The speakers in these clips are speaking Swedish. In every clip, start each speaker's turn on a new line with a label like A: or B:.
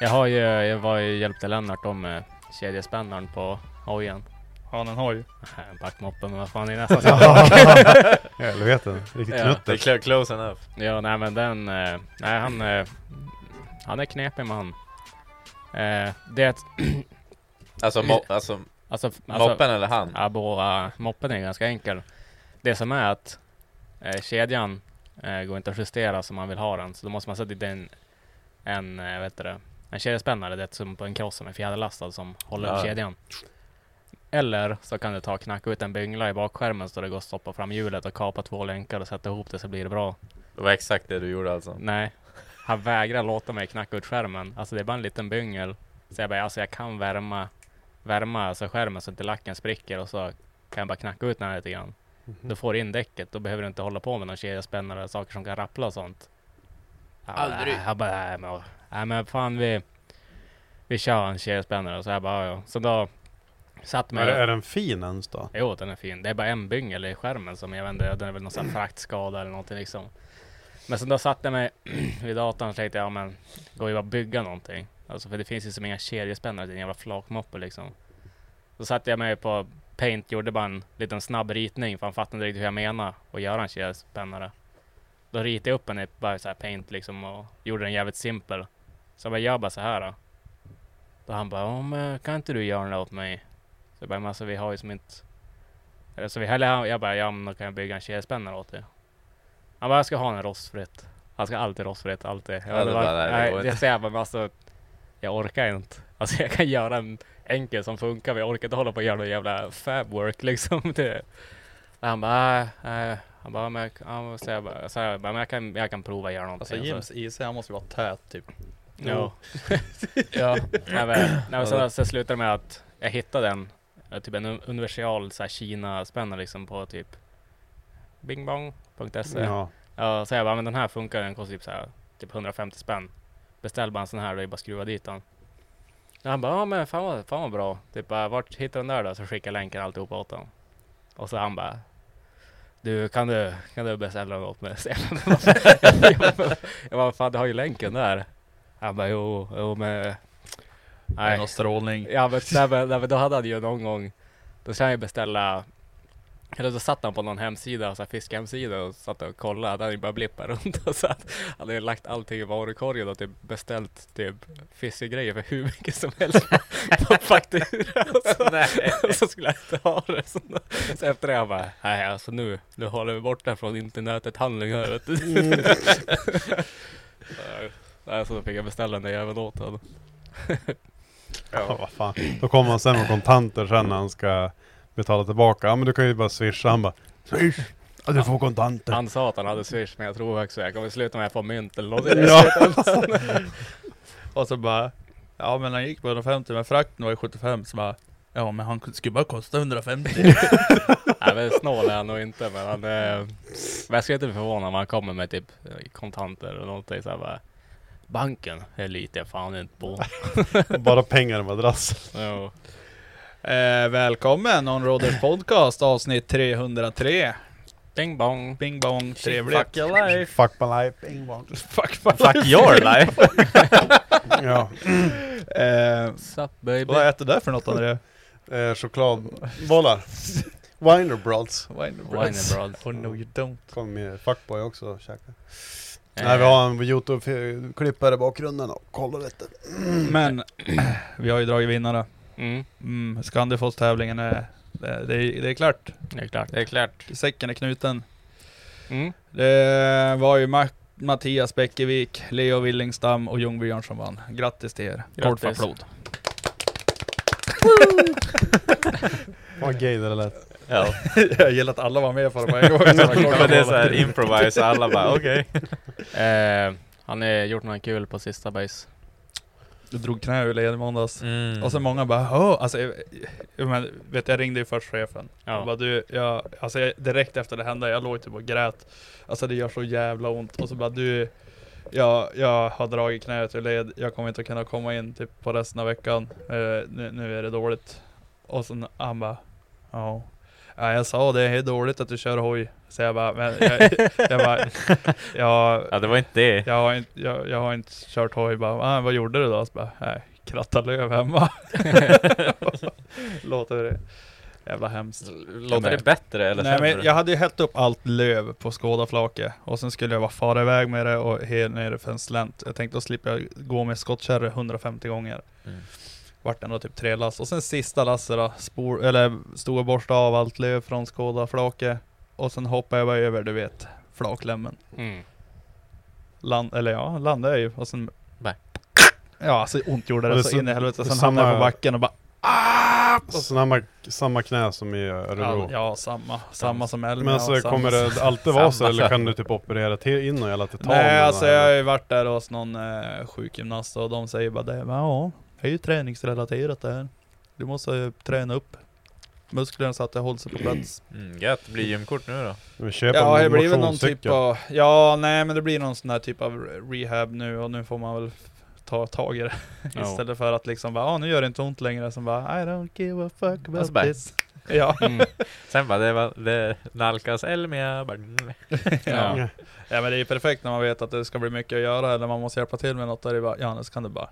A: Jag, har ju, jag var ju hjälpte Lennart om eh, kedjespännaren på hojen.
B: Hanen har ju.
A: Nej, Backmoppen, men vad fan det är nästan samma.
C: Helvete, riktigt
A: Ja.
C: knutter.
D: Det är cl- close enough.
A: Ja, nej men den... eh, Nej, han... eh, Han är knepig man. Eh, Det är att...
D: Alltså, mo- alltså
A: Alltså, alltså
D: moppen eller han?
A: Ja, båda. Moppen är ganska enkel. Det som är att eh, kedjan eh, går inte att justera som man vill ha den. Så då måste man sätta dit en, en eh, vet du det, en kedjespännare, det är som på en cross som är fjäderlastad som håller upp
D: Ja.
A: kedjan. Eller så kan du ta och knacka ut en byngla i bakskärmen så det går att stoppa fram hjulet och kapa två länkar och sätta ihop det så blir det bra.
D: Det var exakt det du gjorde alltså.
A: Nej, han vägrar låta mig knacka ut skärmen. Alltså det är bara en liten byngel. Så jag bara, alltså jag kan värma, värma alltså skärmen så inte lacken spricker och så kan jag bara knacka ut den här lite grann.
C: Mm.
A: Då får du in däcket, då behöver du inte hålla på med någon kedjespännare och saker som kan rappla och sånt. Jag bara,
D: Aldrig.
A: Jag bara, nej men, nej, men fan vi, vi kör en kedjespännare. Så jag bara, ja. ja. Så då satt
C: är,
A: mig
C: är den fin ens då?
A: Jo, den är fin. Det är bara en byngel i skärmen som jag vände. Den är väl någon sån här fraktskada eller någonting liksom. Men sen då satte jag mig vid datorn och tänkte, ja men, går ju bara att bygga någonting. Alltså för det finns ju som inga kedjespännare till en jävla flakmoppe liksom. Så satte jag mig på Paint, gjorde bara en liten snabb ritning för han fattade inte riktigt hur jag menade och göra en kedjespännare. Då ritade jag upp den i bara så här Paint liksom och gjorde den jävligt simpel. Så jag bara, gör bara så här då. Då han bara, "Ja, men kan inte du göra den där åt mig? Så jag bara, men alltså vi har ju som inte eller Så vi häller, jag bara, ja men då kan jag bygga en kedjespännare åt dig. Han bara, jag ska ha den rostfritt. Han ska alltid rostfritt, alltid. Jag,
D: Ja,
A: det
D: det bara, nej, det
A: nej,
D: går
A: jag,
D: inte.
A: jag bara, men alltså, jag orkar inte. Alltså jag kan göra en enkel som funkar, men jag orkar inte hålla på och göra någon jävla fabwork liksom. Det. Och Han bara, äh, äh. han bara, men, jag- ja, men", så jag bara, så jag bara, men jag kan, jag kan prova att göra någonting.
B: Alltså
A: Och så-
B: Jims IC, han måste ju vara tät typ.
A: Ja. ja. Nej, men, nej, men sen, sen slutade det med att jag hittade en, eh, typ en un- universal så här Kina-spännare liksom på typ bingbong.se. Ja.
C: Ja.
A: så jag bara, men den här funkar, den kostar typ så här, typ 150 spänn. Beställ bara en sån här, det är bara att skruva dit den. Och han bara, ja men fan vad, fan vad bra. Typ bara, vart hittar du den där då? Så skickar jag länken alltihopa åt honom. Och så han bara, du kan du, kan du beställa den åt mig? Så jag bara, jag bara, jag bara, fan du har ju länken där. Han bara, jo, jo men.
B: Nej.
A: Nej.
B: Någon strålning.
A: Ja men, nej, men, nej, men då hade han ju någon gång, då skulle han ju beställa, eller då satt han på någon hemsida, så här fiskhemsida och satt och kollade, han hade ju bara blippat runt och så att han hade ju lagt allting i varukorgen och typ beställt typ fiskegrejer för hur mycket som helst på- på faktura. Och så, och så skulle han inte ha det. Så, så efter det han bara, nej alltså nu, nu håller vi borta från internetet handlingar vet du. Nej, så då fick jag beställa den där jäveln åt honom.
C: Ja, vad fan. Då kommer han sen med kontanter sen när han ska betala tillbaka. Ja men du kan ju bara swisha. Han bara swish! Ja, du får kontanter.
A: Han sa att han hade swish men jag tror också jag kommer sluta med att få mynt eller något.
C: Ja.
B: Och så bara, ja men han gick på 150 men frakten var ju 75 så bara, ja men han skulle bara kosta 150.
A: Nej men snål är han nog inte men han eh, Men jag skulle inte bli förvånad om han kommer med typ eh, kontanter eller någonting så här bara Banken, det litar jag fan inte på.
C: bara pengar i madrass.
A: Jo.
B: eh, välkommen Onroaders podcast avsnitt 303.
A: Bing bong!
B: Bing bong, trevligt.
D: Fuck your life.
C: Fuck my life. Bing bong.
B: Fuck, fuck,
D: Fuck your life.
C: Ja.
B: Eh,
A: Sup baby!
B: vad äter du där för något André?
C: Eh, chokladbollar. Winerbrods.
A: Wine and
B: Oh no you don't.
C: Kom med fuckboy också och käka.
A: Eh.
C: Nej vi har en Youtube-klippare i bakgrunden och kollar lite.
B: Men vi har ju dragit vinnare.
A: Mm,
B: Mm, Scandifoss-tävlingen är, eh, det, det, är- det är klart.
A: det är klart.
D: Det är klart.
B: Säcken är knuten.
A: Mm.
B: Det var ju Ma- Mattias Bäckevik, Leo Willingstam och Ljungby Björn som vann. Grattis till er! Kort
A: Grattis.
B: applåd!
C: Vad gay det lät.
D: Ja.
B: jag gillar att alla var med för det på en gång. så man
D: Men
B: kan
D: det är såhär
B: hålla-
D: improvise och alla bara okej.
A: Eh, har ni gjort något kul på sista base?
B: Jag drog knä ur led i måndags.
D: Mm.
B: Och så många bara Hå! Alltså, jag, jag, men, vet, du, jag ringde ju först chefen. Jag bara,
A: Ja.
B: du, jag, alltså, jag, direkt efter det hände, jag låg typ och grät. Alltså det gör så jävla ont. Och så bara du, jag, jag har dragit knäet ur led, jag kommer inte kunna komma in typ på resten av veckan. Eh, nu, nu är det dåligt. Och sen han bara, ja. Ja, jag sa det, det är dåligt att du kör hoj. Så jag bara, men jag, jag bara, jag,
D: Ja, det var inte det.
B: jag har inte, jag, jag har inte kört hoj bara, ah, vad gjorde du då? Så bara, nej, krattade löv hemma. Låter det jävla hemskt.
D: Låter det bättre eller
B: nej men
D: sämre?
B: jag hade ju hällt upp allt löv på skådaflaket och sen skulle jag bara fara iväg med det och helt nere för en slänt. Jag tänkte då slipper jag gå med skottkärror 150 gånger.
D: Mm.
B: Vart det ändå typ tre lass. Och sen sista lasset då, spor, eller stod och borstade av allt löv från skådaflaket. Och sen hoppade jag bara över, du vet, flaklämmen.
A: Mm.
B: Land, eller ja, landade jag ju och sen...
D: Nej.
B: Ja, alltså ont gjorde
C: Ja,
B: det
C: det
B: så
C: är så-
B: in i helvete.
C: det är
B: Sen hamnade jag på
C: samma-
B: backen och bara...
C: Samma, samma knä som i Örebro.
B: Ja, ja samma. Samma som Elmia.
C: Men alltså
B: samma
C: kommer
B: som-
C: det alltid vara så
D: Samma.
C: eller kan du typ operera till in och hela titanen?
B: Nej, alltså jag har
C: eller?
B: ju varit där hos någon eh, sjukgymnast och de säger bara det. Men ja, det är ju träningsrelaterat det här. Du måste eh, träna upp musklerna så att det håller sig på plats.
D: Mm, gött, blir gymkort nu då?
C: Men Köp en
B: Ja, det blir
C: Typ
B: väl någon
C: motionscykel.
B: typ av... Ja, nej men det blir någon sån här typ av rehab nu och nu får man väl ta tag i det.
A: Ja.
B: Istället för att liksom bara, ah, nu gör det inte ont längre, som bara I don't give a fuck about
D: Alltså bara-
B: this. Ja.
A: Mm.
D: Sen bara, det, var, det nalkas Elmia. Bara, mm.
B: ja.
A: Ja.
B: ja men det är ju perfekt när man vet att det ska bli mycket att göra eller man måste hjälpa till med något, där det är bara, ja annars kan det bara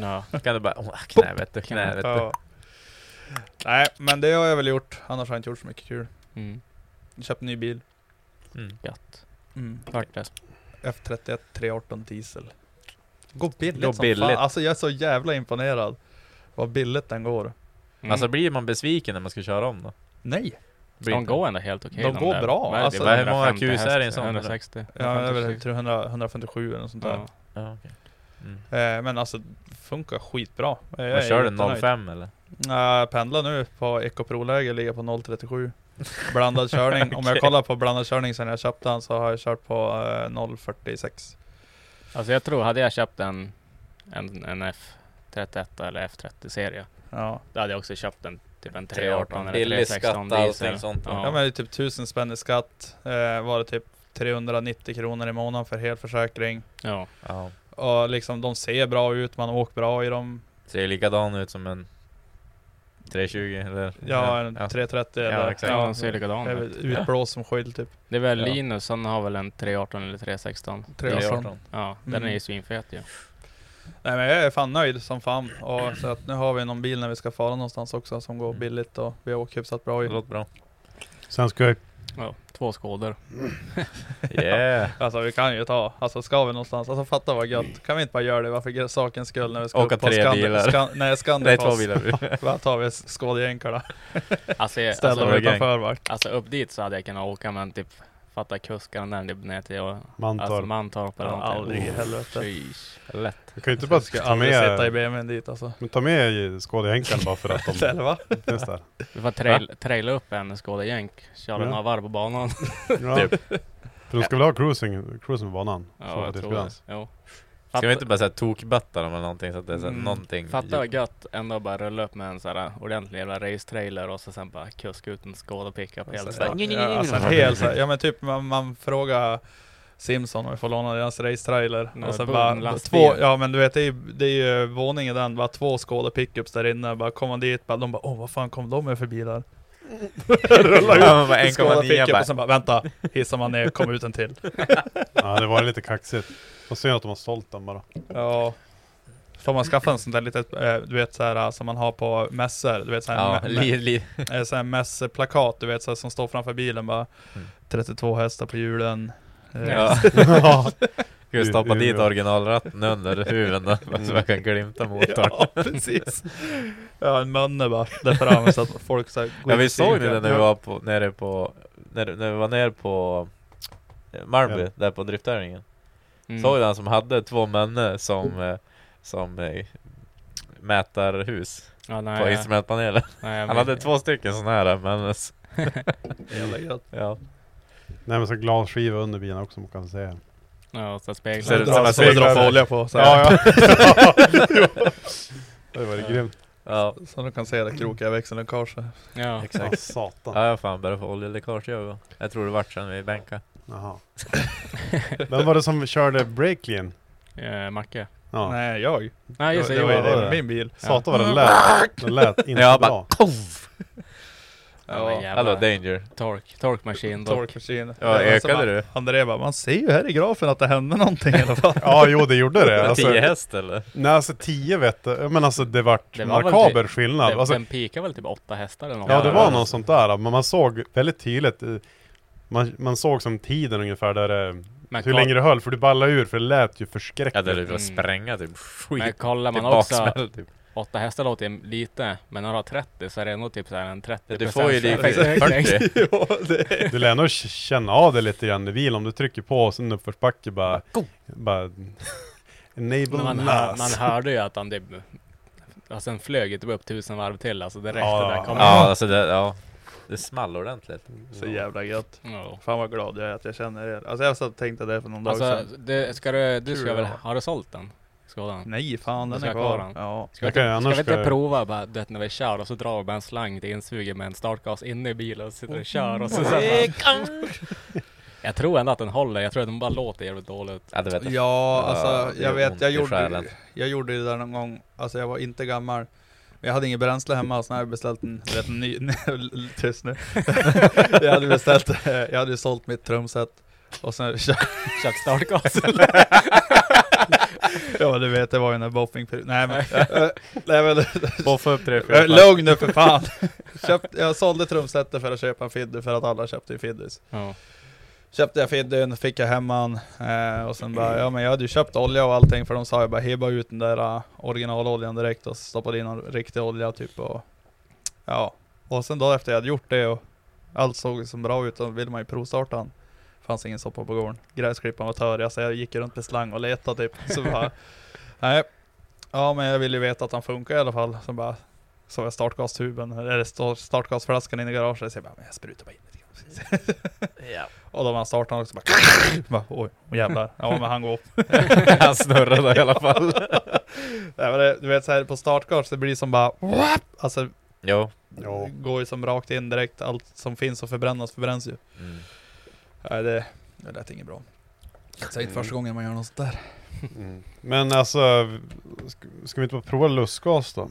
A: Ja.
D: Kan du bara, åh, knä vet du, knä vet du.
B: ja. Nej men det har jag väl gjort, annars har jag inte gjort så mycket kul.
A: Mm.
B: Jag köpte en ny bil.
D: Mm.
A: Gött.
B: Mm.
A: Vart det?
B: F31 318 diesel. Går billigt
D: Går
B: som
D: billigt.
B: fan. Alltså jag är så jävla imponerad. Vad billigt den går.
A: Mm.
D: Alltså blir man besviken när man ska köra om då?
B: Nej!
D: Blir
A: de
D: inte-
A: går ändå helt okej.
B: De går bra,
A: Vad är det?
B: alltså.
A: Det är
D: Hur många
A: 150
D: kus är det i en
A: häst,
D: sån?
A: 160?
B: Ja, jag vet
A: 157.
B: inte, 100 157 eller något sånt där.
A: Ja.
D: Ja, okej. mm.
B: Eh, men alltså, det funkar skitbra. Jag
D: Men
B: är
D: kör
B: jättenöjd.
D: du 05 eller?
B: Nej, jag pendlar nu på ekoproläge, ligger på 0.37 Blandad körning, om jag kollar på blandad körning sen jag köpte den så har jag kört på eh, 0.46
A: Alltså jag tror, hade jag köpt en, en, en F31 eller F30-serie,
B: ja.
A: då hade jag också köpt en typ en 318
D: 318,
A: eller
D: billig
A: 316
D: skatt allting
A: diesel.
D: sånt.
A: Ja.
B: ja men det är typ 1000 spänn i skatt, eh, var det typ 390 kronor i månaden för helförsäkring
A: Ja.
D: Ja.
B: Och liksom de ser bra ut, man har åkt bra i dem
D: Ser likadan ut som en 320 eller?
B: Ja, en 330
D: Ja,
B: eller
D: exakt.
A: Ja, de ser likadana
B: jag
A: ut.
B: vet, Utblåst som skylt typ
A: Det är väl
D: Ja.
A: Linus, han har väl en 318 eller 316?
B: 318
A: Ja, den
B: Mm.
A: är ju svinfet ju.
B: Nej men jag är fan nöjd som fan och så att nu har vi någon bil när vi ska fara någonstans också som går
D: Mm.
B: billigt och vi har åkt hyfsat bra
D: Det
B: i
D: låter bra.
C: Sen ska jag
A: Ja, två skådor.
D: Yeah!
B: Alltså vi kan ju ta, alltså ska vi någonstans, alltså fatta vad gött. Kan vi inte bara göra det varför sakens skull när vi ska
D: Mm. Åka
B: upp på
D: tre
B: Scan-
D: bilar.
B: Scan- nej,
D: Det är
B: Scandipass.
D: två bilar nu.
B: Vad tar vi Skådejänkarna?
A: Alltså, jag- alltså,
B: Ställer alltså,
D: det är gäng.
B: utanför va?
A: alltså upp dit så hade jag kunnat åka men typ fatta kuskarna där typ ner till och,
C: Mantorp.
A: alltså, Mantorp eller
B: Ja,
A: någonting.
B: aldrig i helvete.
A: Sheesh.
D: Lätt.
C: du kan ju inte bara
B: Jag ska
C: ta
B: aldrig sitta i
C: med,
B: BMWn dit alltså.
C: men ta med skådehänkarna bara för att de
B: Eller va?
C: finns där.
A: Vi får trail, traila upp en skådejänk, köra
C: Ja.
A: några varv på banan.
B: Typ.
C: Ja. För de ska väl ha cruising, cruising på banan?
A: Ja, jag tror det.
C: typ
A: Jo.
D: Ska
A: Fatta-
D: vi inte bara säga tokbötta dem eller någonting så att det är så här
B: Mm.
D: någonting?
A: Fatta vad gött ändå bara rulla upp med en sån här ordentlig jävla racetrailer och så sen bara kuska ut en Skoda pickup helt
B: Alltså,
A: såhär.
D: Mm.
B: ja, alltså, en hel, så här, ja men typ man, man frågar Simson om vi får låna deras racetrailer.
A: Ja,
B: och sen
A: på en
B: bara
A: lastbil.
B: två, ja men du vet det är, ju- det är ju våning i den, bara två Skåda pickups där inne. Bara komma dit, bara, de bara åh vad fan kom de med för bilar? Rullar
D: Ja, men bara
B: en skåda
D: 1,9
B: pickup
D: bara.
B: och sen bara vänta, hissar man ner, kom ut en till.
C: Ja, det var lite kaxigt. Och synd att de har sålt dem bara.
B: Ja. Får man skaffa en sån där litet, eh, du vet såhär som man har på mässor, du vet såhär,
D: Ja,
B: mä-
D: li, li.
B: mä- eh, såhär mässplakat, du vet såhär som står framför bilen bara
D: Mm.
B: 32 hästar på hjulen. Eh,
D: Ja.
C: Ja.
D: Ska vi stoppa
C: Ju-
D: dit
C: ju-
D: originalratten under huven då? Så man kan glimta motorn.
B: Ja, precis. Ja, en mönne bara där framme så att folk såhär
D: Ja
B: går in
D: vi
B: och
D: såg
B: kikar.
D: det när vi var på, nere på, när, när vi var nere på eh, Malmö,
C: Ja.
D: där på drifttävlingen.
A: Mm.
D: Såg du han som hade två männe som, eh, som eh, mätarhus
A: Ja, nej,
D: på
A: jag-
D: instrumentpanelen?
A: nej, jag
D: Han
A: vet-
D: hade två stycken sådana här men eh,
B: Jävla gött.
D: ja.
C: Nej men så glasskiva under bilen också man kan säga.
A: Ja, så
D: Så
A: speglar.
D: är det-
A: Det,
D: som
B: Dra-
D: en
B: Som vi drar
C: seglare.
B: på olja på så här.
C: Ja, ja. det var det grymt.
D: Ja,
B: Så du kan se det krokiga växelläckaget.
A: ja.
C: Ja,
D: exakt.
C: satan.
D: Ja, jag fan började få oljeläckage jag då. Jag tror det vart sen vi bänkade.
C: Jaha. Vem var det som körde breaklin?
A: Eh, Macke.
C: Ja.
B: Nej, jag.
A: Nej just det,
C: Det var-
A: Johan.
C: det var-
B: det. Min bil.
C: Satan vad den lät. Den lät inte
D: jag bara,
C: bra.
A: Ja, men
B: Ja.
A: jävlar.
D: Hallå danger.
A: Tork, torkmaskin. Tork.
B: Torkmaskin.
D: Ja,
B: Men så
D: ökade
B: bara-
D: du?
B: André bara, man ser ju här i grafen att det hände någonting i alla fall.
C: Ja, jo det gjorde det.
D: Alltså,
C: Alltså,
D: Tio häst eller?
C: nej, alltså 10 vet du. Men alltså det vart
A: Det var väl
C: makaber skillnad.
A: Den,
C: Alltså,
A: den pikar väl typ åtta hästar eller något?
C: ja, det var
D: Ja.
C: något sånt där. Men man såg väldigt tydligt. i- Man, man såg som tiden ungefär där det,
A: Men
C: hur
A: koll-
C: länge det höll. För det ballade ur för det lät ju
D: Ja, det
C: förskräckligt.
D: låter
A: Mm.
D: spränga typ.
A: Men
D: Skit
A: kollar
D: i
A: man också,
D: baksmäll typ.
A: åtta hästar låter ju lite, men när du har 30 så är det ändå typ såhär en 30
D: Du får ju lite
A: effektökning.
D: 40.
B: ja, det.
C: Du lär ändå k- känna av det lite grann i bilen. Om du trycker på och sen uppförsbacke bara... bara enable
A: Man, hör, man
C: NAS.
A: hörde ju att han typ, alltså den flög ju typ upp tusen varv till alltså direkt.
C: Ja,
A: det där
C: ja.
A: kom.
D: Ja, alltså det, ja. Det small ordentligt.
B: Så jävla gött.
A: Ja.
B: Fan vad glad jag är att jag känner er. Alltså jag satt och tänkte det för någon dag
A: Alltså,
B: sedan.
A: det, ska du, du ska
B: Kul,
A: väl,
B: ja.
A: har du sålt den? Skådan?
B: Nej fan,
A: Du
B: den
A: ska
B: är
A: ha kvar
B: kvar.
A: den.
B: Ja.
A: Ska, vi
C: Jag kan ju
A: inte- ska
C: annars
A: vi inte
C: ska-
A: prova bara, du vet när vi kör och så drar vi bara en slang till insugen med en startgas inne i bilen och sitter och kör och så sen bara, Jag tror ändå att den håller, jag tror att den bara låter jävligt dåligt.
D: Ja, det vet jag. Ja,
B: Ja, alltså
D: det
B: jag
D: gör
B: vet,
D: ont
B: jag
D: i
B: gjorde,
D: själen.
B: jag gjorde det där någon gång, alltså jag var inte gammal. Jag hade inget bränsle hemma, så när jag hade beställt en, du vet, en ny, tyst nu. jag hade beställt, eh, jag hade ju sålt mitt trumset. Och sen,
A: Köpt startgas.
B: ja du vet, det var ju när bopping Nej men, eh, nej men,
D: Boffa upp tre,
B: eh,
D: fyra, fem.
B: lugn nu för fan! Köpt, jag sålde trumsetet för att köpa en Fiddy, för att alla köpte ju Fiddys.
A: ja.
B: Köpte jag Fiddyn, fick jag hemman eh, och sen bara, ja men jag hade ju köpt olja och allting för de sa ju bara hebba ut den där eh, originaloljan direkt och stoppade in någon riktig olja typ och ja. Och sen då efter jag hade gjort det och allt såg som bra ut, då ville man ju provstarta den. Fanns ingen soppa på gården. Gräsklippan var törig, så jag gick ju runt med slang och letade typ. Så bara, nej. Ja men jag ville ju veta att den funkar i alla fall. Så bara, så var jag startgastuben, eller start- startgasflaskan inne i garaget, så jag bara, men jag sprutar bara in lite grann.
D: Ja.
B: Och då var han startade också bara, bara oj, åh, jävlar. Ja men han går upp.
D: Han snurrade i alla fall.
B: Nej, men det, du vet så här på startgas, det blir som bara, wap! alltså
D: Jo.
C: Ja.
B: går ju som rakt in direkt, allt som finns och förbrännas förbränns ju.
D: Mm.
B: Nej det, det lät inget bra. Så det är inte första gången man gör något sånt där.
C: Mm. Men alltså, ska, ska vi inte bara prova lustgas då?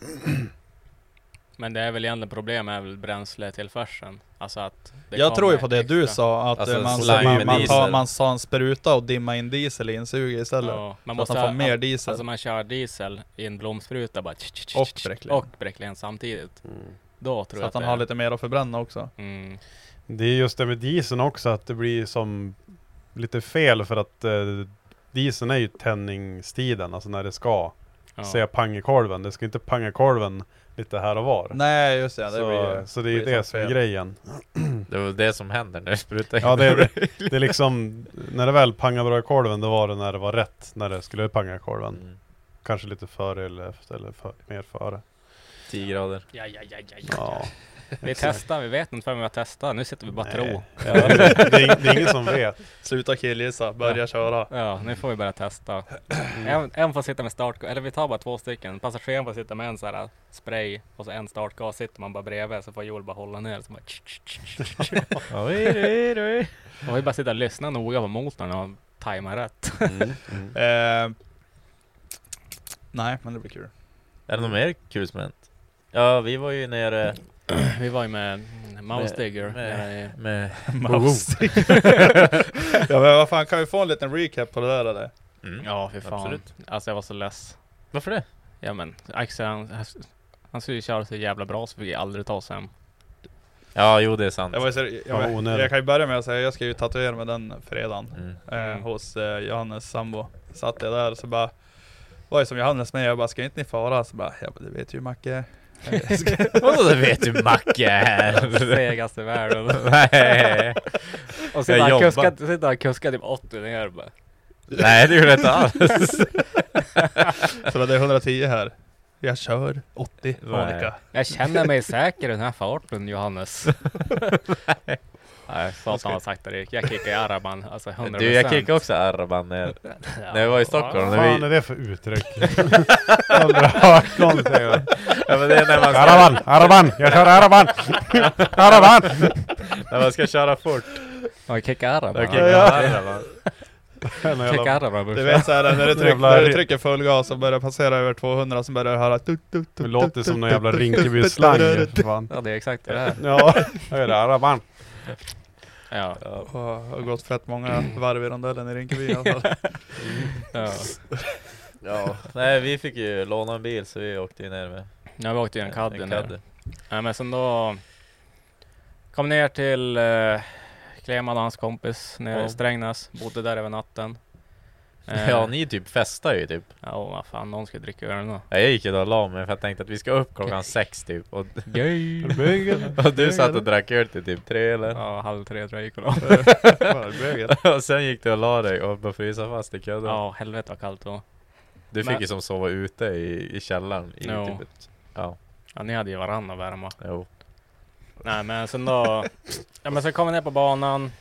A: Men det är väl egentligen problem är väl bränsletillförseln. Alltså att det
B: jag tror ju
A: kommer
B: på det du
A: extra.
B: sa, att
D: Alltså,
B: eh, man,
D: slime
B: man,
D: med
B: man, tar,
D: diesel.
B: man sa en spruta och dimma in diesel i en suger istället.
A: Ja, man
B: så att
A: måste
B: man får mer
A: att-
B: diesel.
A: Alltså man kör diesel i en blomspruta bara tch, tch, tch,
B: Och
A: tch,
B: bräcklen.
A: Och bräcklen samtidigt. Då tror
B: så
A: jag
B: att han
A: det
B: har
A: är-
B: lite mer att förbränna också.
A: Mm.
C: Det är just det med dieseln också, att det blir som lite fel för att eh, dieseln är ju tändningstiden, alltså när det ska.
A: Ja.
C: Säga pang i korven, det ska inte panga korven lite här och var.
B: Nej just det, det
C: så,
B: blir ju...
C: så det är ju
B: blir
C: det
B: så
C: som är
B: fel.
C: grejen.
D: Det var det som händer när du sprutar in.
C: Ja det är det. Det är liksom, när det väl pangade bra i korven, då var det när det var rätt, när det skulle panga i korven.
D: Mm.
C: Kanske lite före eller efter, eller för, mer före.
D: 10 grader.
A: Ja, ja, ja, ja, ja.
C: Ja.
A: Vi testar, vi vet inte förrän vi har testat. Nu sitter vi bara och
C: Nej.
A: tror.
C: Ja, det, det, är, det är ingen som vet.
B: Sluta killgissa, börja köra.
A: Ja, nu får vi börja testa. En, en får sitta med startgas, eller vi tar bara två stycken. Passageraren får sitta med en sån här spray och så en startgas sitter man bara bredvid så får Joel bara hålla ner. Så bara tch, tch, tch, tch, tch. och vi bara sitter och lyssnar noga på motorn och tajmar rätt.
B: Eh, nej men det blir kul.
D: Är det något mer kul som hänt? Ja, vi var ju nere
A: Vi var ju med Mouse Digger.
D: med-
A: nere i-
D: med...
B: Mouse. ja men vad fan, kan vi få en liten recap på det där eller?
D: Mm.
A: Ja, för fan.
D: Absolut.
A: Alltså jag var så less.
D: Varför det?
A: Ja men Axel, han, han skulle ju köra så jävla bra så fick jag aldrig ta oss hem.
D: Ja, jo det är sant.
B: Jag, var ju så, jag,
C: Ja,
B: jag,
C: onödigt.
B: jag kan ju börja med att säga, jag ska ju tatuera mig den fredagen.
D: Mm.
B: Eh,
A: Mm.
B: Hos eh, Johannes sambo. Satt jag där och så bara var ju som Johannes med, jag bara ska inte ni fara? Så bara, ja men det vet ju Macke. Eh, ska-
D: Vadå det vet du Macke här?
A: Segaste i världen.
D: Nej.
A: Och
D: Jag
A: sitter han
D: jobbar.
A: kuskar- sitter han och kuskar typ 80 ner bara.
D: Nej, det gjorde jag inte alls.
B: så bara, det är 110 här. Jag kör 80
D: Nej.
B: Monica.
A: Jag känner mig säker i den här farten Johannes.
D: Nej,
A: Satan har sagt det. Jag kickar i araban. Alltså 100%.
D: Du, jag kickade också araban när jag, när jag var i Stockholm.
C: Vad
D: När vi,
C: fan är det för uttryck? Jag har aldrig hört någon säga det.
D: ja, men det är när man, ska,
C: Araban, araban, jag kör araban! Araban!
D: när man ska köra fort.
A: Ja, jag kickar araban.
D: Då
A: Jag
D: kickar
A: kickar,
D: man
B: ja.
D: araban.
A: araban brorsan.
B: Du vet såhär när du trycker,
C: Jävla
B: när du
C: ri-
B: trycker full gas och börjar passera över 200 så börjar du höra tut, tut,
C: Det
B: tut,
C: låter
B: tut,
C: som någon
B: tut,
C: jävla
B: tut,
C: Rinkeby-slang.
B: tut, tut, tut.
C: fan.
A: Ja, det är exakt det här.
C: Ja, jag är det. Araban.
A: Ja.
D: Ja.
B: Åh, Jag har gått fett många varv i rondellen i Rinkeby i alla fall.
A: Ja.
D: Ja. Nej, vi fick ju låna en bil så vi åkte ju ner med
A: Ja, vi åkte ju en caddy nu.
D: caddy.
A: Ja, men sen då kom ner till eh, Kleman och hans kompis nere
D: Ja.
A: i Strängnäs. Bodde där över natten. Eh,
D: Ja, ni typ festar ju typ.
A: Ja, och vad fan, någon skulle dricka ölen då.
D: Ja, jag gick ju då och la mig för jag tänkte att vi ska upp klockan sex typ. Och,
A: Gay.
D: och du satt och drack öl till typ tre eller?
A: Ja, halv tre tror jag gick och la
D: och sen gick du och la dig och bara frysa fast i kudden.
A: Ja, helvete vad kallt det var.
D: Du fick
A: men-
D: ju som sova ute i, i källaren. I
A: Jo.
D: typ ett, ja,
A: Ja, ni hade ju varann att värma.
D: jo.
A: Nej men sen då, ja men sen kom vi ner på banan.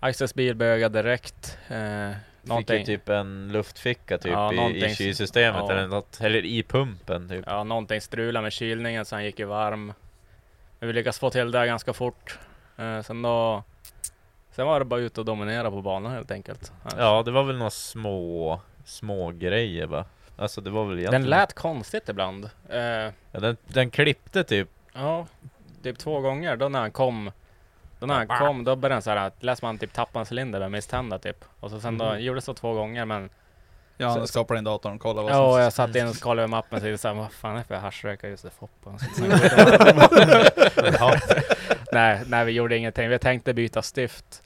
A: Axels bil bögade direkt. Eh,
D: Fick ju
A: någonting,
D: typ en luftficka typ
A: Ja,
D: i,
A: någonting-
D: i kylsystemet
A: ja.
D: eller något, eller i pumpen typ.
A: ja, någonting strulade med kylningen så han gick ju varm. Men vi lyckades få till det här ganska fort. Eh, sen då, sen var det bara ut och dominera på banan helt enkelt. Alltså,
D: Ja, det var väl några små, små grejer va? Alltså det var väl egentligen...
A: Den lät konstigt ibland. Eh,
D: ja, den, den klippte typ.
A: Ja, typ två gånger då när han kom. Då när han kom, då började han såhär, läs man typ tappa en cylinder med misstända typ. Och så sen då,
D: Mm.
C: Mhm.
A: gjordes det två gånger men.
B: Ja, jag skapar in datorn och kollar vad
A: Ja, och jag
B: som...
A: satt in och kollade över mappen och så såhär, vad fan är det för haschrökare just det, Foppa? nej, nej vi gjorde ingenting. Vi tänkte byta stift.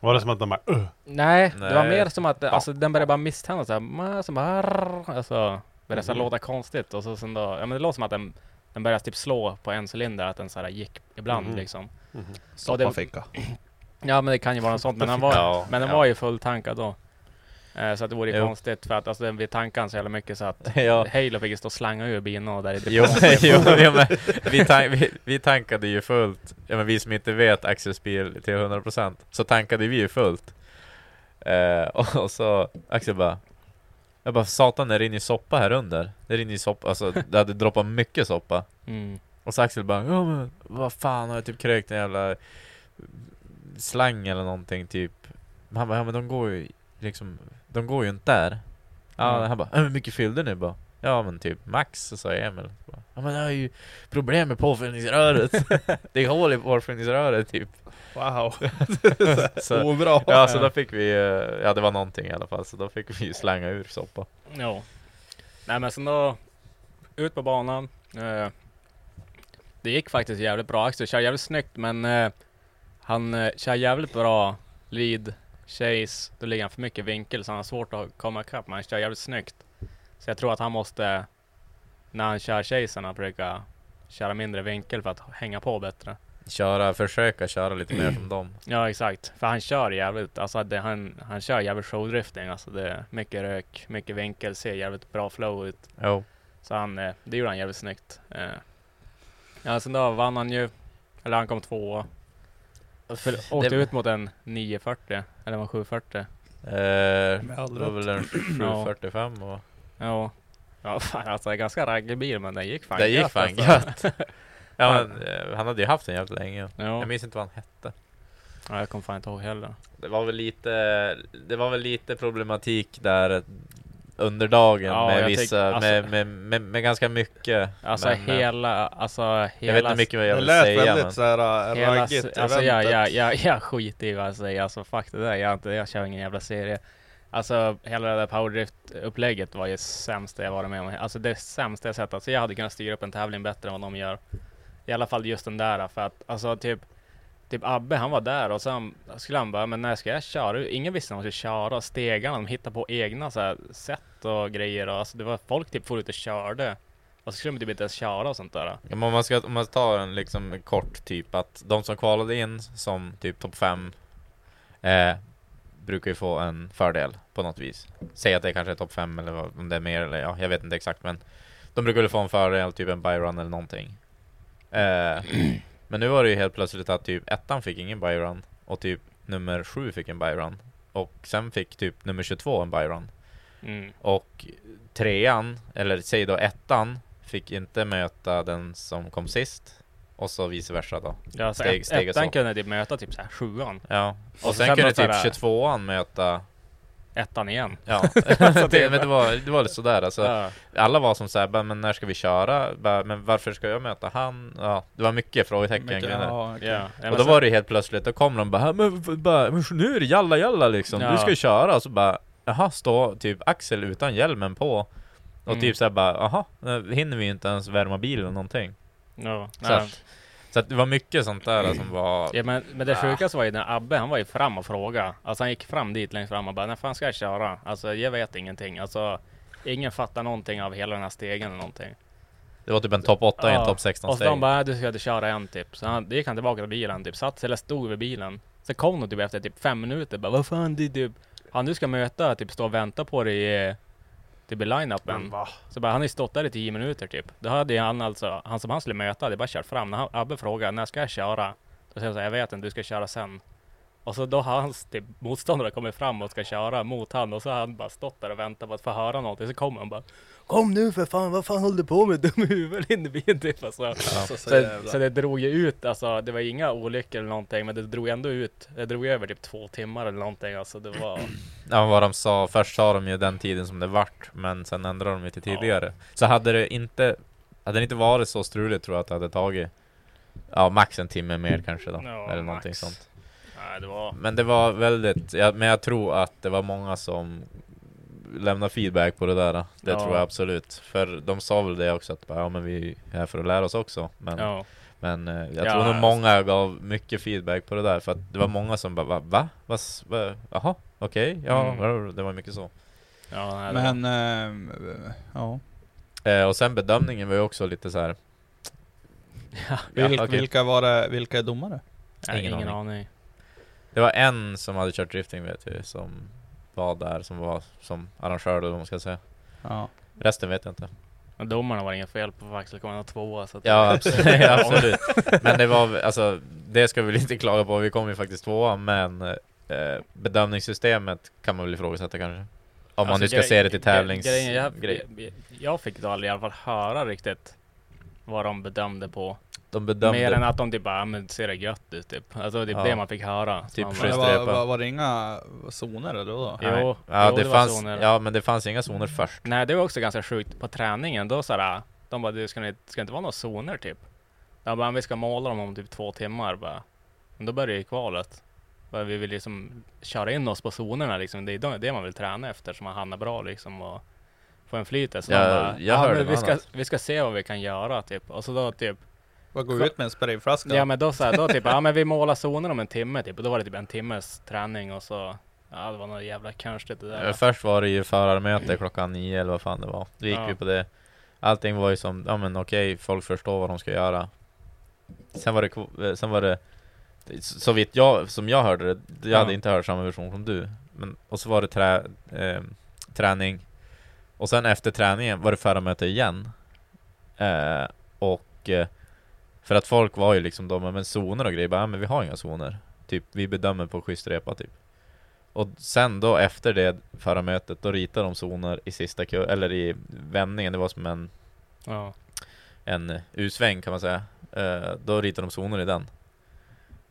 C: Var det som att de bara uh,
A: Nej, det var
D: Nej.
A: mer som att alltså, den började bara misstända såhär, ma- som bara, arr, alltså. Började såhär låta konstigt och så sen då, ja men det låter som att den, den började typ slå på en cylinder, att den såhär gick ibland
C: Mhm.
A: liksom.
C: Mhm.
A: Och det-
B: Stoppa ficka.
A: Ja men det kan ju vara något sånt, men den var,
D: Ja,
A: men den
D: ja.
A: var ju fulltankad då. Eh, så att det vore ju
D: Jo.
A: konstigt för att alltså, den- vi tankade han så jävla mycket så att
D: ja.
A: Halo fick ju stå och slanga ur bilen och där i
D: Jo,
A: depån.
D: jo, jo men vi, tank, vi, vi tankade ju fullt, ja, men vi som inte vet Axels bil till 100% så tankade vi ju fullt. Eh, och, och så Axel bara jag bara satan det rinner ju soppa här under. Det rinner ju soppa, alltså det hade droppat mycket soppa.
A: Mm.
D: Och så Axel bara ja men vad fan har jag typ krökt en jävla slang eller någonting typ. Men Han bara ja men de går ju liksom, de går ju inte där. Ja,
A: Mm.
D: han bara, "Ja, hur mycket fyllde ni bara? Ja men typ max, så sa Emil. Bara, Ja men jag har ju problem med påfyllningsröret. det är hål i påfyllningsröret typ.
B: Wow,
D: Så,
B: obra!
D: ja så då fick vi, eh, ja det var någonting i alla fall, så då fick vi ju slänga ur soppa.
A: Jo. Nej men sen då, ut på banan. Eh, det gick faktiskt jävligt bra. Axel kör jävligt snyggt men eh, han eh, kör jävligt bra lead, chase. Då ligger han för mycket vinkel så han har svårt att komma ikapp men han kör jävligt snyggt. Så jag tror att han måste, när han kör chasen, han försöka köra mindre vinkel för att hänga på bättre.
D: Köra, försöka köra lite mer som dem.
A: Ja exakt, för han kör jävligt, alltså det, han, han kör jävligt showdrifting alltså. Det är mycket rök, mycket vinkel, ser jävligt bra flow ut.
D: Jo.
A: Så han, eh, det gjorde han jävligt snyggt. Eh, Ja, sen då vann han ju, eller han kom tvåa. För, åkte
D: det-
A: ut mot en 940, eller var 740.
D: Eh,
B: Med
D: det
B: all
D: var
B: rätt.
D: väl en 745 och...
A: Ja. Ja fan alltså en ganska raggig bil men den gick fan
D: det gick
A: gött,
D: fan
A: alltså.
D: gött! Ja men eh, han hade ju haft den jävligt länge.
A: Ja.
D: Jag minns inte vad han hette.
A: ja, jag kommer fan inte ihåg heller.
D: Det var väl lite, det var väl lite problematik där under dagen
A: Ja,
D: med
A: jag
D: vissa,
A: tycker- alltså-
D: med, med, med, med ganska mycket.
A: Alltså
D: men, eh,
A: hela, alltså
D: Jag
A: hela...
D: vet inte hur mycket vad jag
B: Det
D: vill
B: lät
D: säga men.
B: väldigt såhär
A: Hela,
B: raggigt
A: alltså jag, jag,
B: eventet.
A: jag, jag skiter i vad jag säger, alltså fuck det där, jag, har inte, jag kör ingen jävla serie. Alltså hela det där powerdrift-upplägget var ju sämsta jag varit med om. Alltså det sämsta jag sett, alltså jag hade kunnat styra upp en tävling bättre än vad de gör. I alla fall just den där, för att alltså typ Typ Abbe han var där och sen skulle han bara, men när ska jag köra? Ingen visste när de skulle köra, stegarna, de hittade på egna så här, sätt och grejer och alltså det var folk typ for ut och körde. Och så skulle de typ inte ens köra och sånt där.
D: Ja, men Om man, ska, om man tar en liksom kort typ att de som kvalade in som typ topp 5 eh, brukar ju få en fördel på något vis. Säg att det kanske är topp 5 eller vad- om det är mer eller ja, jag vet inte exakt men de brukar väl få en fördel, typ en byrun eller någonting. Eh, Men nu var det ju helt plötsligt att typ ettan fick ingen buy run och typ nummer sju fick en buy run och sen fick typ nummer 22 en buy run
A: Mm.
D: och trean, eller säg då ettan, fick inte möta den som kom sist och så vice versa då.
A: Ja, alltså
D: Steg-
A: ett-
D: steg och
A: ettan
D: så.
A: kunde typ möta typ så här sjuan,
D: Ja, och,
A: Och sen
D: sen, kunde
A: då så
D: typ
A: här-
D: 22an möta
A: ettan igen.
D: Ja,
A: Alltså, det-
D: det, men det, var, det var lite sådär alltså.
A: Ja.
D: Alla var som såhär, bara, men när ska vi köra? Bara, men varför ska jag möta han? Ja, det var mycket frågetecken
B: Mycket-
D: kring det.
B: ja, okej.
A: Ja. Ja,
D: Och då var det ju helt plötsligt, då kom de bara, men, v- bara men nu är det jalla jalla liksom,
A: Ja.
D: du ska ju köra! Och så bara, jaha, står typ Axel utan hjälmen på? Och
A: Mm.
D: typ såhär bara, jaha, eh, hinner vi ju inte ens värma bilen någonting?
A: Ja,
D: Så,
A: nej.
D: att, så att det var mycket sånt där som var...
A: Ja, men, men
D: Ah.
A: det sjukaste var ju när Abbe, han var ju fram och frågade. Alltså han gick fram dit längst fram och bara, när fan ska jag köra? Alltså jag vet ingenting. Alltså ingen fattar någonting av hela den här stegen eller någonting.
D: Det var typ en topp 8 i en
A: Ja.
D: topp 16
A: Och så de
D: steg.
A: bara, äh, du ska inte köra en typ. Så han, då gick han tillbaka till bilen typ, satt sig eller stod vid bilen. Sen kom de typ efter typ fem minuter bara, vad fan det är typ, han du ska möta, typ stå och vänta på dig i, typ i line-upen.
C: va?
A: Så bara, han har ju stått där i tio minuter typ. Då hade ju han alltså, han som han skulle möta hade bara kört fram. När han, Abbe frågade, när ska jag köra? Då säger han så här, jag vet inte, du ska köra sen. Och så då har hans typ, motståndare kommit fram och ska köra mot han och så har han bara stått där och väntat på att få höra någonting. Så kommer han bara, kom nu för fan, vad fan håller du på med? Dum i huvudet in i bilen typ. Alltså.
B: Alltså, så
A: Så,
B: jävla.
A: så det drog ju ut, alltså det var inga olyckor eller någonting, men det drog ändå ut. Det drog över typ två timmar eller någonting. Alltså det var,
D: Ja, vad de sa. Först sa de ju den tiden som det vart, men sen ändrade de ju till tidigare. Så hade det inte, hade det inte varit så struligt tror jag att det hade tagit, ja max en timme mer kanske då.
A: Ja,
D: eller någonting
A: max.
D: sånt.
A: nej det var,
D: Men det var väldigt, ja, men jag tror att det var många som lämnade feedback på det där. Det
A: Ja.
D: tror jag absolut. För de sa väl det också att bara, ja men vi är här för att lära oss också. Men,
A: ja.
D: men eh, jag
A: Ja,
D: tror nog
A: alltså.
D: många gav mycket feedback på det där. För att det var många som bara, va? va? Vad s- vad- Jaha, okej, ja,
A: Mm.
D: det var mycket så.
A: ja nej, det var-
B: Men, ehm, ja.
D: Eh, och sen bedömningen var ju också lite så här. Ja,
B: Vil,
D: okej.
B: Vilka var det, vilka är domare?
A: nej,
D: ingen
A: ingen, aning.
D: Det var en som hade kört drifting vet jag som var där som var som arrangör eller vad man ska säga.
B: Ja.
D: Resten vet jag inte.
A: Men domarna var det inget fel på faktiskt, det kom en tvåa. Så att
D: Ja absolut, absolut. Men det var alltså, det ska vi väl inte klaga på. Vi kom ju faktiskt tvåa men eh, bedömningssystemet kan man väl ifrågasätta kanske. Om man
A: Alltså,
D: nu ska
A: grej-
D: se det till
A: grej-
D: tävlings...
A: grejen, jag,
D: grej.
A: jag, jag fick då aldrig i alla fall höra riktigt vad de bedömde på.
D: De bedömde...
A: Mer än att de typ bara, "Ja, men ser det gött ut typ. Alltså typ
D: Ja.
A: det man fick höra. Så
D: Typ
A: man
D: Får
B: Men
D: jag
B: det
A: bara,
B: var,
D: strepa?
B: var, var det inga zoner eller då?
D: Nej.
A: jo,
D: ja,
A: jo,
D: det
A: det var
D: fanns,
A: zoner.
D: ja men det fanns inga zoner först.
A: Nej det var också ganska sjukt på träningen då såhär. De bara, du ska, ni, ska det inte vara några zoner typ? De bara, "Men vi ska måla dem om typ två timmar bara. Men då börjar ju kvalet. Bara, Vi vill liksom köra in oss på zonerna liksom. Det är de- det man vill träna efter så man hamnar bra liksom och får en flyt. där. Så de
D: Ja,
A: bara,
D: jag
A: "Ja,
D: hörde
A: men vi
D: något
A: ska,
D: annat."
A: vi ska se vad vi kan göra typ. Och så då typ
B: Vad
A: Så-
B: går ut med en sprayflaska?
A: Ja men då såhär, då typ, ja men vi målar zoner om en timme typ. Och då var det typ en timmes träning och så, ja det var något jävla konstigt det
D: Eh,
A: där.
D: Först var det ju förarmöte klockan nio eller vad fan det var. Då gick
A: Ja.
D: vi på det. Allting var ju som, ja men okej, folk förstår vad de ska göra. Sen var det, kvo- eh, sen var det så vitt jag, som jag hörde det, jag
A: Ja.
D: hade inte hört samma version som du. Men, och så var det trä, eh, träning. Och sen efter träningen var det förarmöte igen. Eh, och eh, för att folk var ju liksom de, men zoner och grejer, bara, "Ja, men vi har inga zoner. Typ, vi bedömer på schysst repa typ. Och sen då efter det förra mötet, då ritade de zoner i sista kö, eller i vändningen, det var som en,
A: Ja.
D: en U-sväng kan man säga. Eh, då ritade de zoner i den.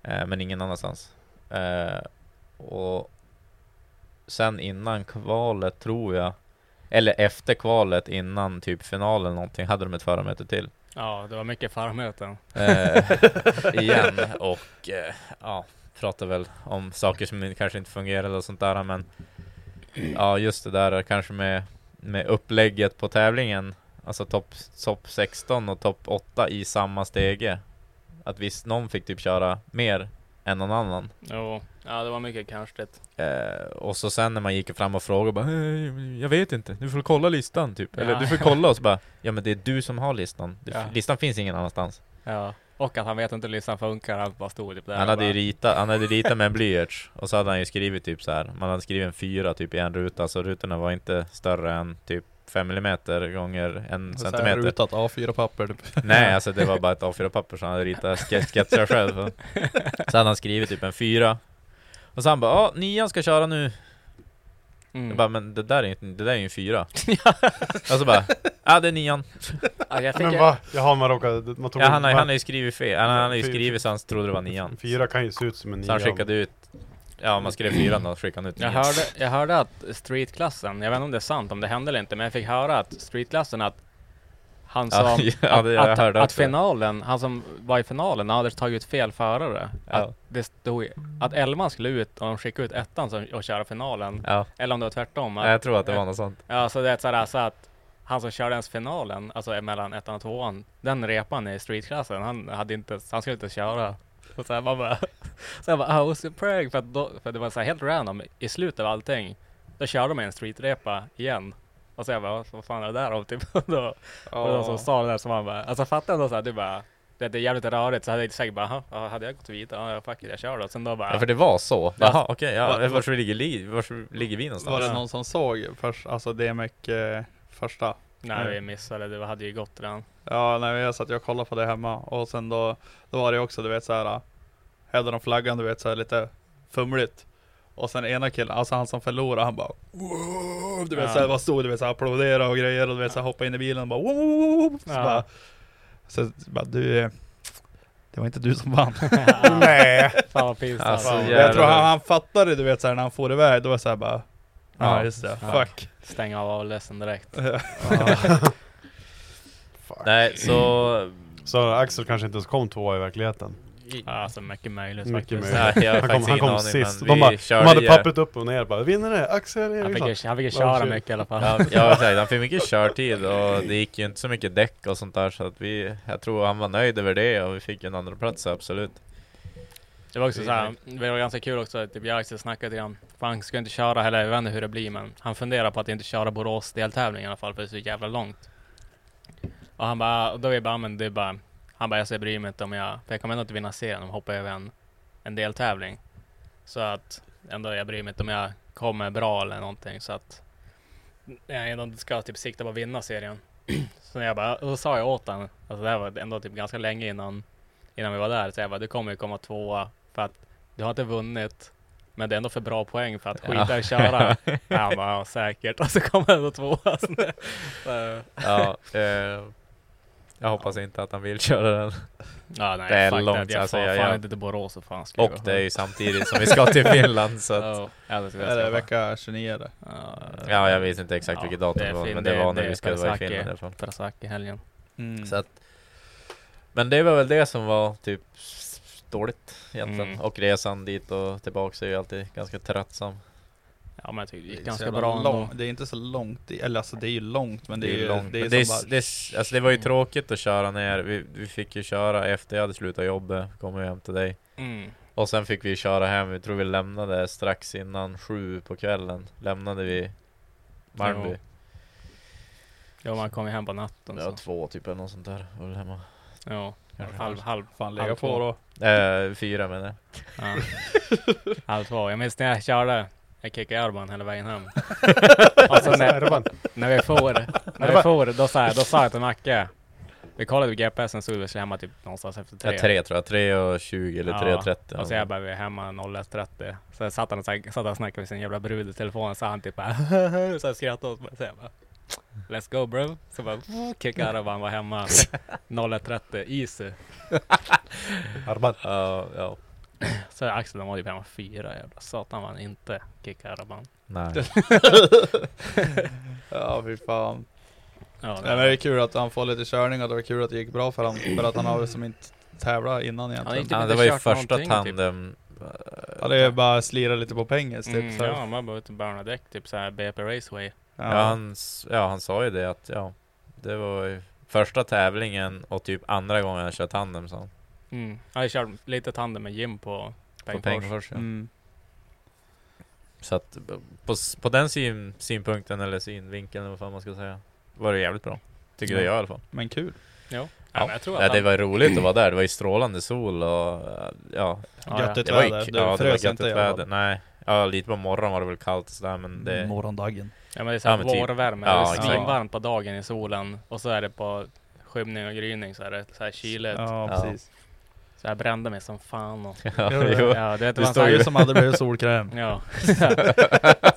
D: Eh, men ingen annanstans. Eh, och sen innan kvalet tror jag, eller efter kvalet innan typ finalen eller någonting, hade de ett förarmöte till.
A: ja, det var mycket förmöten.
D: eh, igen och eh, ja, pratar väl om saker som kanske inte fungerar eller sånt där men ja just det där kanske med, med upplägget på tävlingen alltså topp top 16 och topp 8 i samma stege att visst någon fick typ köra mer än någon annan
A: Jo, ja det var mycket konstigt.
D: Eh, och så sen när man gick fram och frågade bara "Eh, Jag vet inte, du får kolla listan typ Eller
A: Ja.
D: du får kolla och så bara Ja men det är du som har listan, Det-
A: Ja.
D: listan finns ingen annanstans
A: Ja. Och att han vet inte hur listan funkar, han bara stod typ där
D: Han
A: och
D: hade ju
A: bara,
D: ritat, han hade ritat med en blyerts och så hade han ju skrivit typ så här. Man hade skrivit en fyra typ i en ruta, så rutorna var inte större än typ 5 mm gånger 1
B: Så här
D: centimeter
B: Rutat A4-papper typ.
D: Nej, alltså det var bara ett A4-papper som han hade ritat ske- sketcher själv på. Så hade han skrivit typ en fyra Och så han bara ja, nian ska köra nu
A: Mm.
D: Jag bara, men det där är ju inte- det där är ju en fyra Alltså bara, ja det är nian
A: Ja, jag fick
C: Men
A: ju-
C: va? Jaha, man råkade... Man tog
D: ja, han, har,
C: va?
D: han har ju skrivit fel, han, han har ju
C: Fy-
D: skrivit så han trodde det var nian
C: Fyra kan ju se ut som en
D: Så han
C: nian.
D: skickade ut Ja, om man skrev fyran då skickade han ut
A: Jag
D: nian
A: hörde, jag hörde att streetklassen, jag vet inte om det är sant, om det hände eller inte, men jag fick höra att streetklassen att han sa
D: Ja, ja, det- jag
A: att, att,
D: hörde
A: att
D: också.
A: finalen, han som var i finalen, han hade tagit ut fel förare.
D: Ja.
A: Att, det stod, i- att elvan skulle ut och de skickade ut ettan som, och köra finalen.
D: Ja,
A: Eller om det var tvärtom.
D: jag
A: Att,
D: tror att det var något sånt
A: ja, så det är så här, så att han som körde ens finalen, alltså mellan ettan och tvåan, den repan i streetklassen, han, hade inte, han skulle inte köra. Och så här, man bara, så jag bara, oh, prank! För, att då, för det var så här helt random, i slutet av allting, då körde de en streetrepa igen. Och så jag bara, vad fan är det där om? Typ. Och då, och de som sa det där som man bara, alltså fatta ändå såhär, du bara, det, det är jävligt rörigt, så hade jag säkert bara, "Jaha, ja, hade jag gått vidare, ja fuck it, jag kör då. Sen då bara,
D: Ja för det var så,
A: Ja.
D: jaha okej,
B: Va-
D: ja,
B: va-
D: varför ligger, li- varför ligger vi någonstans?
B: Var det någon som såg först, alltså DMX eh, första?
A: nej vi missade, det hade ju gått redan.
B: Ja, nej, jag satt jag kollade på det hemma och sen då, då var det också du vet såhär, hävdade de flaggan du vet såhär lite fumligt. Och sen ena killen, alltså han som förlorade, han bara wow, Du vet
A: Ja.
B: såhär, bara stod du vet såhär, applåderade och grejer och du vet såhär, hoppade in i bilen och bara wow, wow, wow, wow. Så
A: Ja.
B: bara, så bara du, eh, det var inte du som vann.
C: Nej!
A: Fan vad pinsamt.
D: Alltså,
A: Fan.
D: jävlar.
B: jag tror han, han fattade du vet såhär när han for iväg, då var jag såhär bara, ja
D: Ja.
B: just det,
A: Ja.
B: fuck.
A: Stäng av avläsen direkt.
C: Fuck.
D: Nej, så...
C: Så Axel kanske inte ens kom tvåa i verkligheten.
A: Ja, Alltså mycket möjligt
C: Mycket
A: faktiskt.
C: möjligt.
D: Nej, jag har
C: Han kom,
D: faktiskt
C: han
D: ingen
C: kom
D: aning,
C: sist.
D: men
C: De,
D: vi
C: bara, de
D: körde
C: hade
D: ihjäl-
C: pappret upp och ner bara. Vinnare Axel
A: Han
C: Eriksson.
A: fick ju, han fick ju
C: Ja,
A: köra
C: shit.
A: mycket i alla fall.
D: Ja, ja säkert. han fick mycket körtid och det gick ju inte så mycket däck och sånt där så att vi, jag tror han var nöjd över det och vi fick en andra plats absolut.
A: Det var också såhär, det var ganska kul också, typ jag och Axel snackade lite grann. För han ska inte köra heller, jag vet inte hur det blir men han funderar på att inte köra Borås deltävling i alla fall för det är så jävla långt. Och han bara, och då är jag bara, men det är bara, han bara, alltså, jag bryr mig inte om jag, för jag kommer ändå inte vinna serien om jag hoppar över en, en deltävling. Så att, ändå jag bryr mig inte om jag kommer bra eller någonting så att, jag ändå ska typ sikta på att vinna serien. Så jag bara, och då sa jag åt honom, alltså det här var ändå typ ganska länge innan innan vi var där. Så jag bara, du kommer ju komma tvåa för att du har inte vunnit. Men det är ändå för bra poäng för att skita i att köra. Ja, han bara, ja, säkert. Och så kommer han ändå tvåa. Så, eh,
D: Ja, eh, jag hoppas inte att han vill köra den.
A: ja, nej,
D: Det är
A: fuck that.
D: långt,
A: Jag
D: alltså,
A: far
D: jag-
A: fan
D: jag-
A: inte till Borås och fan ska
D: Och
A: jag gå.
D: det är ju samtidigt som vi ska till Finland så att,
A: Ja, ja, det ska jag
B: Är det
A: skaffa.
B: vecka 29 eller?
A: Ja,
D: Ja, jag vet inte exakt
A: Ja,
D: vilket datum
A: det är
D: det var,
A: fin-
D: men det
A: det-
D: var när
A: det är
D: vi skulle vara i
A: Kawasaki.
D: Finland i alla fall.
A: Prasaki i helgen.
B: Mm.
D: Så att, men det var väl det som var typ s- dåligt egentligen.
A: Mm.
D: Och resan dit och tillbaks är ju alltid ganska tröttsam.
A: Ja, men jag tyckte det
B: Det är
A: gick
B: inte så
A: ganska
B: jävla
A: bra ändå.
B: långt. Det är inte så långt, i- eller alltså det är ju långt men det, är ju
D: långt.
B: Det, är
D: Men det, är,
B: som bara, Mm.
D: det, är, alltså det var ju tråkigt att köra ner. Vi, vi fick ju köra efter jag hade slutat jobbet, kom jag hem till dig.
A: Mm.
D: Och sen fick vi köra hem, vi tror vi lämnade strax innan sju på kvällen. Lämnade vi Malmby.
A: Jo, Ja, man kom ju hem på natten.
D: Det var
A: Så.
D: två typ eller något sånt där. Var väl hemma.
A: Ja,
D: Kanske.
A: halv, halv,
B: fan lägga
A: Allt
B: på
A: var-
B: då.
D: Eh, fyra menar jag.
A: Ja. Halv två. Jag minns när jag körde. Jag kickade Urban hela vägen hem. Och så när,
C: Urban.
A: när vi for, när vi for då, sa jag, då sa jag till Macke. Vi typ kollade på GPSen så vi skulle hemma typ någonstans efter
D: Tre.
A: tre.
D: Ja, Eh, tre tror jag. Tre och tjugo eller
A: Ja,
D: tre och trettio.
A: Och så Alltså, jag bara, vi är hemma 01.30. Så satt han och, så här, satt han och snackade med sin jävla brud i telefonen. Så han typ bara, så här skrattade åt mig. Så jag bara, let's go bro. Så bara, kickade Urban var hemma 01.30, easy.
C: Arban.
D: Ja, ja.
A: Så Axel de var typ hemma fyra. Jävla satan vad han inte kickade Urban.
D: Nej.
B: Ja fy fan.
A: Ja,
B: Nej, men det är kul att han får lite körning och det var kul att det gick bra för honom. För att han har väl som inte tävlat innan egentligen.
A: inte-
D: Ja,
A: inte
D: det var ju
A: kört
D: första
A: någonting, typ.
D: tandem.
B: Ja, det är bara slira lite på pengar typ.
A: Mm,
B: så.
A: ja, man behöver inte burna däck, typ såhär BP Raceway.
D: Ja. han, s- ja, han sa ju det att ja, det var ju första tävlingen och typ andra gången jag kört tandem sa han.
A: Mm. Jag har ju kört lite tandem med Jim på
D: På
A: Bengtsfors.
D: Bengtsfors, ja.
B: Mm.
D: Så att b- på, s- på den syn, synpunkten eller synvinkeln, vad fan man ska säga, var det jävligt bra. Tycker
B: Mm.
D: jag i alla fall.
B: Men kul.
A: Jo.
D: Ja.
A: Ja, men jag tror att
D: Ja, det
A: han-
D: var roligt att vara där, det var ju strålande sol och ja,
A: Ja, ja.
B: Göttigt
D: det var ju
B: väder.
D: k-
B: Du
D: ja, det var
B: frös inte
D: göttigt
B: i alla fall. Mm.
D: väder. Nej, Ja, lite på morgonen var det väl kallt och sådär men Mm, det...
B: Morgondagen.
A: Ja men det är såhär
D: Ja, men typ.
A: vårvärme,
D: Ja,
A: det är
D: exakt.
A: svinvarmt på dagen i solen och så är det på skymning och gryning så är det såhär kyligt.
B: Ja,
D: Ja.
B: precis.
A: Så jag brände mig som fan och...
D: ja,
B: Jo,
D: jo.
A: Ja, det vet
D: Du
A: man
D: står
A: såhär,
D: ju-
B: Du som hade blivit solkräm.
A: Ja.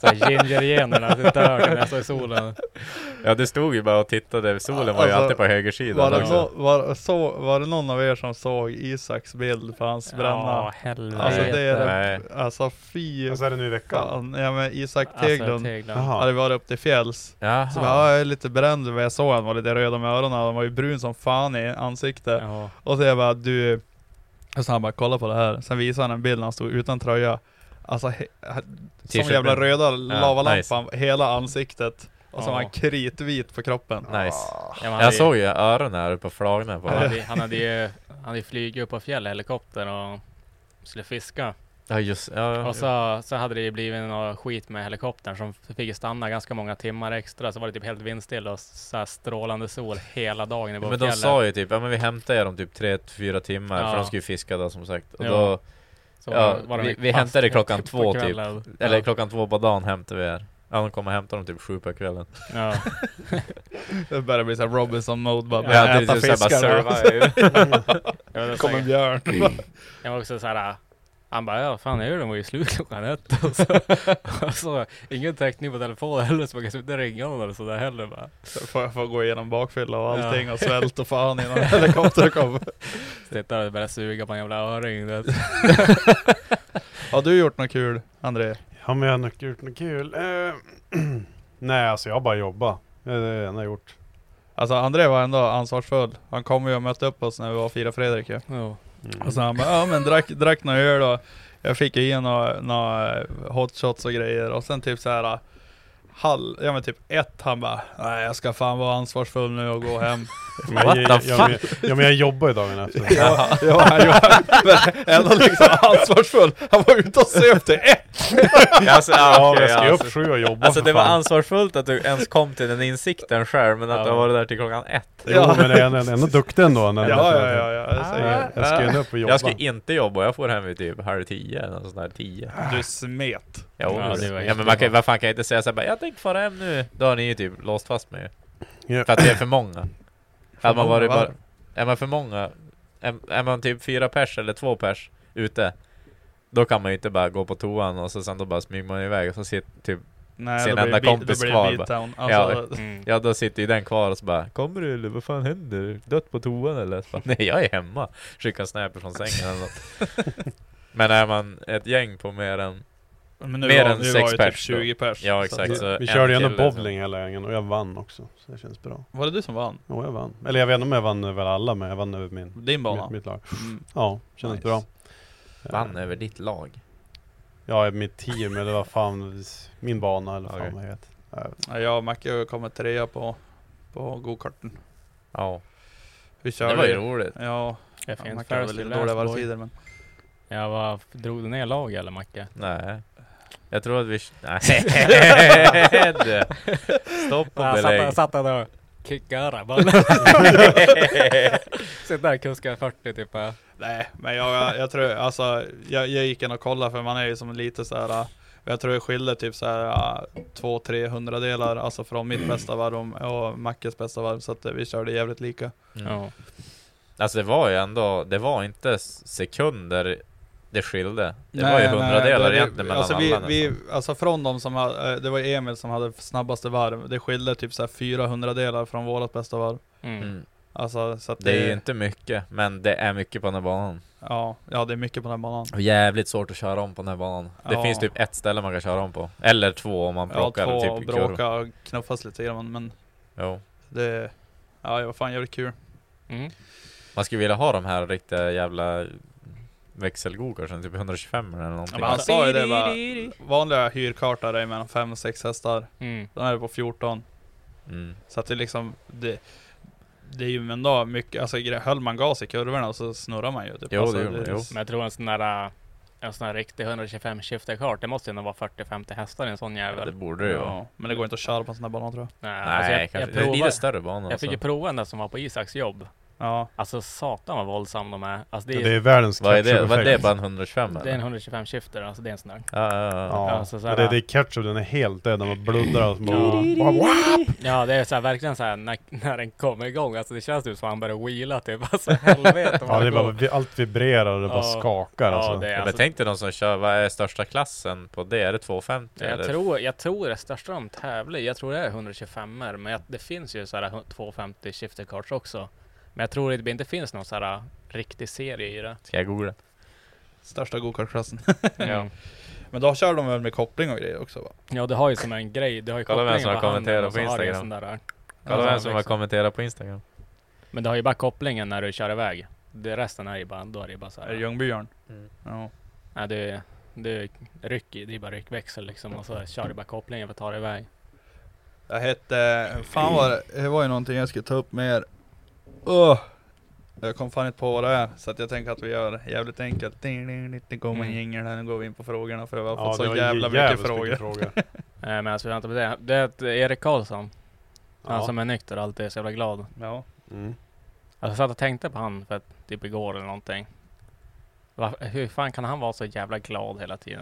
A: Såhär gingergenerna, det dör när jag står i solen.
D: ja, det stod ju bara och tittade. Solen var ju
B: Alltså,
D: alltid på Liksom. högersidan
B: Var det,
D: också.
B: nå- var, så, var det någon av er som såg Isaks bild på hans
A: Ja,
B: bränna?
A: helvete.
B: alltså det är det.
D: Nej.
B: Alltså fy
C: Alltså är det nu i veckan?
B: fan. Ja men Isak
A: Alltså,
B: Teglund hade varit upp till fjälls.
D: Jaha.
B: Så bara, ja, jag är lite bränd vad jag såg han var lite röd om öronen, han var ju brun som fan i ansiktet.
A: Ja.
B: Och så jag bara du... Och så han bara kolla på det här. Sen visade han en bild när han stod utan tröja. Alltså he- he- som
D: T-shirten.
B: jävla röda
D: nice.
B: lavalampan, hela ansiktet. Och så
A: Ja.
B: var han kritvit på kroppen.
D: Nice.
A: Ja, men han
D: Jag
A: hade ju-
D: såg ju öronen här uppe på flagorna på
A: Han
D: honom.
A: hade, han hade ju han hade ju flugit upp på fjäll i helikopter och skulle fiska.
D: Ja just ja.
A: Och så, så hade det ju blivit något skit med helikoptern som fick ju stanna ganska många timmar extra. Så var det typ helt vindstill och så här strålande sol hela dagen i
D: Men de sa ju typ, ja men vi hämtar er om typ 3-4 timmar
A: Ja.
D: för de skulle ju fiska då som sagt. Och
A: Ja.
D: då,
A: Så
D: ja,
A: var- var de
D: vi-
A: ju
D: vi
A: fast
D: hämtade
A: helt
D: klockan
A: på
D: två typ.
A: kvällen.
D: eller
A: ja.
D: klockan två på dagen hämtar vi er. Ja de kommer hämta dem typ sju på kvällen.
A: Ja.
B: Det började bli såhär Robinson-mode bara.
D: Ja,
B: börja
D: det är
B: äta
D: typ såhär bara
B: fiskar. va?
D: survive.
A: Jag, var
B: Kommer
A: så,
B: björn.
A: jag var också såhär, han bara ja fan ölen var ju slut klockan ett. Och så, och så ingen täckning på telefonen heller så man kan inte ringa någon eller sådär heller. Bara.
B: Får jag få gå igenom bakfylla och
A: Ja.
B: allting och svält och fan innan helikoptern kom.
A: Sitta och börja suga på en jävla öring. du vet.
B: Har du gjort något kul, André?
C: Ja men jag har nog gjort något kul. Eh, Nej alltså jag har bara jobbat. Det är det enda jag gjort.
B: Alltså André var ändå ansvarsfull. Han kom ju och mötte upp oss när vi var och firade Fredrik ju.
A: Ja.
D: Mm.
B: Och så han bara, ja men drack, drack några öl och jag fick ju i några, några hot shots och grejer och sen typ så här halv, ja men typ ett, han bara Nej jag ska fan vara ansvarsfull nu och gå hem.
C: Men
D: What
C: jag,
D: the
C: jag, jag, ja men jag jobbar ju dagen efter.
B: ja, ja, ja, men ändå liksom ansvarsfull. Han var ute och söp till ett!
D: alltså,
C: Ja,
D: ja,
C: men
D: okej,
C: jag ska ju
D: alltså,
C: upp sju och jobba
D: alltså
C: för
D: det var
C: fan.
D: ansvarsfullt att du ens kom till den insikten själv men att
A: Ja.
D: du var där till klockan ett.
C: Jo men det är ändå, ändå duktig ändå. När
B: Ja, ja, ja, ja, jag säger
C: Jag, jag ska ju ändå upp och jobba.
D: Jag ska inte jobba, jag får hem vid typ halv tio eller något sånt där, tio.
B: Du smet.
D: Ja,
A: Ja,
D: ja,
A: det var
D: men man kan, vad fan kan jag inte säga såhär bara, jag tänkte fara hem nu. Då har ni ju typ låst fast mig.
C: Ja.
D: För att det är för många.
B: För
D: hade man
B: många
D: varit bara,
B: varv.
D: är man för många, är, är man typ fyra pers eller två pers ute, då kan man ju inte bara gå på toan och så sen då bara smyger man iväg och så sitter typ,
B: Nej,
D: Sin
B: då blir
D: enda
B: det beat-
D: kompis
B: då blir det
D: kvar
B: beatdown.
D: Ja.
B: Alltså,
A: Mm.
D: ja då sitter ju den kvar och så bara Kommer du eller vad fan händer? Dött på toan eller? Så bara, Nej jag är hemma! Skickar snäper från sängen eller något. Men är man ett gäng på mer än,
B: Men nu
D: Mer
B: var,
D: än
B: nu
D: sex
B: var ju typ
D: pers då.
B: 20 pers.
D: Ja,
B: så-
D: exakt. så
C: vi
D: eh,
C: körde ju
D: en kille liksom.
C: ändå
D: som-
C: bowling hela gängen och jag vann också. Så det känns bra.
B: Var det du som vann?
C: Jo jag vann. Eller jag vet inte om jag vann över alla men jag vann över min,
B: Din bana?
C: mitt, mitt lag.
B: Mm.
C: Ja, kändes
B: Nice.
C: bra.
D: vann över ditt lag?
C: Ja, mitt team eller vad fan, min bana eller vad
D: Okej.
C: fan jag vet.
B: Ja, jag och Macke har kommit trea på, på gokarten.
D: Ja,
B: Vi körde
D: det var ju roligt.
B: Ja,
A: Det är
B: ja
A: fint.
B: Macke hade väl
A: First
B: lite
A: Last
B: dåliga
A: Boy.
B: varvtider men...
A: Ja, vad, drog du ner lag eller Macke?
D: Nej. Jag tror att vi... Nej! du. Stopp och belägg.
A: satt han och kickade armen. Sitter där och kuskar 40 typ. ja.
B: Nej, men jag, jag, jag tror, alltså jag, jag gick in och kollade för man är ju som lite så här. äh, Jag tror jag skilde typ så här äh, två, tre hundradelar alltså från mitt bästa varv och- och Mackes bästa varv så att äh, vi körde jävligt lika.
D: Mm.
A: Ja.
D: Alltså det var ju ändå, det var inte s- sekunder det skilde. Det
B: Nej,
D: var ju
B: nej,
D: hundradelar
B: det-
D: egentligen mellan liksom.
B: alltså
D: alla
B: vi,
D: nästan.
B: vi, Alltså från de som hade, eh, det var Emil som hade snabbaste varv, det skilde typ så här 400 delar från vårat bästa varv.
A: Mm.
D: mm.
B: Alltså så att
D: Det är ju inte mycket, men det är mycket på den här banan.
B: ja, ja det är mycket på den här banan.
D: Och jävligt svårt att köra om på den här banan.
B: Ja.
D: Det finns typ ett ställe man kan köra om på. Eller två om man
B: Ja,
D: plockar
B: två
D: typ kurvor.
B: bråkar och knuffas lite grann men
D: Jo.
B: det, ja det var fan jävligt kul.
A: Mm.
D: Man skulle vilja ha de här riktiga jävla växelgokarsen, typ 125 eller någonting.
B: men han sa ju det bara, vanliga hyrkartar är mellan 5-6 hästar,
A: Mm.
B: den här är på 14.
D: Mm.
B: Så att det liksom, det, det är ju ändå mycket, alltså gre- höll man gas i kurvorna så snurrar man ju. Typ.
D: Jo,
B: alltså,
D: det gör man, jo.
A: Men jag tror en sån där, äh, en sån här riktig 125 shifterkart, det måste ju ändå vara 40-50 hästar i en sån
D: Ja,
A: jävel.
D: det borde det ju vara.
B: Ja, men det går inte att köra på en sån här bana tror jag.
A: Nej,
D: Nej,
A: alltså jag,
D: kanske.
A: jag,
D: det är
A: provar,
D: lite större alltså. bana.
A: jag fick ju prova den där som var på Isaks jobb.
B: Ja.
A: Alltså satan vad våldsam de är. Alltså, det,
C: Det
A: är,
C: är, världens
D: Vad är det?
C: ketchup-effekt.
D: Vad är det? Bara en 125
A: det är en
D: eller?
A: 125 shifter, alltså det är en sån där.
D: Ja, ja, ja.
C: Ja,
A: Alltså, så här-
C: men det, det är ketchup, den är helt död. Den bara bluddrar och så bara...
A: Ja det är så här, verkligen så här när, när den kommer igång, alltså det känns typ som att han börjar wheela typ. Alltså helvete
C: Ja,
A: vad
C: det är
A: det
C: bara,
A: går.
C: vi- allt vibrerar och det bara
A: Ja.
C: skakar
A: Ja,
C: alltså.
A: det är
D: Ja, men
A: alltså,
D: tänk dig de som kör, vad är största klassen på det? Är det 250?
A: jag,
D: eller?
A: tror, jag tror det största de tävlar i, jag tror det är 125 er men jag, det finns ju så här 250 shifter cards också. Men jag tror det inte finns någon så här äh, riktig serie i det.
D: Ska jag googla?
B: Största gokartklassen.
A: Ja.
B: Men då kör de väl med koppling och grejer också va?
A: ja, det har ju som en grej. Det har ju
D: Kolla vem
A: kopplingen
D: som har
A: på handen
D: kommenterat
A: och så
D: på
A: har det ju
D: Instagram.
A: sån där- Ja,
D: Kolla
A: liksom.
D: vem som har
A: exakt.
D: kommenterat på Instagram.
A: Men det har ju bara kopplingen när du kör iväg. Det, resten är ju bara, då är det ju bara så
B: Är det
A: här. äh,
B: Ljungbyarn?
D: Mm.
B: Ja.
A: Nej, det, är- det är ryck i, det är bara ryckväxel liksom och så kör du bara kopplingen för att ta dig iväg.
B: Jag hette, fan var det, det var ju någonting jag skulle ta upp med er. Öh! Jag kom fan inte på vad det är, så att jag tänker att vi gör jävligt enkelt. Ding, ding, ding, det går med
A: Mm.
B: jingel här, nu går vi in på frågorna för vi har
C: Ja,
B: fått
C: det
B: så
C: var
B: jävla mycket
C: jävligt
B: frågor.
A: Eh, Men alltså vi väntar på det. Det är att Erik Karlsson, han
C: Ja.
A: som är nykter och alltid är så jävla glad.
B: Ja.
C: Mm.
A: Alltså jag satt och tänkte på han för att, typ igår eller någonting. Va, hur fan kan han vara så jävla glad hela tiden?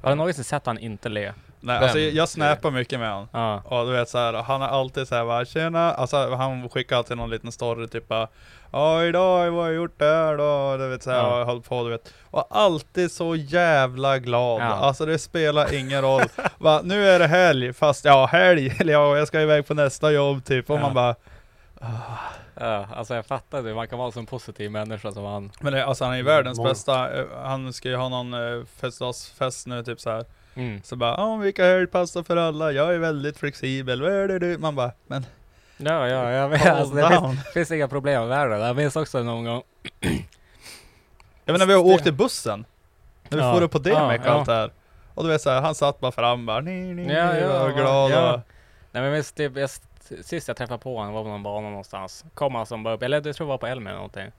A: Har du någonsin sett han inte le?
B: Nej,
D: Vem?
B: alltså jag, jag snappar mycket med honom.
A: Ja.
B: Ja du vet såhär, han är alltid såhär bara tjena, alltså han skickar alltid någon liten story typ bara Ja idag, vad har jag gjort där då? Du vet såhär,
A: Ja.
B: ja. jag höll på du vet Och alltid så jävla glad,
A: Ja.
B: alltså det spelar ingen roll Va, nu är det helg, fast ja helg, eller ja jag ska iväg på nästa jobb typ och
A: Ja.
B: man bara
A: ja. Alltså jag fattar det. Man kan vara en sån positiv människa som han.
B: Men det, alltså han är ju världens
C: Många.
B: bästa, Eh, han ska ju ha någon eh, födelsedagsfest nu typ såhär
A: Mm.
B: Så bara, ja vilka helg passar för alla, jag är väldigt flexibel, vad är det du? Man bara, men
A: Ja, ja, jag vet.
B: calm
A: Alltså, det finns,
B: down
A: finns inga problem i världen. Jag minns också någon gång.
B: Jag menar vi åkte bussen, när vi
A: Ja.
B: for upp på Demek och
A: Ja,
B: allt det här. Och du vet såhär, han satt bara fram bara, ni, ni, ni,
A: Ja, ja,
B: och var glad
A: ja.
B: och...
A: Nej men jag minns typ, jag, sist jag träffade på honom var på någon bana någonstans. Kom han som bara upp, eller jag tror det var på Elmia eller någonting.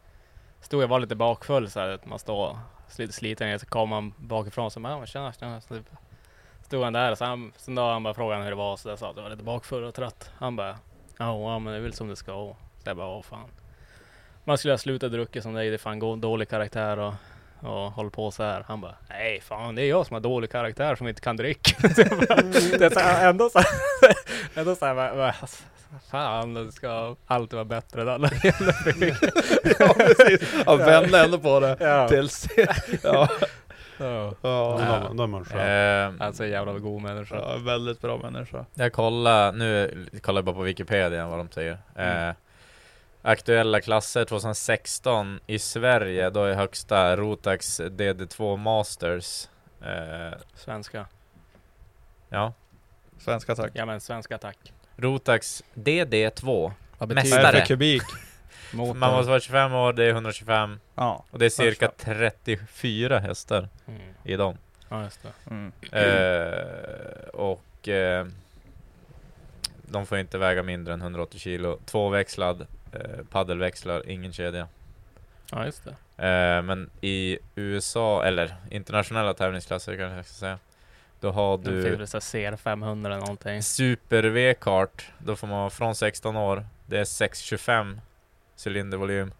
A: Stod jag var lite bakfull så här, att man står lite sliten ner, så kom han bakifrån så bara, "Ja, tjena, tjena. Så typ, stod han där och så han, sen då han bara frågade han hur det var, så jag sa att jag var lite bakfull och trött. Han bara, ja ja, men det är väl som det ska. Så jag bara, åh fan. Man skulle ha slutat dricka som dig, det är fan gå- dålig karaktär och, och håller på så här. Han bara, nej fan det är jag som har dålig karaktär som inte kan dricka. Så jag bara, det är så här, ändå så här, ändå så här, bara, bara, alltså, fan det ska alltid vara bättre än alla jävla brygg.
B: ja precis, han vände ändå på det.
A: Ja.
B: Tills... ja.
A: Ja.
C: Då
B: Ja.
C: är man- då är man skön.
D: Äh, Eh,
A: Alltså jävla god människa.
B: ja, väldigt bra människa.
D: jag kollar, nu kollar jag bara på Wikipedia vad de säger. Eh,
A: Mm.
D: aktuella klasser 2016 i Sverige, då är högsta Rotax DD2 Masters. Eh,
A: Svenska.
D: ja,
B: Svenska tack.
A: Ja men svenska tack.
D: Rotax DD2.
A: Vad
D: betyder
B: Vad är det
D: Vidare.
B: för kubik?
A: Motor.
D: Man måste vara 25 år, det är 125
B: Ja.
D: och det är cirka 34 hästar
A: Mm.
D: i dem.
A: Ja just det.
B: Mm.
D: Eh, och eh, de får inte väga mindre än 180 kilo. Tvåväxlad, eh, paddelväxlar, ingen kedja.
A: Ja just det.
D: Eh, men i USA, eller internationella tävlingsklasser kanske jag ska säga, då har
A: Du fick
D: du
A: väl CR500 eller någonting.
D: Super V-kart. Då får man vara från 16 år. Det är 625 cylindervolym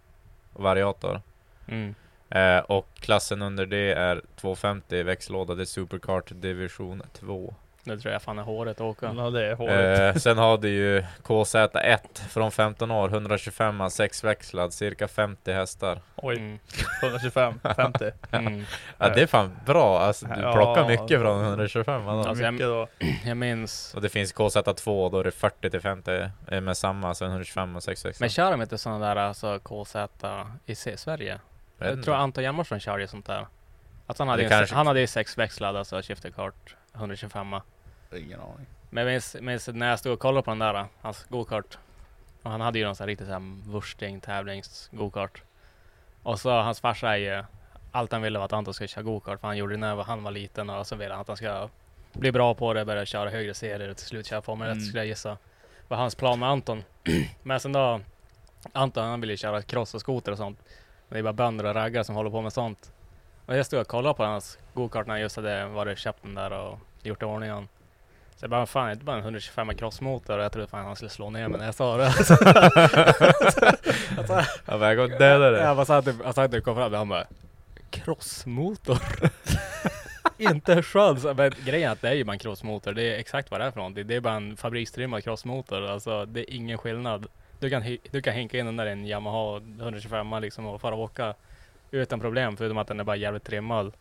D: och variator.
A: Mm.
D: Eh, och klassen under det är 250 växellåda. Det är Superkart division 2.
A: Det tror jag fan är håret att åka.
B: Ja det är håret.
D: Eh, sen har du ju KZ1 från 15 år, 125 sexväxlad, cirka 50 hästar.
B: Oj,
A: Mm.
B: 125, 50.
A: Mm.
D: Ja, det är fan bra, alltså, du
B: Ja.
D: plockar mycket från 125 då.
A: Alltså, jag-
B: Mycket då.
A: Jag minns.
D: Och det finns KZ2, då är det 40 till 50 eh, med samma, sen 125 och
A: Men
D: 6växlad.
A: kör de inte sådana där alltså KZ i se- Sverige?
D: Jag
A: Jag
D: vet
A: tror
D: inte.
A: Anton Hjalmarsson körde ju sånt där. Att han, hade
D: Det
A: ju
D: kanske-
A: han hade ju sexväxlad, alltså shifter kart 125.
B: Ingen aning.
A: Men jag minns, minns när jag stod och kollade på den där, hans gokart. Och han hade ju någon sån här riktig sån här wursting tävlings gokart. Och så hans farsa är ju, allt han ville var att Anton skulle köra gokart för han gjorde det när han var liten och så ville han att han ska bli bra på det, börja köra högre serier och till slut köra Formel 1
B: Mm.
A: skulle jag gissa. Var hans plan med Anton. Men sen då, Anton han ville ju köra cross och skoter och sånt. Men det är bara bönder och raggare som håller på med sånt. Och jag stod och kollade på hans gokart när han just hade varit och köpt den där och gjort i ordningen. Så jag bara, fan är det inte bara en 125 crossmotor? Jag trodde fan han skulle slå ner mig när jag sa det.
D: Han väger och dödar det.
A: Jag bara sa att du, alltså, att du kom fram och han bara Krossmotor? inte en chans! Men grejen är att det är ju bara en krossmotor, det är exakt vad det är för någonting. Det är bara en fabrikstrimmad krossmotor, alltså det är ingen skillnad. Du kan, hy- du kan hinka in den där i en Yamaha 125 liksom och fara och åka utan problem, förutom att den är bara jävligt trimmad.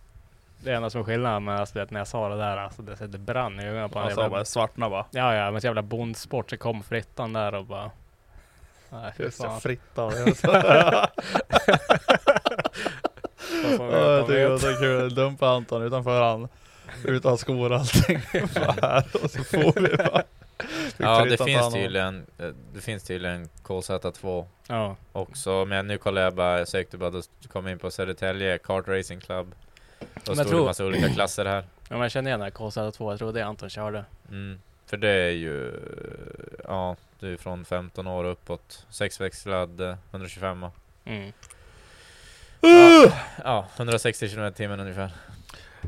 A: Det enda som är skillnaden, men alltså, du vet, när jag sa det där, alltså det, det brann i ögonen på
B: Han
A: honom.
B: sa bara svartna bara.
A: Ja, ja, men så jävla bondsport så kom frittan där och bara... Nej, fy
B: Just det,
A: fan.
B: Fritta.
A: Vad fan
B: Ja,
A: vet man
B: jag tycker det
A: vet.
B: var så kul. Dumpa Anton utanför han. Utan skor och allting. Bara här, och så får vi bara. Typ Fick
D: Ja, det
B: Fritta ta
D: finns
B: hand om.
D: tydligen, eh, det finns tydligen KZ2
A: Ja.
D: också. Men nu kollar jag bara, jag sökte bara, då kom jag in på Södertälje Kart Racing Club. Då
A: jag
D: stod det
A: tror-
D: massa olika klasser här.
A: Ja, men jag känner igen den här KZ2, jag tror det är Anton körde.
D: Mm. För det är ju, ja, du är från 15 år uppåt. Sexväxlad eh, 125
A: Mm.
D: Uh! Ja, 160 km i timmen ungefär.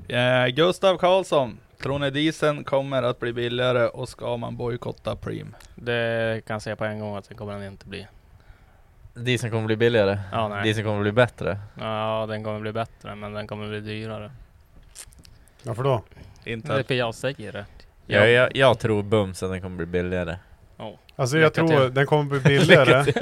B: Eh, Gustav Karlsson. Tror ni dieseln kommer att bli billigare och ska man bojkotta Preem?
A: Det kan jag säga på en gång att den kommer den inte bli.
D: Dieseln kommer bli billigare.
A: Ja, nej.
D: Dieseln kommer bli bättre.
A: Ja, den kommer bli bättre, men den kommer bli dyrare.
C: Varför då?
A: Det är
B: Inte.
A: för jag säger det.
D: Jag, jag, jag tror bums att den kommer bli billigare.
C: Alltså jag
A: Lycka
C: tror
A: till.
C: den kommer bli billigare.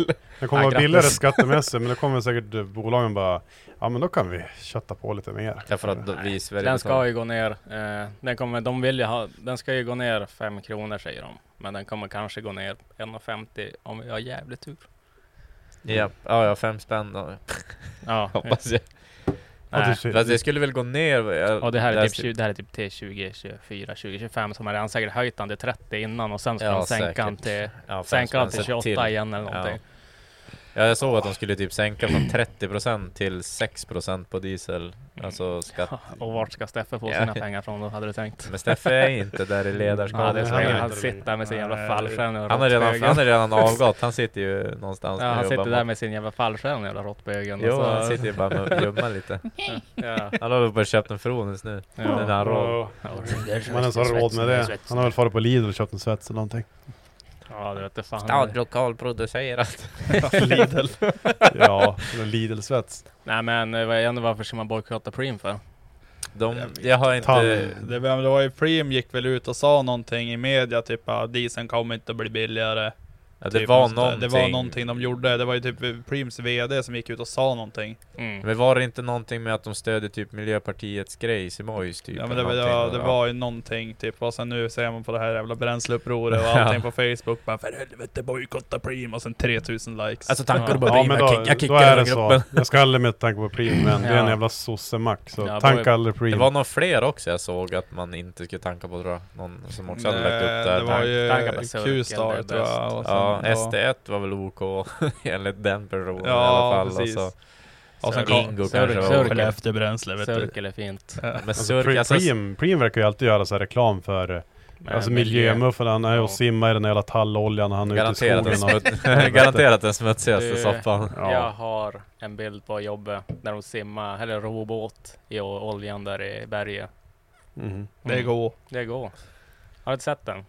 C: Den kommer
A: Ja,
C: vara billigare
A: grattis.
C: skattemässigt men då kommer säkert eh, bolagen bara Ja men då kan vi kötta på lite mer.
D: Därför att då- vi i Sverige
A: Den
D: betalar-
A: ska ju gå ner. Eh, den, kommer, de vill ju ha, den ska ju gå ner 5 kronor säger de. Men den kommer kanske gå ner 1,50 om vi har jävligt tur.
D: Ja, ja, ja, fem spänn då.
A: Ja,
D: hoppas jag.
C: Och
A: Eh, Nej.
C: det ser-
D: Fast det skulle väl gå ner? Ja,
A: Och Typ. det här är typ, 20, det här är typ till 2024, 2025 som har redan säkert höjt den till 30 innan och sen ska
D: Ja,
A: de sänka
D: säkert.
A: den till,
D: ja, fem
A: sänka den
D: spänn,
A: till
D: så
A: 28 igen eller någonting.
D: Ja, jag såg att de skulle typ sänka från 30% till 6% på diesel.
A: Mm.
D: Alltså skatt.
A: Och vart ska Steffe få
D: Ja.
A: sina pengar från då, hade du tänkt?
D: Men Steffe är inte där i ledarskapet.
A: Ja, det är så
C: han är
A: länge
C: inte
A: han
C: det.
A: sitter där med sin jävla
B: Nej.
A: fallskärm och
D: han har redan,
A: råttbögen.
D: han har redan avgått. Han sitter ju någonstans
A: Ja,
D: nu
A: han
D: och
A: sitter
D: bara-
A: där med sin jävla fallskärm, jävla råttbögen. och
D: Jo,
A: så-
D: han sitter ju bara med och gömmer lite.
A: Ja,
D: Han har väl bara köpt en Fronis nu.
A: ja.
D: Den här roll.
C: Man ens har råd med det. Han har väl farit på Lidl och köpt en svets eller någonting.
A: Ja, det vete fan.
D: lokalproducerat.
B: Lidl.
C: Ja, eller Lidl-svets.
A: Nej men eh, vad är det, varför ska man bojkotta Preem för?
D: De, jag har inte...
C: Tan-
B: Det, var- det var ju Preem gick väl ut och sa någonting i media typ att dieseln kommer inte bli billigare.
D: Ja, det,
B: typ
D: var
B: något sånt där.
D: någonting.
B: det var någonting de gjorde. Det var ju typ Preems VD som gick ut och sa någonting.
A: Mm.
D: Men var det inte någonting med att de stödde typ Miljöpartiets grej, Simois typ?
B: ja men det,
D: eller
B: var- det,
D: någonting?
B: var, det var ju någonting typ. Och sen nu ser man på det här jävla bränsleupproret och allting på Facebook. Bara för helvete bojkotta Preem och sen 3000 likes.
D: Alltså tankar
A: Ja,
D: och bara
C: Ja
D: ja,
C: men då,
D: jag, kick, jag
C: då
D: kickar
C: är
D: den
C: det
D: gruppen.
C: så. Jag ska aldrig med tanke på Preem men det är en
A: Ja.
C: jävla sossemack så
A: Ja,
C: tanka
A: boy.
C: aldrig
D: Det
C: Preem.
D: var någon fler också jag såg att man inte skulle tanka på tror jag. Någon som också hade lagt upp
B: Eh, det
D: där.
B: var
A: tankar på
B: ju
A: cirkeln, det
B: Q-star
A: är
B: tror jag. och sen-
D: Ja, SD1 var väl OK enligt den personen i alla
B: Ja,
D: fall.
B: precis.
D: Och så,
B: Och sen
A: Cirkel-
B: kom
D: Ingo
A: cirkel-
D: kanske var
A: cirkel-
D: OK.
B: Skellefteå bränsle vet du.
A: Cirkel är fint.
B: Ja.
D: Men
C: Alltså,
D: surk,
C: Pre-
D: alltså,
C: Preem, Preem verkar ju alltid göra så här reklam för eh,
A: Men
C: alltså miljömuffen. Han är och simmar i den där jävla talloljan och han är ute i
D: garanterat, den
C: skogen. Och,
D: smuts, garanterat den smutsigaste
A: Det-
D: soppan.
C: Ja.
A: Jag har en bild på jobbet när de simmar, eller robåt i o- oljan där i berget.
C: Mhm.
B: Det går.
A: Det går. Har du inte sett den?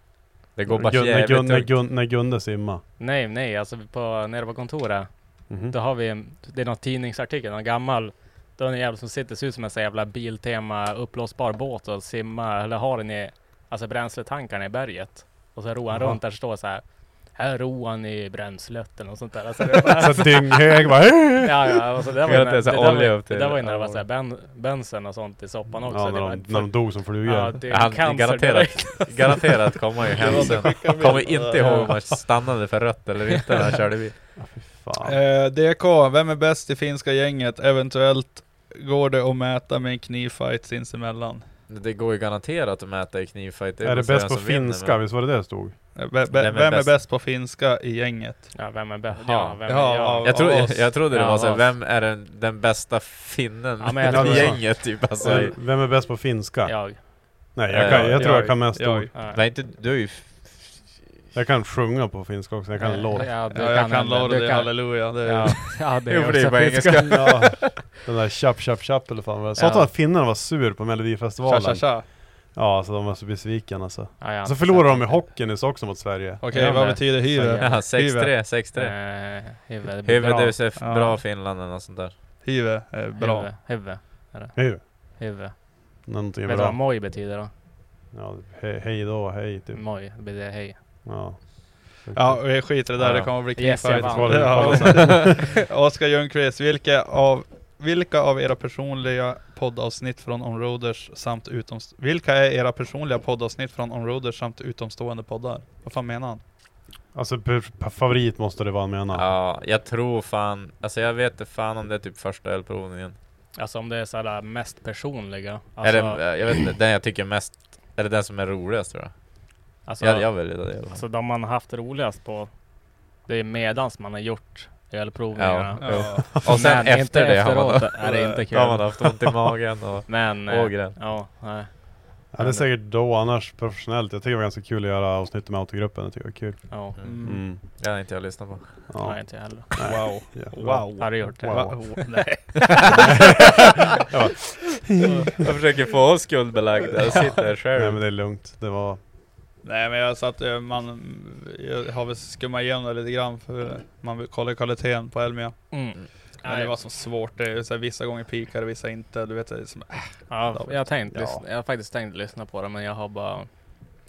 D: Det går bara
C: Gun- när, Gun,
D: jävligt
C: när,
D: tungt.
C: Gun, när Gunde simmar.
A: Nej, nej, alltså på, nere på kontoret.
C: Mhm.
A: Då har vi, en- det är någon tidningsartikel, någon gammal. Då är det en jävel som sitter, ser ut som en sån jävla Biltema uppblåsbar båt och simmar, eller har den i, alltså bränsletankarna i berget. Och så roar han
C: Jaha.
A: runt där det står så här. Här roar han i bränslet eller något sånt där. Alltså, det var,
C: Så att dynghög bara... "Eh!"
A: ja, ja, alltså, det, där var
D: Jag
A: ju
D: vet
A: när,
D: inte,
A: det,
D: så
A: där var,
D: olja
A: ju-
D: upp
A: det
D: till-
A: där var ju när det var
D: ja.
A: så här ben, bensen och sånt i soppan också.
C: Ja, när,
A: det var,
C: de, när de dog som flugor.
A: ja, det är
D: Han-
A: en cancer
D: garanterat.
A: direkt.
D: Garanterat kommer ju hem sen. Kommer inte ihåg om han stannade för rött eller inte när han körde bil.
C: Ja, fy fan.
B: Eh, DK, vem är bäst i finska gänget? Eventuellt går det att mäta med en knivfight sinsemellan.
D: Det går ju garanterat att mäta i knivfight.
C: är det
D: måste
C: bäst
D: den
C: på
D: som vinner,
C: finska? Visst var det det det stod?
B: Eh, Be- be-
D: Vem
B: vem
D: är
B: är
D: bäst?
B: bäst på finska i gänget?
A: Ja, vem är bäst?
D: Jaha.
A: Ja, vem är
B: Jaha,
A: jag?
D: Jag, tro,
B: Av oss.
D: jag trodde det
A: Ja,
D: var såhär,
A: av oss.
D: vem är den, den bästa finnen
A: Ja, men jag
C: tror
D: i
C: det.
D: gänget typ? Alltså,
C: Eh, Vem är bäst på finska?
A: Jag.
C: Nej,
D: Eh,
C: jag, kan, jag
D: jag-
C: tror jag kan mest
B: jag.
C: ord.
A: Ja.
D: Nej inte du är ju...
C: Jag kan sjunga på finska också. Jag kan en låt.
A: Eh, Ja, du
B: Ja, jag kan
A: kan den, du
B: Lorde,
A: kan-
B: halleluja. Det är
A: Ja, ja det
D: Jo,
A: är
D: för det är
A: också
D: på
A: finska.
D: engelska.
C: Ja, den där tjapp tjapp tjapp eller fan vad det- Satan
A: Ja.
C: att finnarna var sur på
B: tja tja
C: melodifestivalen.
B: tja.
C: Ja, alltså de var så besvikna alltså.
A: Ja, jag
C: Så
A: har
C: förlorade de i
A: inte
C: hockeyn nyss också mot Sverige.
B: Okej,
A: Ja,
B: vad
A: men-
B: betyder
A: Ja.
B: hyve?
D: Ja, 6-3, 6-3.
A: sett. Eh, Huvud.
D: Huvud
A: bra.
D: är så f-
B: Ja.
D: bra Finland eller något sånt där.
B: Hyve är bra.
A: Huvud. Huvud.
C: Hej,
A: Huvud.
C: någonting
A: Vet
C: är
A: du vad
C: bra.
A: moj betyder då?
C: Ja, hej, hej då, hej typ.
A: Moj, det betyder hej.
C: Ja.
B: Ja, vi skiter i det där,
D: Ja.
B: det kommer bli
A: Yes, jag
B: kniffigt.
A: vann.
C: Ja.
B: Oskar Ljungqvist, vilka av, vilka av era personliga poddavsnitt från Onroaders samt utom, Vilka är era personliga poddavsnitt från Onroaders samt utomstående poddar? Vad fan menar han?
C: Alltså per, per favorit måste det vara menar.
D: Ja, jag tror fan, alltså jag vet inte fan om det är typ första ölprovningen.
A: Alltså om det är såhär mest personliga. Alltså,
D: Eller jag vet inte, den jag tycker mest, eller den som är roligast tror jag.
A: alltså,
D: jag, jag väljer det. i alla fall.
A: alltså de man har haft roligast på, det är medans man har gjort
D: Ja.
A: ölprovningarna.
D: Ja. Och sen
A: Men
D: efter
A: inte
D: det har man,
A: efteråt är det inte kul.
D: har man haft ont i magen och
A: Men... eh,
D: ågren.
A: Ja, nej.
C: Ja, det är säkert då, annars professionellt. Jag tycker det var ganska kul att göra avsnitt med autogruppen. Jag tycker det var kul.
A: Ja,
D: Mm. Det har inte jag lyssnat på.
C: Ja.
A: nej inte jag heller.
B: Wow.
C: jättebra.
B: Wow.
A: Har du gjort det?
C: Wow.
B: Va-
A: Nej.
D: Jag försöker få oss skuldbelagda, jag sitter
C: Nej
D: här
C: men
D: själv.
C: det är lugnt. Det var...
B: Nej men jag satt, eh, man jag har väl skummat igenom det lite grann för man vill kolla kvaliteten på Elmia.
A: Mm.
B: Men det var så svårt, det, är så här, vissa gånger pikar det, vissa inte. Du vet, det är som, äh,
A: Ja, jag, har tänkt,
B: Ja.
A: lyssna- jag har faktiskt tänkt lyssna på det men jag har bara...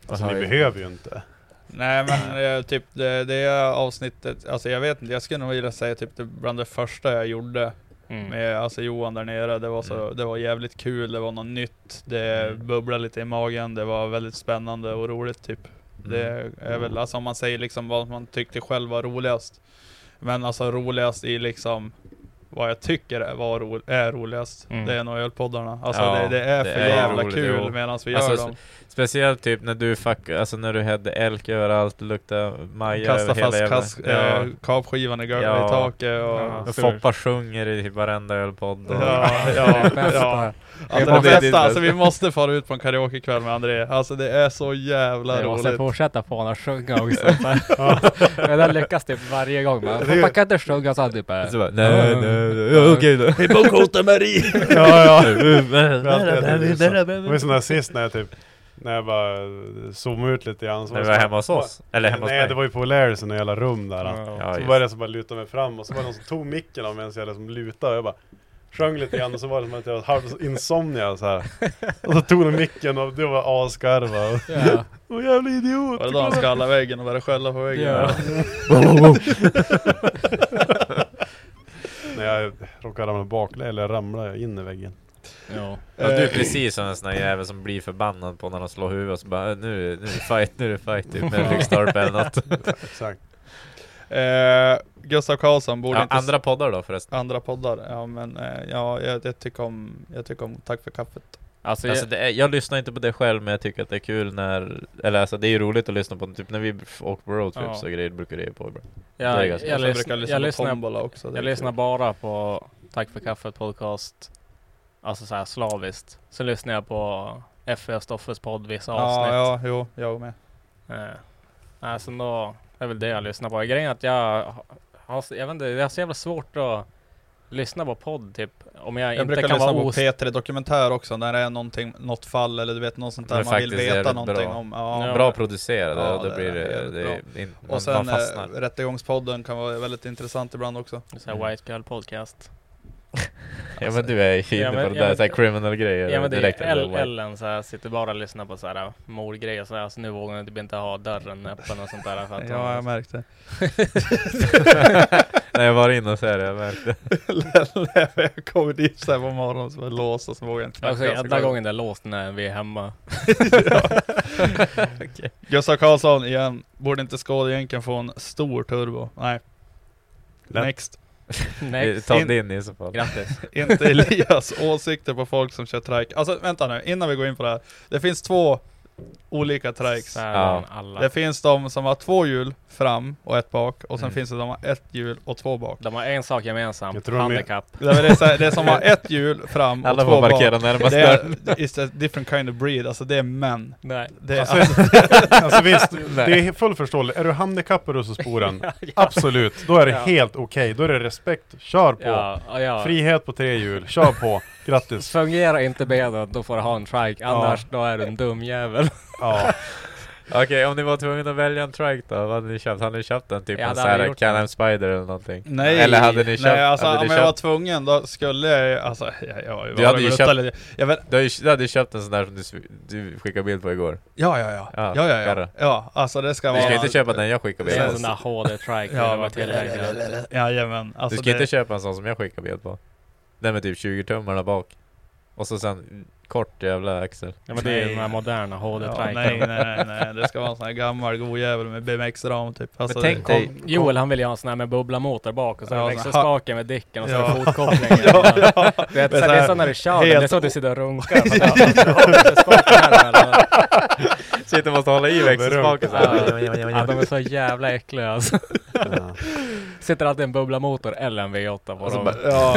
C: Alltså ni behöver ju inte.
B: nej men eh, typ det, det avsnittet, alltså jag vet inte, jag skulle nog vilja säga typ det bland det första jag gjorde
A: Mm.
B: med alltså Johan där nere. Det var, så, det var jävligt kul, det var något nytt, det
D: Mm.
B: bubblade lite i magen, det var väldigt spännande och roligt typ.
D: Mm.
B: Det är väl, alltså om man säger liksom vad man tyckte själv var roligast. Men alltså roligast i liksom vad jag tycker är, var ro, är roligast.
A: Mm.
B: Det är nog ölpoddarna. Alltså
D: Ja,
B: det, det är
D: det
B: för
D: är
B: jävla
D: roligt,
B: kul
D: jo.
B: medan vi
D: Alltså,
B: gör
D: s-
B: dem.
D: Speciellt typ när du fuck, alltså när du hade elk överallt, det luktade maja
B: Kasta
D: över hela
B: fast
D: jävla-
B: kask,
D: Ja.
B: eh, kapskivan i, gö-
D: Ja.
B: i taket och...
A: Ja.
B: Ja.
D: Och Foppa sjunger i typ varenda ölpodd. och-
B: Ja, ja, ja. Alltså det
D: Det är
B: bästa,
D: din
B: alltså vi
D: bästa.
B: måste fara ut på en karaokekväll med André. Alltså det är så jävla
E: Vi måste
B: roligt.
E: fortsätta få honom att sjunga också. Men den lyckas typ varje gång. Man,
C: Det-
E: man kan inte sjunga så han typ eh,
D: Så bara, nej, nej, nej, ja, okej då.
B: Vi bor Costa Marie!
C: ja, ja. Det var ju sån där sist när jag typ, när jag bara zoomade ut lite grann. så
D: När vi
C: det
D: var
C: så-
D: hemma hos oss? Eller hemma hos
C: Nej,
D: mig?
C: det var ju på O'Learys i något jävla rum där.
D: Ja,
C: så
D: just.
C: var det som bara lutade mig fram och så var det någon som tog micken av mig så jag liksom lutade och jag bara sjöng lite grann och så var det som att jag var halv insomniga så här. Och så tog de micken och det var asgarva.
E: ja.
C: Åh jävla idiot!
B: Var det då
A: Alltså-
B: han skallade väggen och började skälla på väggen?
E: Ja.
C: När jag råkade ramla baklänges, eller jag ramlade in i väggen.
A: Ja.
D: Ja, du är precis som en sån här jävel som blir förbannad på när de slår huvudet så bara nu, nu är det fight, nu är det fight typ med en lyktstolpe eller något.
C: Exakt.
B: Eh, Gustav Karlsson borde
D: Ja,
B: inte...
D: andra poddar då förresten?
B: andra poddar. Ja men eh, ja, jag, jag, tycker om, jag tycker om Tack för kaffet.
A: Alltså,
D: Alltså
A: jag,
D: det är, jag lyssnar inte på det själv men jag tycker att det är kul när, eller alltså det är ju roligt att lyssna på, typ när vi åker på roadtrips
A: Ja.
D: och grejer brukar det ju på ibland. det är
A: jag, jag,
D: ganska-
A: jag,
B: så
A: lyssnar,
B: brukar
A: jag,
B: lyssna på
A: lyssnar,
B: Tombola också. det är
A: jag
B: kul.
A: lyssnar bara på Tack för kaffet podcast. Alltså såhär slaviskt. Så lyssnar jag på FÖ Stoffes podd vissa
B: Ja,
A: avsnitt.
B: ja, jo, jag med.
A: Eh, nej, sen då, det är väl det jag lyssnar på. Grejen är att jag har- har, så- jag vet inte, jag har så jävla svårt att lyssna på podd typ. Om jag,
B: Jag
A: inte
B: brukar
A: kan
B: lyssna
A: vara
B: på
A: os...
B: P3 Dokumentär också, när det är någonting, något fall eller du vet något sånt
D: Det
B: där
D: är
B: man vill
D: faktiskt
B: veta
D: jävligt
B: någonting
D: bra.
B: om. Ja.
A: Ja.
D: Bra producerade,
B: Ja,
D: och då
B: det
D: blir
B: är
D: det,
B: jävligt
D: det är in, man,
B: Och sen
D: man fastnar.
B: eh, Rättegångspodden kan vara väldigt intressant ibland också.
A: Så här White Girl Podcast.
D: ja men du är ju
A: ja,
D: inne på
A: men-
D: det
A: ja,
D: där,
A: men-
D: såhär criminal grejer.
A: Ja men det
D: direkt
A: är
D: eller
A: El-
D: what?
A: Ellen så här, sitter bara och lyssnar på så här mordgrejer så här, så nu vågar jag typ inte ha dörren öppen och sånt där för att
B: Ja, jag märkte.
D: Nej jag var inne och säger det, jag märkte.
B: När jag kommer dit såhär på morgonen så var det låst och så vågade jag inte
A: Alltså
B: knacka. Så
A: enda
B: går jag-
A: gången det är låst när vi är hemma.
B: Gustav Karlsson igen, borde inte skådejänken få en stor turbo? Nej.
C: Lätt.
B: Next.
D: Vi
A: Next.
D: tar
B: In-
D: det in i så fall.
A: Grattis.
B: inte Elias åsikter på folk som kör trike. Alltså vänta nu, innan vi går in på det här. Det finns två olika trikes.
A: Sällan
D: Ja.
A: alla.
B: Det finns de som har två hjul fram och ett bak och sen
A: Mm.
B: finns det de som har ett hjul och två bak.
A: De har en sak gemensamt,
C: Jag tror de är-
A: handikapp.
B: Det är väl det, så här- det är som har ett hjul fram och
D: Alla
B: två
D: får
B: bak.
D: parkera närmast
B: Det
D: dörren.
B: är, it's a different kind of breed, alltså det är män.
A: Nej.
B: Det är,
C: Alltså,
B: alltså,
C: alltså visst, det
D: Nej.
C: är fullt förståeligt. Är du handikappad och så sporan, absolut, då är det
A: Ja.
C: helt okej. Då är det respekt, kör på.
A: Ja, ja, ja.
C: Frihet på tre hjul, kör på. Grattis.
E: Fungerar inte benen, då får du ha en trike.
C: Ja.
E: Annars, då är du en dum jävel.
C: Ja.
D: Okej, om ni var tvungna att välja en trike då, vad hade ni köpt? Hade ni köpt en typ
E: Ja,
D: en
E: det
D: sån
E: hade jag
D: här
E: gjort.
D: Can-Am Spider eller någonting?
B: nej,
D: Eller hade ni köpt?
B: nej alltså
D: hade
B: om
D: ni
B: jag var
D: köpt
B: tvungen då skulle jag ju- alltså, jag, jag, jag,
D: Du hade ju köpt-
B: lite. Jag vet,
D: du, har ju, du hade ju köpt en sån där som du, sv- du skickade bild på igår.
B: ja, ja, ja, ja,
D: Ja,
B: ja, ja, ja,
D: där.
B: alltså det ska
D: Du
B: vara...
D: ska inte köpa den jag skickade
A: Det
D: bild
A: är en
D: på.
A: sån där HD-trike.
B: Ja,
A: ja,
B: men-
A: var tillräckligt.
B: Jajamän. Alltså
D: du ska
B: det-
D: inte köpa en sån som jag skickade bild på. Den med typ 20 tummarna bak. Och så sen kort jävla axel.
A: Ja, men det är ju
B: Nej.
A: den här moderna
B: Ja,
A: HD-triken.
B: nej, nej, nej, nej, det ska vara en sån här gammal god jävel med BMX-ram typ. Alltså,
D: Men tänk
B: det,
D: dig-
A: Joel han vill ju ha en sån här med bubblamotor bak och så
B: Ja,
A: ja,
B: sån här-
A: extra spaken med däcken och så
B: Ja.
A: ja. fotkoppling.
B: Ja, ja.
A: Du vet,
B: Men
A: så
B: så
A: det
B: här,
A: är så när du kör
B: helt-
A: den, det är så du sitter och runkar. Man bara, "Har du inte spaken här, eller?"
D: Så inte måste hålla i växelspaken så här.
E: Ja, de är så jävla äckliga alltså.
C: Ja.
E: Sitter alltid en bubblamotor eller en V8 på
D: Och så
E: dem.
D: bara-
B: Ja,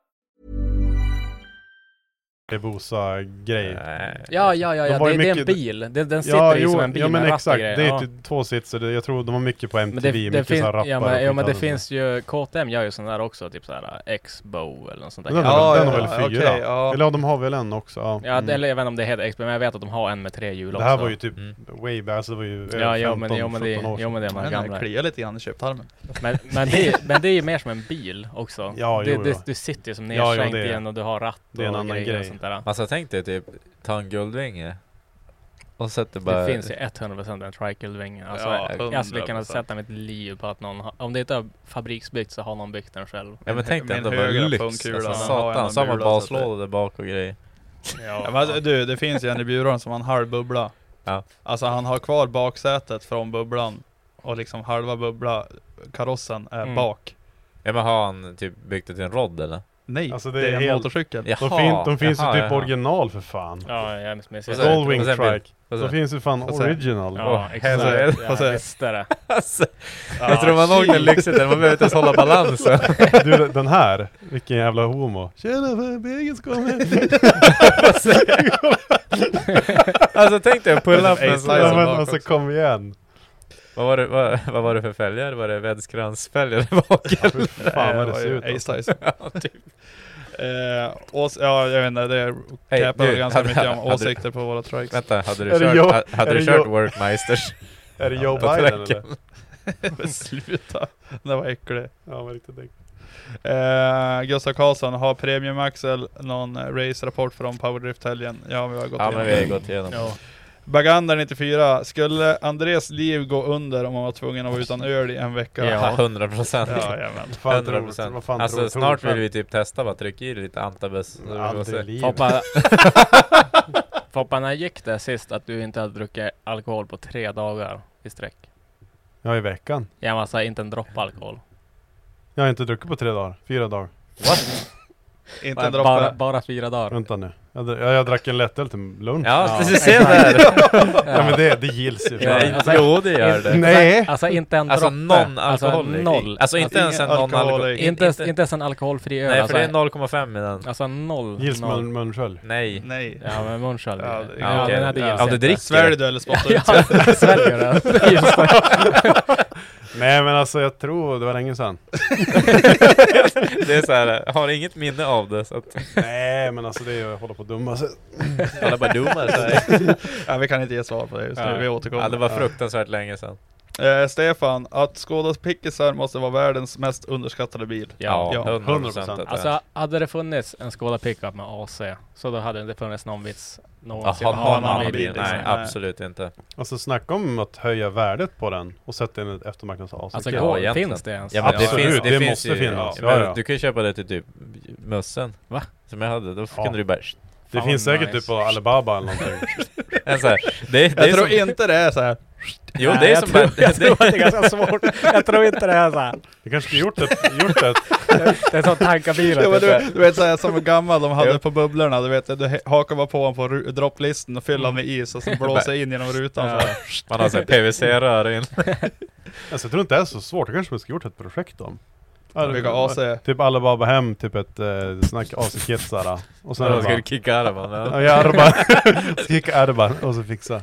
C: Hayabusa-grej.
D: Nej.
E: Ja, ja, ja,
C: De
E: ja.
C: var
E: Det,
C: ju
E: det är en
C: mycket-
E: bil. Den, den sitter
C: Ja,
E: ju som
C: jo,
E: en bil
C: ja men
E: med ratt och
C: exakt.
E: grejer.
C: Det
E: Ja.
C: är typ två sitsar. Det- Jag tror de har mycket på
A: Men
C: MTV.
A: det, det
C: mycket
A: finns,
C: så här rappare
A: ja, men, ja,
C: och
A: men det
C: skit.
A: finns ju, KTM gör ju sån där också, typ såhär X-Bow eller något sånt där.
C: Den har
B: Ja,
C: väl,
A: ja,
C: den har
B: ja,
C: väl
B: okej,
C: fyra?
B: ja.
C: Eller ja, de har väl en också? Ja,
A: ja,
C: Mm.
A: det- eller jag vet inte om det heter X-Bow, men jag vet att de har en med tre hjul
C: det
A: också.
C: här var ju typ
D: Mm.
C: way back, alltså det var ju eh,
A: Ja, ja
C: 15,
A: men, ja, men, det,
C: 17 år
A: ja, men det är de här
B: men den
A: gamla.
B: kliar lite grann i köptarmen.
A: Men, men, det, men det är ju mer som en bil också.
C: Ja,
A: det,
C: jo,
A: det,
C: ja.
A: Du sitter ju som
C: Ja, jo,
A: nedskänkt
C: det är-
A: igen och du har ratt
C: det är en
A: och
C: annan
A: grejer
C: grej.
A: och sånt där.
D: Alltså tänk dig typ, ta en guldvinge. Och sätter
A: Det
D: bara...
A: finns ju 100% en tricycle-vinge. Alltså,
B: Ja,
A: jag, jag skulle
B: 100%.
A: kunna sätta mitt liv på att någon har, Om det inte är fabriksbyggt så har någon byggt den själv.
D: Ja men tänk dig
B: Min
D: ändå vad
B: högra
D: lyx.
B: pungkula,
D: Alltså,
B: den har en
D: satan,
B: annan
D: samma
B: bula, så att
D: baslåda där bak och grejer.
B: Ja, men alltså, du, det finns ju en i byrån som har en halv bubbla.
D: Ja.
B: Alltså han har kvar baksätet från bubblan och liksom halva bubbla, karossen är
A: Mm.
B: bak.
D: Ja men har han typ byggt det till en rodd eller?
B: Nej,
C: Alltså,
B: det,
C: det
B: är
C: är
B: en
C: helt-
B: motorcykel.
D: Jaha,
C: De, fin, de finns
D: jaha,
C: ju typ
D: jaha.
C: original för fan.
A: Ja, jag är med
D: Och
A: sig.
D: sen-
C: All wing
D: och sen bild.
C: trike.
D: Och
C: De
D: sen-
C: finns ju fan
B: Och sen-
C: original.
A: Ja, exakt.
D: Alltså, jag-
A: Ja,
B: alltså,
A: visst är det.
D: Alltså, jag tror man nog det är lyxigt där, man behöver inte ens hålla balansen.
C: Du, den här, vilken jävla homo. Tjena, Birgit kommer.
D: Alltså tänk dig att pulla upp
B: Ace
D: en sån
B: Tyson
C: Ja, men
D: där.
B: bak
C: alltså
B: också.
C: kom igen.
D: Vad var det, vad, vad var det för fälgar? Var det vädskransfälgar bak?
C: Ja, fy fan vad det
B: var
C: ser
B: ju
C: ut. alltså.
B: Ace Tyson.
D: typ.
B: Eh, ås- ja, jag vet inte, det
D: Hej,
B: capar
D: du,
B: väl ganska
D: hade-
B: mycket om
D: hade du-
B: åsikter på våra trikes.
D: Vänta, hade du
C: Är det
D: kört,
C: jag-
D: ha- hade
C: är
D: du
C: det
D: kört
C: jag-
D: Workmeisters?
C: Är det Joe
D: på
C: Biden
D: tracken.
C: eller?
B: Men Sluta, det var äckligt.
C: Ja, men riktigt äckligt.
B: Eh, Gustav Karlsson, har Premium Axel någon eh, race-rapport från Powerdrift-helgen? Ja, men vi har gått
D: Ja
B: igenom
D: men vi har ju gått igenom.
A: Ja.
B: Baganda 94, skulle Andres liv gå under om han var tvungen att vara utan öl i en vecka?
D: Ja, 100 procent.
B: ja jajamän.
C: Fan, tror, du-
D: 100
C: vad
D: procent.
C: fan
D: Alltså
C: tror,
D: snart
C: tror, du-
D: vill vi typ testa bara trycka i lite antabus. så vi får se.
C: Aldrig i livet.
A: Foppa, Foppa, när gick det sist att du inte hade druckit alkohol på tre dagar i sträck?
C: Ja, i veckan.
A: Ja, men alltså inte en droppe alkohol.
C: Jag har inte druckit på tre dagar. Fyra dagar.
B: Inte en
A: Bara, bara,
B: droppe.
A: bara fyra dagar.
C: Vänta nu. Jag, dr- jag, jag drack en lättöl till lunch. Ja,
D: Ja, du ser där!
C: men det, det gills ju.
D: Nej,
C: fan.
D: Jo det gör det.
C: Nej!
A: Alltså inte en
D: Alltså
A: droppe.
D: någon alkohol
A: Alltså noll.
D: Alltså inte
B: Ingen
D: ens en någon
B: alkohol
D: alkohol
B: i.
A: Inte, ens- inte ens en alkoholfri öl.
D: Nej
A: alltså,
D: för det är 0,5 i den.
A: alltså noll.
C: Gills
A: noll.
C: mun, munskölj.
D: Nej.
B: Nej.
A: Ja men munchal.
B: Ja,
A: Ja,
B: det-
D: ja,
A: ja, den hade
B: okej.
A: gills
D: Ja, du
A: inte.
D: dricker.
B: Svälj du eller spotta ut?
A: Ja, jag sväljer den. Just det.
C: Nej men alltså jag tror det var länge sedan.
D: Det är såhär, har inget minne av det så att
C: Nej men alltså det är jag håller på att dumma sig.
D: alla bara domar sig.
B: ja, vi kan inte ge svar på det just nu,
A: Ja.
B: vi återkommer.
D: Ja det var fruktansvärt länge sedan.
B: Eh, Stefan, att Skodas pickisar måste vara världens mest underskattade bil.
A: Ja.
B: Ja,
D: 100%
C: 100%.
D: att det-
A: Alltså hade det funnits en Skoda pickup med AC, så då hade det inte funnits någon vits någonsin
D: Jaha,
A: att
D: någon
A: en
D: annan
A: annan
D: bil?
B: liksom.
D: Nej,
B: Nej.
D: absolut inte.
C: Alltså snacka om att höja värdet på den och sätta in ett eftermarknads AC.
A: Alltså
D: Ja,
A: går,
D: egentligen.
A: finns det ens? Alltså,
D: Ja, men
C: Absolut,
D: det finns,
C: det
D: finns
C: måste
D: ju,
C: finnas.
D: Ja, men
C: Ja, ja.
D: Du kan ju köpa det till typ mössen.
A: Va?
D: Som jag hade, då
C: Ja.
D: kunde du bara...
C: det
A: fan,
C: finns säkert
A: nice.
C: typ på Alibaba eller någonting.
D: En så här, det, det
B: Jag
D: är
B: tror
D: som,
B: inte det är så här.
D: Jo,
A: Nej,
D: det är
A: jag
D: som
A: tror-
D: bara...
A: Jag tror att
D: det-
A: det är ganska svårt. Jag tror inte det är såhär.
C: Du kanske skulle gjort ett, gjort ett
A: Det är som tankabilen.
B: Ja, men
A: typ.
B: du, du vet såhär som gammal de
D: Jo.
B: hade på bubblorna, du vet, du he- hakar bara på honom på ru- dropplisten och fyller med
C: Mm.
B: is och så blåser in genom rutan så här.
D: Man har såhär PVC-rör in.
C: Alltså, jag tror inte det är så svårt, det kanske man skulle gjort ett projekt om. Ja, det-
B: Vilka AC.
C: Typ Alibaba hem, typ ett eh, snack AC-kit såhär. Och sen är
D: Då
C: det
D: ska du
C: bara...
D: kicka armen. ja.
C: Ja, jag arba. Skicka arba och så fixa.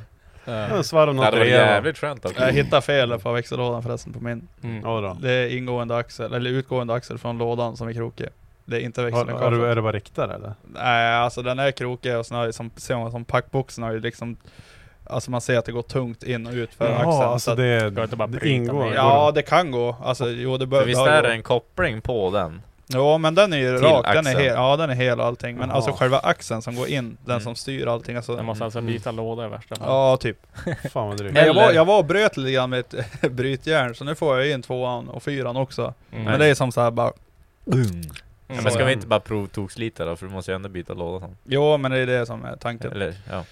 C: Ja,
A: Ja.
C: Svarv
D: Det
C: något
D: hade
C: och
D: varit
C: leva.
D: jävligt skönt också.
B: Jag hittade fel på växellådan förresten på min.
A: Mm.
C: Ja, då.
B: Det är ingående axel, eller utgående axel från lådan som är krokig. Det är inte
C: Har,
B: växeln
C: har du,
B: kvar.
C: är det bara riktare eller?
B: Nej alltså den är krokig och sen har ju som, ser man som packboxen har ju liksom Alltså man ser att det går tungt in och ut för axeln.
C: Jaha,
B: så
C: alltså
B: att-
C: det,
A: Ska inte bara
C: det
A: bryta
C: ingår.
A: ner?
B: Ja det kan gå, alltså jo det
D: För
B: behöver
D: visst är det en koppling på den?
B: Jo men den är ju
D: Till
B: rak, den är,
D: axeln.
B: hel, ja, den är hel och allting. Men
C: Jaha.
B: alltså själva axeln som går in, den
D: Mm.
B: som styr allting.
A: Jag
B: Alltså,
A: måste alltså byta låda i värsta fall.
B: ja typ.
C: Fan vad drygt.
B: Men jag,
D: Eller-
B: var, jag var och bröt lite grann med ett brytjärn, så nu får jag ju in tvåan och fyran också.
A: Mm.
B: Men det är som så här bara,
D: Ja,
A: Mm.
D: men ska vi inte bara provtokslita då? För du måste ju ändå byta låda sen.
B: jo men det är det som är tanken.
D: Eller ja.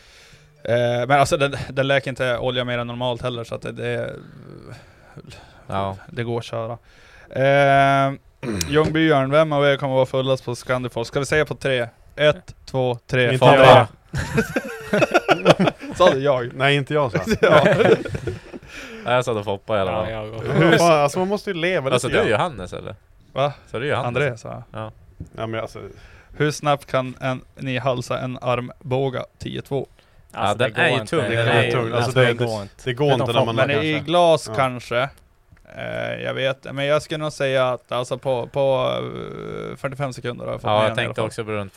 B: Eh, men alltså den, den läker inte olja mer än normalt heller, så att det, det,
D: ja.
B: det går att köra. Eh, Ljungbyarn, vem av er kommer vara fullast på Scandifolk? Ska vi säga på tre? Ett, två, tre.
C: Inte
B: Fabian.
C: jag.
B: Sa du jag?
C: Nej inte jag så.
B: Ja.
D: Nej, Jag satt och foppade i alla
A: Ja,
D: fall.
A: jag också.
C: Fan, alltså man måste ju leva
D: Alltså
C: lite
D: du är
C: grann.
D: Johannes eller?
B: Va?
D: Så du är Johannes?
B: André sa jag.
C: Ja men alltså,
B: Hur snabbt kan en, ni halsa en armbåga 10-2?
D: Ja, den
A: Alltså, det
D: är
A: går
D: ju
A: inte.
D: tung. Den
C: är
A: ju-
C: tung. Alltså,
A: det
C: det-
A: går inte.
C: det går inte när man
B: Men
C: har
B: i
C: kanske.
B: glas
C: Ja.
B: kanske? Eh, jag vet men jag skulle nog säga att alltså på, på eh, 45 sekunder har jag fått med
D: Ja,
B: den
D: jag
B: i alla
D: tänkte
B: fall.
D: också på runt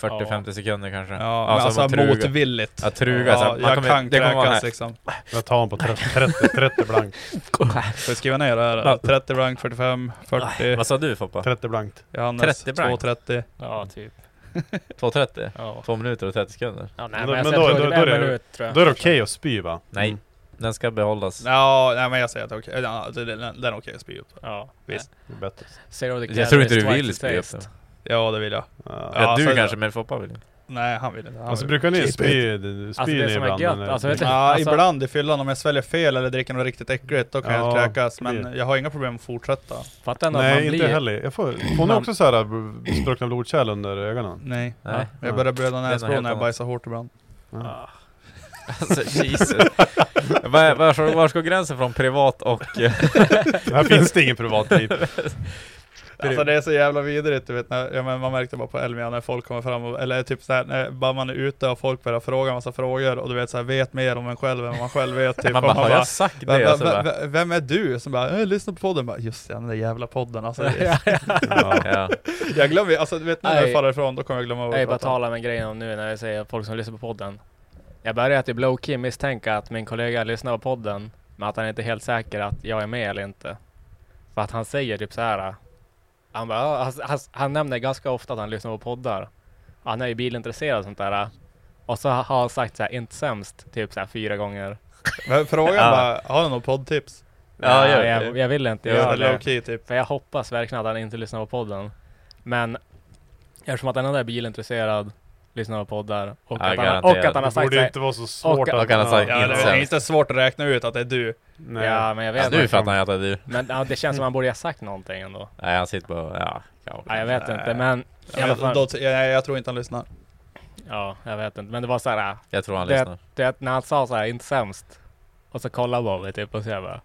D: 40-50 sekunder kanske.
B: Ja, men alltså,
D: man trugar.
B: motvilligt.
D: Ja, truga. så här,
B: Ja,
D: man
B: jag
D: kommer-
B: kan
D: det kommer vara
B: kräkas
D: här.
B: liksom.
C: Jag tar honom på 30, 30, 30 blankt.
B: Får jag skriva ner det här? 30 blank, 45, 40,
D: Vad sa du Foppa?
C: 30 blankt.
B: Johannes
D: 30 blank.
B: 2.30.
A: Ja, typ.
D: 2.30?
A: Ja.
D: 2 minuter och 30 sekunder?
A: Ja,
C: Men-
A: nej, men,
C: men
A: jag
C: då-
A: säger
C: då-
A: typ
C: då är
A: en
C: det-
A: minut tror jag.
C: Då är det okej att spy va?
D: Nej.
C: Mm.
D: Den ska behållas.
B: Ja, nej men jag säger att okej, ja, det- den, den är okej att spy upp.
A: Ja.
B: Visst.
C: Det är bättre.
A: Zero the
D: Jag tror inte
A: calories,
D: du vill
A: twice the
D: spy upp
A: taste.
D: den.
B: Ja det vill jag.
C: Ja.
D: Ja,
B: så
D: du
B: är det.
D: kanske, men Foppa vill inte.
B: Nej han vill inte. Han
C: Alltså
B: vill.
C: brukar ni
B: Keep it.
C: spy,
A: Alltså,
C: spy
A: det
C: ni
A: som är
C: ibland?
A: gött,
C: eller?
A: alltså, vet du-
B: Ja,
A: Alltså-
B: ibland i fyllan om jag sväljer fel eller dricker något riktigt äckligt, då kan jag
C: Ja,
B: kräkas. Men
C: det-
B: jag har inga problem att fortsätta.
A: Fattar ändå att
C: Nej
A: man
C: inte
A: blir...
C: heller. Jag får, får ni
A: Man-
C: också såhär spruckna blodkärl under ögonen?
B: Nej.
D: Nej.
C: Ja.
B: Jag börjar blöda näsblod
D: helt
B: när jag
D: annat.
B: bajsar hårt ibland.
C: Ja.
D: Alltså Jesus. var, var, var går gränsen från privat och... eh,
C: Här finns det ingen privatliv.
B: Alltså det är så jävla vidrigt, du vet. När, ja, men man märkte bara på Elmia när folk kommer fram och, eller typ såhär, när bara man är ute och folk börjar fråga en massa frågor och du vet såhär, vet mer om en själv än vad man själv vet. Typ.
D: Man
B: Och
D: bara, har jag sagt det?
B: Vem, vem,
D: Alltså,
B: vem,
D: bara,
B: vem- vem är du? Som bara, äh, lyssna på podden. Bara, Just det, den där jävla podden. Alltså, det-
C: Ja.
D: ja.
B: jag glömmer, alltså du vet nu när jag
A: Nej.
B: far ifrån, då kommer jag glömma vad
A: Jag
B: jag
A: bara
B: pratar om.
A: tala med grejen om nu när jag säger folk som lyssnar på podden. Jag börjar typ low-key misstänka att min kollega lyssnar på podden, men att han inte är helt säker att jag är med eller inte. För att han säger typ så här. Han, bara, "Ja", han, han, han nämner ganska ofta att han lyssnar på poddar. Han är ju bilintresserad och sånt där. Och så har han sagt så här, inte sämst, typ så här fyra gånger.
B: Men frågan
D: Ja.
B: bara, har du något poddtips?
D: Ja, Alltså,
A: "Nej,
D: gör det."
A: jag, jag vill inte
D: Gör
A: göra
B: Ja,
D: det.
A: det.
B: low key typ.
A: För jag hoppas verkligen att han inte lyssnar på podden. Men eftersom att han ändå är bilintresserad, lyssnar på poddar och,
D: Ja,
A: att, han, och
D: garanterat.
A: att han har
C: Det
A: sagt
C: borde ju
A: såhär,
C: inte vara så svårt
A: Och-
D: och han har sagt
B: Ja, det är
D: Insekt.
B: inte svårt att räkna ut att det är du.
C: Nej.
A: Ja, men jag vet
D: Ja,
A: inte.
D: nu fattar jag att det är du.
A: Men ja, det känns som han borde ha sagt någonting ändå.
D: Nej, han sitter bara ja. ja.
A: Ja, jag vet inte, men i alla
B: Jag, då,
A: fall.
B: jag, jag tror inte han lyssnar.
A: Ja, jag vet inte. Men det var så här,
D: Jag tror han
A: Det-
D: lyssnar.
A: du vet när han sa så här, inte sämst. Och så kollade man på mig typ och så jag bara.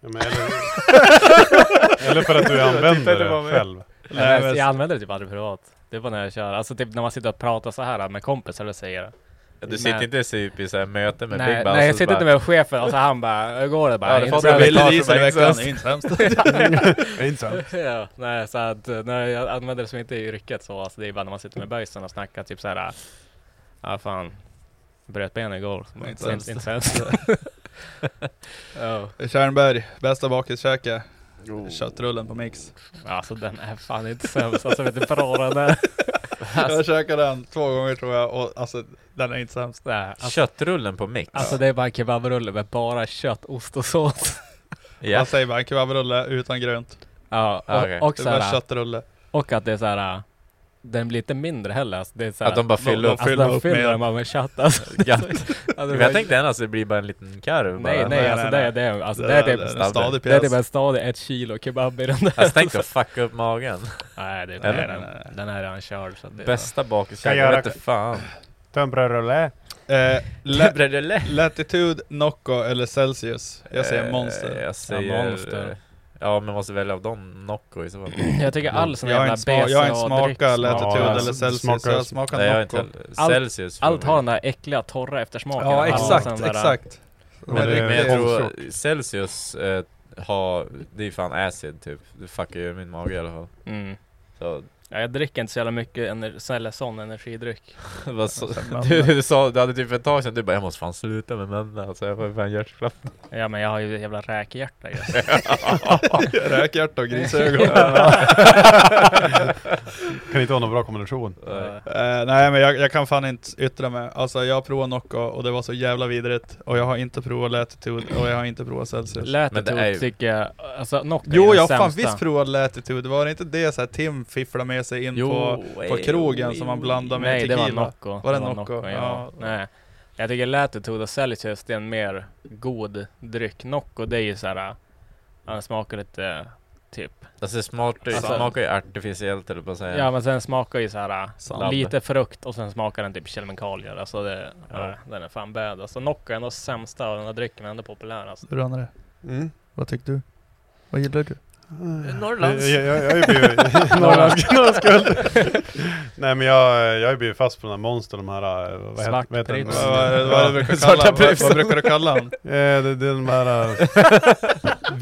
C: Ja, men eller, eller för att du använder
D: tittade på
C: det
D: mig.
C: själv.
B: Nej,
A: Nej,
B: men-
A: Jag använder det typ aldrig privat. Det var när jag kör, alltså typ när man sitter och pratar så här med kompisar och säger det.
D: Du sitter
A: Nej.
D: inte typ i så här möte med
A: Nej,
D: Big Bang.
A: nej jag sitter inte med chefen och så han bara, hur går det? Bara,
D: Ja, det
A: "Inte
D: fattar jag.
A: sämst."
D: Ville
B: Ville
D: tar
B: diesel i
D: som
B: veckan,
D: exakt.
B: är inte sämst.
C: Inte
A: Ja, nej, så att eh, nej, jag använder det som inte är i rycket så. Alltså, det är bara när man sitter med böjsen och snackar typ så här. Ja, fan. Bröt benet igår.
B: Nej, inte
A: Inte,
B: sämst.
A: inte sämst. Oh.
B: Tjärnberg, bästa bakiskäke. Köttrullen på mix.
A: Alltså den är fan inte sämst. Alltså vet du bra den är?
B: Jag käkade den två gånger tror jag och alltså den är inte sämst.
A: Nej, alltså,
D: Köttrullen på mix.
A: alltså det är bara en kebabrulle med bara kött, ost och sås.
D: ja.
B: Man säger bara en kebabrulle utan grönt.
A: Ja, och,
D: Okej.
A: och,
B: Det är
A: så
B: bara
A: här,
B: köttrulle.
A: och att det är så här. äh, Den blir inte mindre heller. Alltså, det är så här,
D: Att de bara
B: de-
D: fyller upp.
B: de-
A: alltså,
B: fyller
A: de
B: upp
A: fyller
B: med-
A: dem bara med kött alltså.
D: Ja.
A: alltså
D: Men jag tänkte annars det blir bara en liten karv bara.
A: Nej, nej,
B: Nej,
A: alltså
B: nej,
A: det
B: nej.
A: är det. Alltså,
B: Det
A: det är
B: där
A: typ
B: är en
D: standard.
B: stadig
A: Det är
B: pjäs.
A: det bästa av det, ett kilo kebab i den där.
D: Alltså tänk att fucka upp magen.
A: Nej, det är
D: Eller?
A: den, den, den här är redan körd. Så att det,
D: Bästa
C: Ska
D: bakiskäken,
C: jag
D: jag
C: göra-
D: vete fan.
C: Tunnbrödsrulle.
B: Eh, la-
D: Le-
B: latitude, Nocco eller Celsius? Jag säger monster.
D: Eh, Jag säger... Ja,
A: Monster.
D: men man måste välja av dem Nocco i så fall.
A: Jag tycker all sån
B: Jag har
A: jävla
B: inte, sma- jag har inte
A: BCA-dryck
B: smakat
C: Ja,
B: Latitude
C: jag
B: eller Celsius,
C: smakar-
B: jag har smakat
D: Nej, jag har
B: Nocco.
D: inte heller.
A: Allt-
D: Celsius.
A: alltså,
D: får
A: Allt
D: vi.
A: har den där äckliga torra eftersmaken.
B: Ja
A: Alla
B: exakt,
A: sån där-
B: exakt.
C: Men
B: Men
C: det-
D: Men jag
B: riktigt-
D: tror Celsius eh, har... Det är fan acid typ. Det fuckar ju min mage i alla fall.
A: Mm.
D: Så,
A: Ja, jag dricker inte så jävla mycket ener- så- eller sån energidryck.
D: vad så, du, du sa, du hade typ för ett tag sedan, du bara jag måste fan sluta med männen alltså, jag får ju fan hjärtklapp.
A: Ja men jag har ju ett jävla räkhjärta ju.
B: Räkhjärta och grisögon.
C: Kan inte ha någon bra kombination.
D: Nej.
B: Eh, nej men jag, jag kan fan inte yttra mig. Alltså jag har provat Nocco och det var så jävla vidrigt. Och jag har inte provat Latitude och jag har inte provat Celsius.
D: Men det
A: Latitude
D: är ju-
A: tycker jag, alltså Nocco är
B: jo
A: den
B: jag har fan
A: sämsta.
B: visst provat Latitude, var det inte det så här Tim fifflade med sig in på... på krogen som man blandar med
A: Nej det var
B: tequila.
A: Nocco.
B: Var det Nocco?
A: ja.
B: Ja.
A: Nej. Jag tycker Latitude och Celsius det är en mer god dryck. Nocco det är ju såhär, den smakar lite typ.
D: Alltså det smakar ju-
A: Alltså-
D: smakar ju artificiellt eller på att säga.
A: Ja men sen smakar ju såhär
D: Eh. Sand.
A: lite frukt och sen smakar den typ kemikalier. Alltså det,
D: Ja.
A: nej, den är fan bad. Alltså Nocco är ändå sämsta av den här drycken men ändå populär alltså.
B: Hur är det?
C: Mm.
B: Vad tyckte du? Vad gillar du?
D: Norrlands.
C: Jag, jag, jag har ju blivit... Norrlands knullskuld. Nej men jag, jag har ju blivit fast på den här monster, de här... eh, Vad heter,
A: Svart
C: vad heter den?
A: Pripps.
B: Vad,
C: Ja.
B: vad, vad, brukar du
D: Svarta
B: kalla, vad,
D: pripsen.
B: vad brukar du kalla den?
C: Eh, det, det är de här... eh,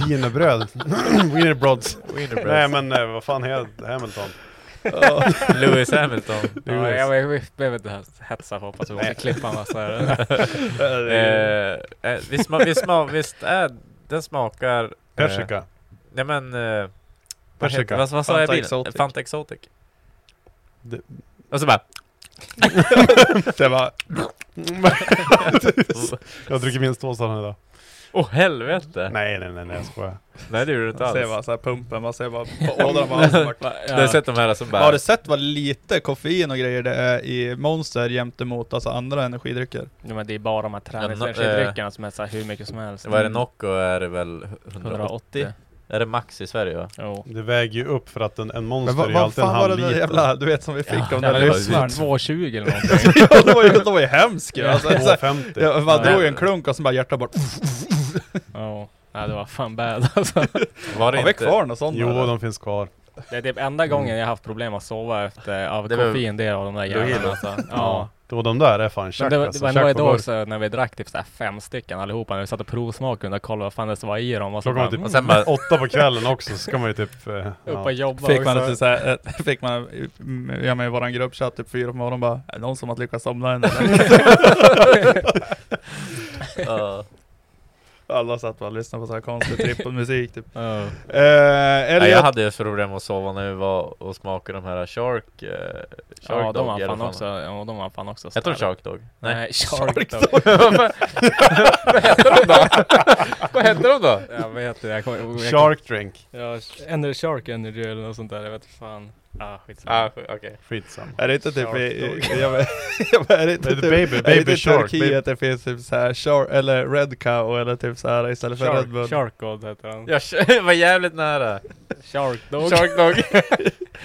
C: Wienerbröd. Wienerbrods. Nej
D: Winnerbread.
C: men eh, vad fan heter Hamilton?
D: Lewis Hamilton.
A: Ja, jag, jag, jag behöver inte hetsa på att vi måste klippa en massa här.
D: Eh, eh, visst, ma- visst, ma- visst är den smakar... eh,
C: Persika.
D: Nej men... eh, vad, heter,
C: Persika.
D: vad, vad sa
B: Fanta
D: jag i bilen?
B: Exotic.
D: Fanta Exotic.
C: Det-
D: Och så bara...
B: Det var,
C: Jag har druckit minst två sådana idag.
D: Åh helvete!
C: Nej nej nej, nej jag skojar.
D: Nej det gjorde du inte
B: man ser bara
D: alls.
B: så här pumpen, man ser bara på ådran bara, alltså bara
D: Du har sett de här som bara...
B: Har du sett vad lite koffein och grejer det är i Monster jämte mot alltså andra energidrycker?
A: Ja, men det är bara de här träningsenergidryckerna som är så här hur mycket som helst.
D: eh, Vad är det Nocco är det väl 180?
A: 180?
D: Är det max i Sverige va?
A: Jo.
C: Det väger ju upp för att en, en monster
B: Men vad,
C: är ju
B: vad
C: alltid en
B: fan var
C: halv
B: det där
C: liter.
B: jävla, du vet som vi fick
A: Ja,
B: om
A: det
B: den
D: var ju
B: lyssnaren?
A: 220 eller någonting.
B: Ja, det var ju, det var ju hemskt ju! Alltså, så här,
C: 2,50.
B: jag bara
D: Ja.
B: drog en klunk och sen bara hjärtat bort.
A: Ja, Nej, det var fan bad alltså.
D: Var det
B: Har vi
D: inte...
B: kvar något sånt?
C: Jo
B: eller?
C: de finns kvar.
A: Det är typ enda gången jag haft problem att sova efter av
D: Mm. Det var-
A: koffein, det är av de där
D: Lohilo.
A: jävlarna alltså. Ja.
C: Då de där är fan
A: Men
C: tjack
A: det var, det
C: alltså.
A: var
C: Tjack
A: ändå
C: på
A: idag
C: burk.
A: också när vi drack typ så här fem stycken allihopa, när vi satt och provsmakade och kollade vad fan det var i dem. Och så
C: Klockan var
A: bara,
C: typ
A: mm,
D: Och sen bara...
C: Åtta på kvällen också så ska man ju typ... eh,
A: upp och
C: Ja.
A: jobba
B: Fick man,
A: också.
B: lite så här, eh, fick man, mm, ja men i våran gruppchatt typ fyra på morgonen bara, är det någon som har lyckats somna än eller?
D: Ja.
B: Alla satt bara och lyssnade på så här konstig trippelmusik typ.
A: Ja.
B: Eh, eller
D: Nej, jag hade ju problem att sova när vi var och smakade de här Shark... Eh, shark
A: Ja, de
D: Dog,
A: var
D: eller
A: fan
D: vad
A: också, ja, de var fan också
D: Heter de
A: stark.
D: Shark Dog? Nej.
A: Nej, Shark Dog.
D: Vad heter de då? Vad heter de då?
A: Jag vet inte, jag kommer jag kommer-
C: Shark drink.
A: Ja, Energy Shark Energy eller något sånt där, jag vet fan. Ah, skitsamma.
D: Ah, okej.
C: Skitsamma.
B: Är det inte typ
A: Shark
B: i, jag vet, jag vet, är det inte
C: Baby,
B: typ,
C: baby
B: är det inte i
C: shark,
B: Turkiet det finns typ såhär shark, eller red cow eller typ såhär istället för red bull?
A: Shark, Shark God heter han.
D: Jag kö- var jävligt nära.
A: Shark Dog.
D: Shark Dog. jag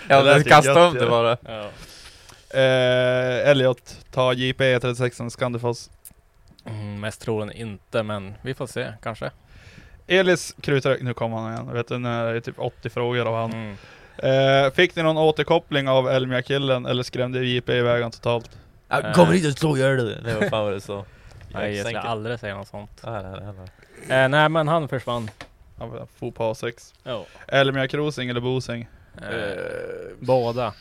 B: Det
D: hade
B: lät ju
D: kastat
B: gött,
D: om
B: ja.
D: det bara.
A: Ja.
B: Eh, Elliot, ta JP 36 an Scandifoss.
A: Mm, mest troligen inte, men vi får se kanske.
B: Elis krutrök, nu kommer han igen, vet du när det är typ 80 frågor av han.
A: Mm.
B: Eh, fick ni någon återkoppling av Elmia-killen eller skrämde JP iväg han totalt?
A: Jag kommer hit
D: och slår ihjäl dig. Nej vad fan var det så?
A: Eh, Nej, jag skulle
D: all...
A: aldrig säga något sånt.
D: nej, nej, nej, nej.
A: Eh, nej, men han försvann.
B: Han eh, for på 6
A: Jo.
B: Elmia Krosing eller Bosing?
A: Eh, båda.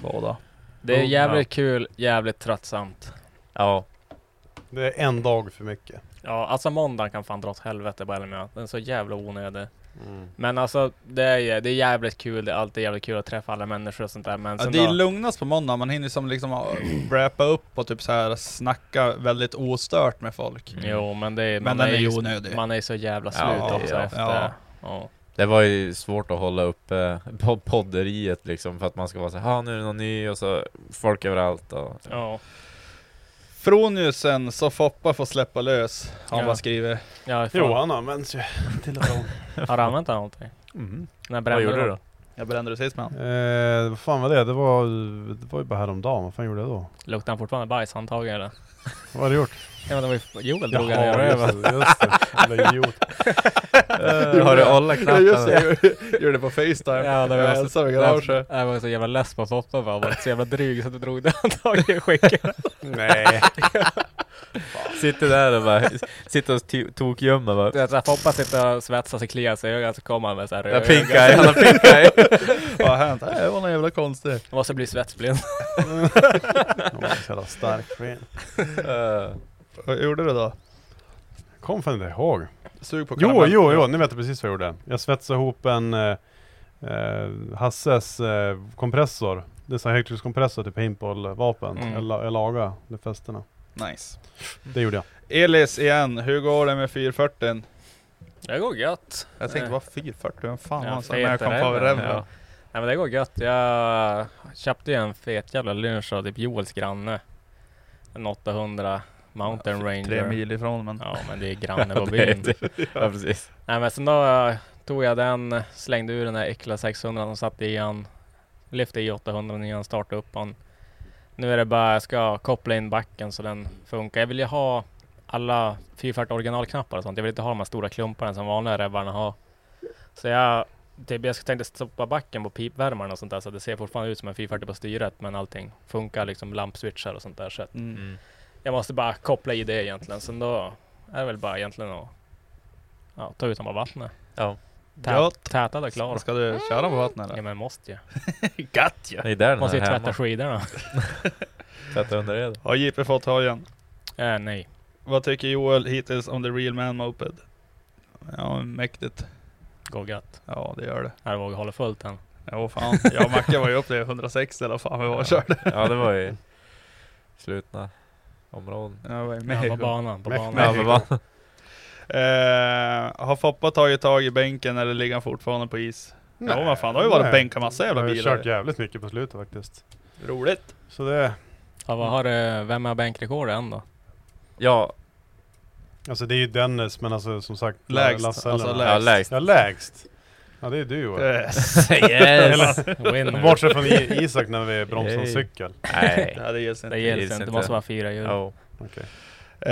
B: Båda.
A: Det är
D: Oh,
A: jävligt kul, jävligt tröttsamt.
D: Ja.
C: Det är en dag för mycket.
A: Ja, alltså måndagen kan fan dra åt helvete på LMA. Den är så jävla onödig. Men alltså, det är, ju- det är jävligt kul. Det är alltid jävligt kul att träffa alla människor och sånt där. Men
B: Ja,
A: sen
B: det är
A: då-
B: lugnast på måndag, man hinner som liksom ah, wrappa upp och typ så här snacka väldigt ostört med folk.
A: Jo, men det är...
B: Men
A: Mm. man
B: den är
A: ju-
B: ju onödig.
A: Man är så jävla slut
D: Ja,
A: också
D: ja,
A: efter
B: ja.
A: det. Ja.
D: Det var ju svårt att hålla uppe på podderiet liksom för att man ska vara så här, "Ah, nu är det någon ny och så folk överallt och...
A: Ja.
B: Froniusen, så Foppa får släppa lös, har
A: Ja.
B: man skrivit.
A: ja fan.
C: Jo, han används ju till och från.
A: Har du använt den någonting?
C: Mm.
A: När
D: Vad
A: brände
D: gjorde du då?
B: Jag brände det sist med han.
C: Eh, vad fan var det? Det var, det var ju bara häromdagen. Vad fan gjorde jag då?
A: Luktar han fortfarande bajs, handtaget eller?
C: Vad har du gjort?
A: Ja men det var ju... Joel drog den i
C: Jaha,
A: röven.
C: just det. Just det. Jävla idiot.
D: Eh, har du alla
B: Ja just det,
D: knapparna?
B: jag gjorde det på Facetime.
A: Ja, det var
B: jag var
A: så-
B: ensam i garaget.
A: Jag var så jävla less på Foppa bara. Han var så jävla dryg så att du drog det handtaget i skicket.
C: Nej.
D: Sitter där och bara, sitter och ty- tokgömmer bara.
A: Du vet såhär, Foppa sitter och svetsar sig, kliar sig i ögat, så kommer han med såhär
D: Jag pinkar, jag pinkar.
B: Vad har hänt? Nej, Det var någon jävla konstig.
A: Jag måste bli svetsblind.
C: Han var så jävla stark. Ben.
D: Eh,
B: Vad gjorde du då?
C: Kom fan inte ihåg.
B: Sug på
C: Jo,
B: karamell.
C: jo, jo, nu vet jag precis vad jag gjorde. Jag svetsade ihop en eh, eh, Hasses eh, kompressor. Det är så här högtryckskompressor till paintballvapen.
A: Mm.
C: Jag, la, jag lagade de fästena.
B: Nice.
C: Det gjorde jag.
B: Elis igen, hur går det med 440?
A: Det går gött.
B: Jag tänkte,
A: Eh.
B: vad 440? Vem fan
A: Ja,
B: var han som-
A: fet
B: Men jag kom
A: är
B: på
A: den,
B: rem.
A: ja. Nej men det går gött. Jag köpte ju en fet jävla lunch av typ Joels granne. En 800 Mountain
B: Tre
A: Ranger.
B: mil ifrån men.
A: Ja men det är granne på
D: det är
A: byn.
D: det. ja, precis.
A: Nej men sen då eh, tog jag den, slängde ur den där äckliga 600 och satte i han. Lyfte i 800 igen, startade upp han. Nu är det bara, jag ska koppla in backen så den funkar. Jag vill ju ha alla 440 originalknappar och sånt. Jag vill inte ha de här stora klumparna som vanliga revvarna har. Så jag, typ, jag tänkte stoppa backen på pipvärmaren och sånt där så det ser fortfarande ut som en 440 på styret men allting funkar liksom lampswitchar och sånt där. Så att
B: Mm.
D: Mm.
A: jag måste bara koppla i det egentligen. Sen då är det väl bara egentligen att ja, ta ut dem av vattnet.
D: Ja.
A: Tät,
B: Ja.
A: Tätad och klar.
B: Ska du köra på vattnet
A: Ja
B: eller?
A: men måste ju.
B: Gött ju!
D: Det är där den
A: Måste
D: är
A: ju tvätta
D: hemma.
A: skidorna.
D: Tvätta under det.
B: Har JP fått hojen?
A: Eh, nej.
B: Vad tycker Joel hittills om The Real Man Moped? Ja, mäktigt.
A: Går gött.
B: Ja, det gör det.
A: Här vågar hålla fullt än.
B: Jo fan, jag och Macke var ju uppe i 106 eller vad fan vi var och körde.
D: Ja, det var ju slutna områden.
B: Ja, var i
A: Ja, på
B: Mexiko.
A: banan. På
C: Med-
A: banan.
D: Ja,
C: med-
D: men va?
B: Eh, har Foppa tagit tag i bänken eller ligger han fortfarande på is? Ja, vad fan, det har ju varit
C: Nej.
B: bänka massa jävla
C: Jag har ju
B: bilar.
C: kört jävligt mycket på slutet faktiskt.
B: Roligt!
C: Så det,
A: Ja, vad har du, vem har bänkrekord än då?
D: Ja,
C: alltså det är ju Dennis, men alltså som sagt.
B: Lägst,
C: Lasse
B: alltså
C: eller-
B: lägst.
C: Ja,
D: ja, lägst.
C: lägst. Ja, det är du Joel.
B: Yes.
D: Yes!
A: Winner.
C: Bortsett från I- Isak när vi bromsade en
D: Yay.
C: cykel.
D: Nej.
B: Ja, det gills
A: Det
B: inte.
A: gills
D: gills
A: inte. Det
D: inte.
A: måste vara fyra hjul.
D: Ja.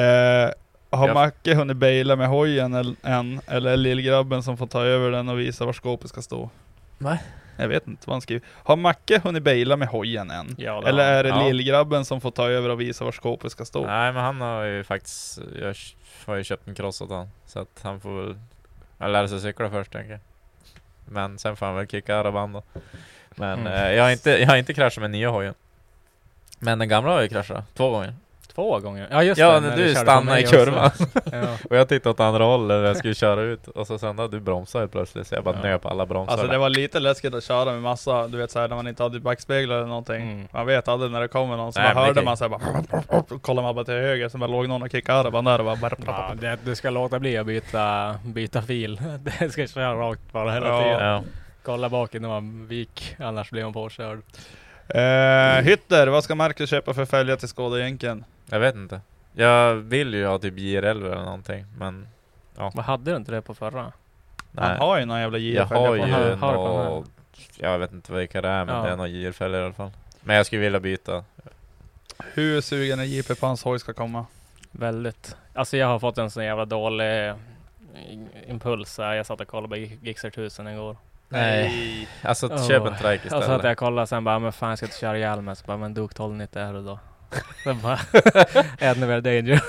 B: Eh, har
D: Ja.
B: Macke hunnit baila med hojen el- än? Eller är lillgrabben som får ta över den och visa var skåpet ska stå?
D: Va?
B: Jag vet inte vad han skriver. Har Macke hunnit baila med hojen än?
A: Ja, det
B: Eller
A: har-
B: är det
D: Ja.
B: lillgrabben som får ta över och visa var skåpet ska stå?
D: Nej men han har ju faktiskt, jag har ju köpt en cross åt han Så att han får väl, han lär sig cykla först tänker jag. Men sen får han väl kicka araban då. Men
A: Mm.
D: eh, jag, har inte, jag har inte kraschat med nya hojen. Men den gamla har ju kraschat två gånger.
A: Två gånger. Ja just
D: ja
A: det,
D: när
A: du
D: du
A: körde på
D: stannade
A: mig
D: i
A: också.
D: kurvan.
A: Ja.
D: och jag tittade åt andra hållet när jag skulle köra ut. Och så sen då du bromsade helt plötsligt. Så jag bara
A: Ja.
D: nöp alla bromsar.
B: Alltså det var lite läskigt att köra med massa, du vet såhär när man inte hade backspeglar eller någonting.
A: Mm.
B: Man vet aldrig när det kommer någon, så
D: Nej,
B: bara
D: men det
B: hörde
D: kan-
B: man såhär bara kollar man bara till höger, så bara låg någon och kickade araban där och bara
A: Ja, det, du ska låta bli att byta, byta fil. Det ska köra rakt bara hela
B: Ja.
A: tiden.
D: ja.
A: Kolla bak innan man vik, annars blir man påkörd.
B: Eh, Hytter, vad ska Marcus köpa för fälgar till Skådejänken?
D: Jag vet inte. Jag vill ju ha typ JRL eller någonting. Men
A: Vad hade du inte det på förra?
D: nej.
B: Han har ju någon jävla JR
D: Jag har
A: på den här.
D: ju
A: Har du på den här?
D: nå... Jag vet inte vilka det är men
A: Ja.
D: det är några girfällor i alla fall. Men jag skulle vilja byta.
B: Hur sugen är JP på hans hoj ska komma?
A: Väldigt. Alltså jag har fått en sån jävla dålig eh, impuls. här. Jag satt och kollade på Gi- Gixxer 1000 igår.
D: Nej. Alltså
A: Åh.
D: köp en trike
A: Och
D: istället.
A: så att jag kollade sen bara, men fan jag ska inte köra ihjäl mig. Så bara, men du 1290 är det då. Sen bara, ännu mer danger.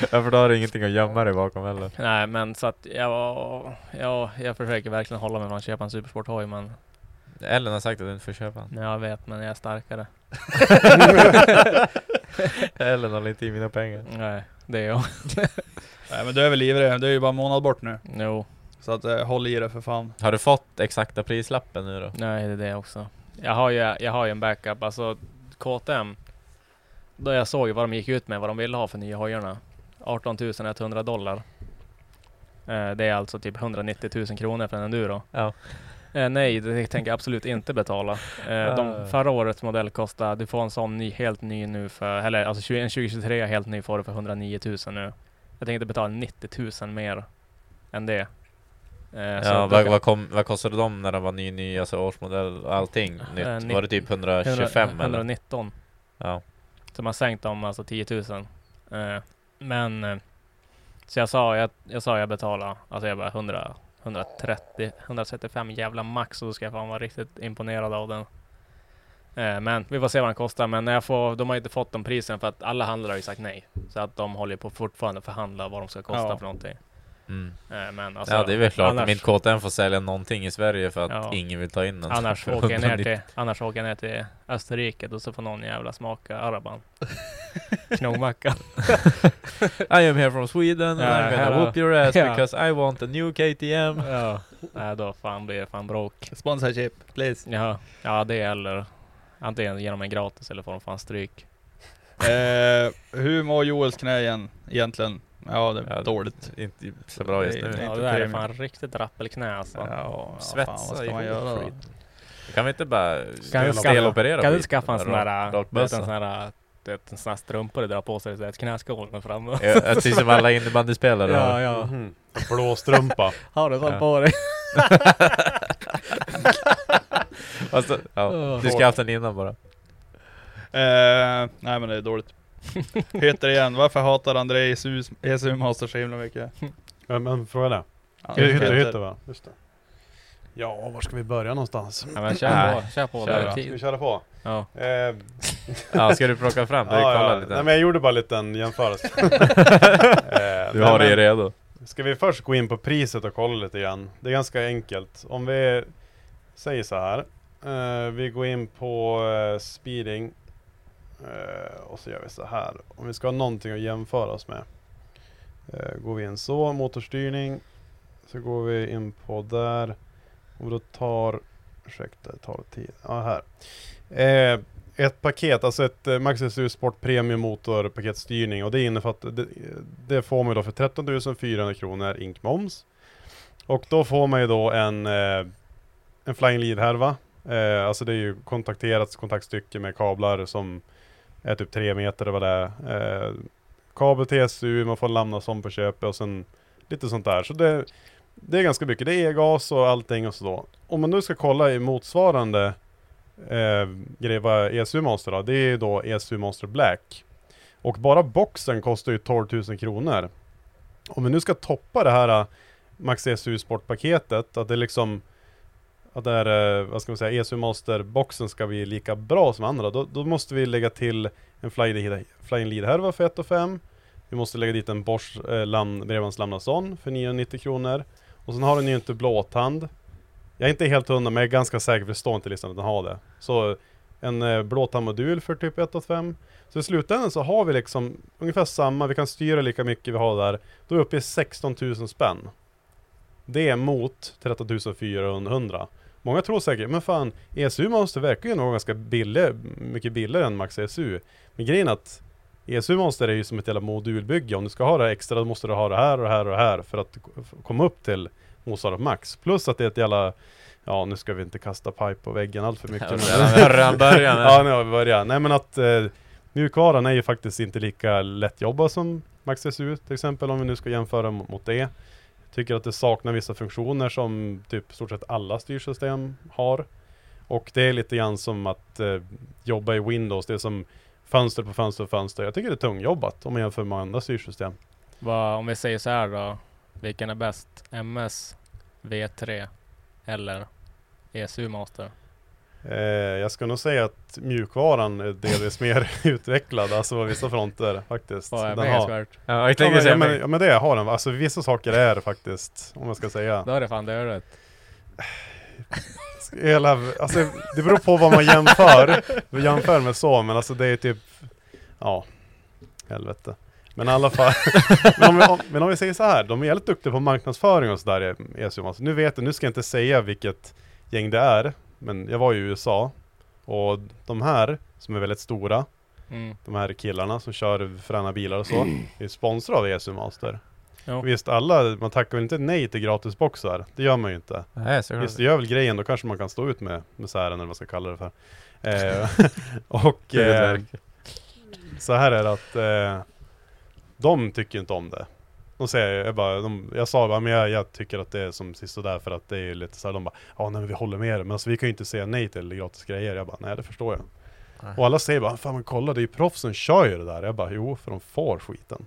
D: ja, för då har du ingenting att gömma dig bakom heller.
A: Nej men så att jag var, ja, jag försöker verkligen hålla mig från att köpa en supersporthoj men
D: Ellen har sagt att du inte får köpa den.
A: Nej, jag vet, men jag är starkare.
D: Ellen håller inte i mina pengar.
A: Nej, det är jag.
B: Nej men du är väl livrädd, du är ju bara en månad bort nu.
A: Jo,
B: Så att eh, håll i det för fan.
D: Har du fått exakta prislappen nu då?
A: nej, det är det också. Jag har ju, jag har ju en backup, alltså KTM. Då jag såg vad de gick ut med, vad de ville ha för nya hojarna. 18 100 dollar. Eh, Det är alltså typ 190 000 kronor för en enduro.
D: Ja.
A: Eh, nej, det tänker jag absolut inte betala. Eh, de, förra årets modell kostade, du får en sån ny, helt ny nu för, eller alltså 20, en 2023 helt ny får du för 109 000 nu. Jag tänkte betala 90 000 mer än det. Eh, så
D: ja,
A: då
D: vad,
A: kan-
D: vad, kom, vad kostade de när de var ny, ny, alltså årsmodell och allting nytt?
A: Eh,
D: var det typ 125 eller?
A: 119.
D: Ja.
A: Så man sänkt dem alltså 10 000. Eh, men eh, så jag sa jag, jag sa jag betalar, alltså jag bara 100, 130, 135 jävla max och då ska jag fan vara riktigt imponerad av den. Eh, men vi får se vad den kostar. Men när jag får, de har inte fått de prisen för att alla handlare har ju sagt nej. Så att de håller ju på fortfarande att förhandla vad de ska kosta
B: Ja.
A: för någonting.
D: Mm.
A: Eh, men alltså,
D: ja, det är väl klart.
A: annars-
D: Om inte KTM får sälja någonting i Sverige för att
A: Ja.
D: ingen vill ta in den.
A: Annars
D: för
A: åker, jag ner
D: 190.
A: till, annars åker jag ner till Österrike och så får någon jävla smaka araban. Knogmacka.
D: I am here from Sweden
A: Ja,
D: and
A: här
D: I'm gonna
A: då.
D: whoop your ass
A: Ja.
D: because I want a new KTM.
A: ja. Nej då fan blir det fan bråk.
B: Sponsorship, please.
A: Ja, ja det eller antingen genom en gratis eller får de fan stryk.
B: eh, hur mår Joels knä igen, egentligen? Ja det är
D: Ja,
B: dåligt.
D: Inte så bra just
B: Det är
D: nu.
A: Ja,
B: inte
A: det där är
B: premium.
A: fan riktigt rappelknä alltså.
B: Ja, ja, fan,
D: Svetsa
B: vad ska
D: ihop
B: man göra då?
D: skiten. Kan vi inte bara
A: Kan du
C: Steloperera.
A: skaffa,
D: steloperera
A: kan du
D: skiten?
A: skaffa en sån
D: Rak-
A: där, äh, du
D: rakbössa.
A: vet, en sån där, du vet, en sån där strumpa du drar på sig så att knäskålen framme.
D: Ja, Precis som alla innebandyspelare har.
E: Ja, ja.
C: Mhm. Blåstrumpa.
E: Har du
D: Ja.
E: sånt på dig?
D: Alltså, ja. Du ska haft den innan bara.
B: Eh, nej men det är dåligt. Peter igen, varför hatar André ECU Master så himla mycket?
C: Men, men fråga det.
B: Ja,
C: Hytte,
B: Peter.
C: hytte va? Just det. Ja, var ska vi börja någonstans?
A: Ja, men kör
D: Nej.
A: på, kör på. det
B: Kör
A: är
B: då.
C: Ska vi
A: tid.
C: köra på?
A: Ja.
C: Eh,
D: Ja, ska du plocka fram? Du
C: ja,
D: kollar
C: ja.
D: lite.
C: Nej, men jag gjorde bara en liten jämförelse. Eh,
D: Du har
C: nej, men-
D: det redo.
C: Ska vi först gå in på priset och kolla lite grann? Det är ganska enkelt. Om vi säger så här. eh, vi går in på eh, speeding. eh, och så gör vi så här. Om vi ska ha någonting att jämföra oss med. eh, går vi in så, motorstyrning. Så går vi in på där. Och då tar, ursäkta det tar tid. Ja här. Eh, ett paket, alltså ett eh, Maxxis SU Sport Premium Motor paketstyrning och det innefattar, det, det får man ju då för 13 400 kronor ink moms. Och då får man ju då en, eh, en Flying Lead härva. Eh, alltså det är ju kontakterat kontaktstycke med kablar som är typ 3 meter eller vad det är. Eh, kabel till SU, man får lämna som på köpet och sen lite sånt där. Så det, det är ganska mycket, det är e-gas och allting och så då. Om man nu ska kolla i motsvarande eh, grej, vad är ESU Monster då? Det är ju då ESU Monster Black. Och bara boxen kostar ju 12 000 kronor. Om vi nu ska toppa det här eh, Max ESU Sportpaketet, att det liksom att det är, eh, vad ska man säga, ESU Monster boxen ska bli lika bra som andra, då, då måste vi lägga till en Flying Fly Lead härva för 1 5 Vi måste lägga dit en Bosch eh, lam, bredbandslamnason för 990 kronor. Och sen har den ju inte blåtand. Jag är inte helt hundra men jag är ganska säker, för det står inte i listan att den har det. Så en eh, blåtandmodul för typ 1 5 Så i slutändan så har vi liksom ungefär samma, vi kan styra lika mycket vi har där. Då är vi uppe i 16 000 spänn. Det är mot 13 400. Många tror säkert, men fan ESU Monster verkar ju nog ganska billig, mycket billigare än Max ESU. Men grejen är att ESU Monster är ju som ett jävla modulbygge. Om du ska ha det här extra då måste du ha det här och det här och det här för att k- f- komma upp till motsvarande Max. Plus att det är ett jävla, ja nu ska vi inte kasta pipe på väggen allt för mycket. men-
D: Redan början.
C: Ja, nu har vi börjat. Nej men att eh, mjukvaran är ju faktiskt inte lika lättjobbad som Max SU till exempel om vi nu ska jämföra m- mot det. Tycker att det saknar vissa funktioner som typ stort sett alla styrsystem har. Och det är lite grann som att eh, jobba i Windows, det är som fönster på fönster på fönster. Jag tycker det är tungjobbat om man jämför med andra styrsystem.
A: Vad, om vi säger så här då. Vilken är bäst? MS, V3 eller ESU Master?
C: Eh, jag ska nog säga att mjukvaran är delvis mer utvecklad, alltså på vissa fronter faktiskt.
A: Vad är
C: Den
A: mest
C: har-
A: värt?
D: Ja, jag
C: Ja
D: tänkte
C: men,
D: säga
C: ja,
D: mig.
C: men, ja men det har den. Alltså vissa saker är faktiskt, om man ska säga.
A: Då är det fan dörret.
C: hela, alltså det beror på vad man jämför, vad jämför med så, men alltså det är typ, ja, helvete. Men i alla fall, men, om, vi- om, men om vi säger så här, de är jävligt duktiga på marknadsföring och sådär, Esum. Alltså, nu vet jag, nu ska jag inte säga vilket gäng det är, men jag var ju i USA, och de här, som är väldigt stora,
A: Mm.
C: de här killarna som kör fräna bilar och så, är sponsrade av Esum Master.
A: Jo.
C: Visst, alla, man tackar väl inte nej till gratisboxar, det gör man ju inte.
D: Nej, så
C: Just det, gör väl grejen, då kanske man kan stå ut med misären eller vad man ska kalla det för. Eh, och eh, så här är det att eh, de tycker inte om det. De säger, jag, bara, de, jag sa bara, men jag, jag tycker att det är som sist och där för att det är ju lite så här, de bara, ja nej men vi håller med er, men alltså, vi kan ju inte säga nej till gratis grejer. Jag bara, nej det förstår jag.
D: Nej.
C: Och alla säger bara, fan men kolla det är ju proffsen kör ju det där. Jag bara, jo för de får skiten.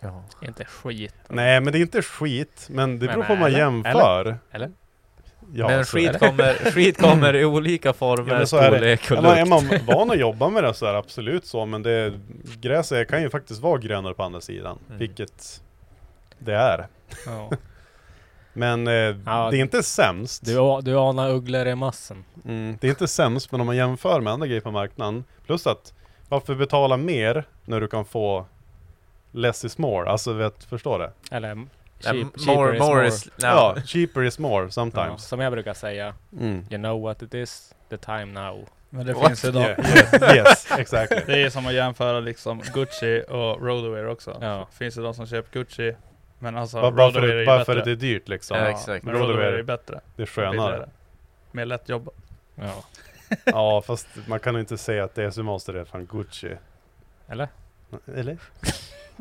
D: Ja.
A: Inte skit.
C: Nej men det är inte skit, men det
A: Men
C: beror på vad man
A: eller?
C: jämför.
A: Eller?
C: Ja,
D: men
C: så är det.
D: skit kommer, skit kommer i olika
C: Ja,
D: former,
C: men så är det.
D: storlek och
C: Eller är
D: lukt.
C: man van att jobba med det så är det absolut så, men det, gräset kan ju faktiskt vara grönare på andra sidan,
D: Mm.
C: vilket det är.
A: Ja.
C: Men eh, det är inte sämst.
A: Du, a- du anar ugglor i massen.
C: Mm, det är inte sämst, men om man jämför med andra grejer på marknaden, plus att varför betala mer när du kan få less is more? Alltså vet, förstår det?
A: Eller cheap,
D: Ja,
A: cheaper
D: more,
A: is
D: more
A: more.
D: is... No.
C: Ja, cheaper is more
A: Ja,
C: sometimes.
A: som jag brukar säga,
C: Mm.
A: you know what it is, the time now.
B: Men det
D: What?
B: finns ju de,
C: Yeah, yes, exactly.
B: Det är som att jämföra liksom Gucci och Rodaway också.
A: Ja.
B: Finns det de som köper Gucci, men alltså
C: Var- Varför,
B: Rodaway är
C: det-
B: ju
C: varför det
B: bättre.
C: är dyrt liksom?
D: Ja, exakt.
B: Men
C: Rodaway
B: Rodaway är
C: är
B: ju bättre.
C: Det är skönare.
B: Billigare. Mer lättjobbat.
A: Ja.
C: Ja fast man kan ju inte säga att det är som Monster är från Gucci.
A: Eller?
C: Eller?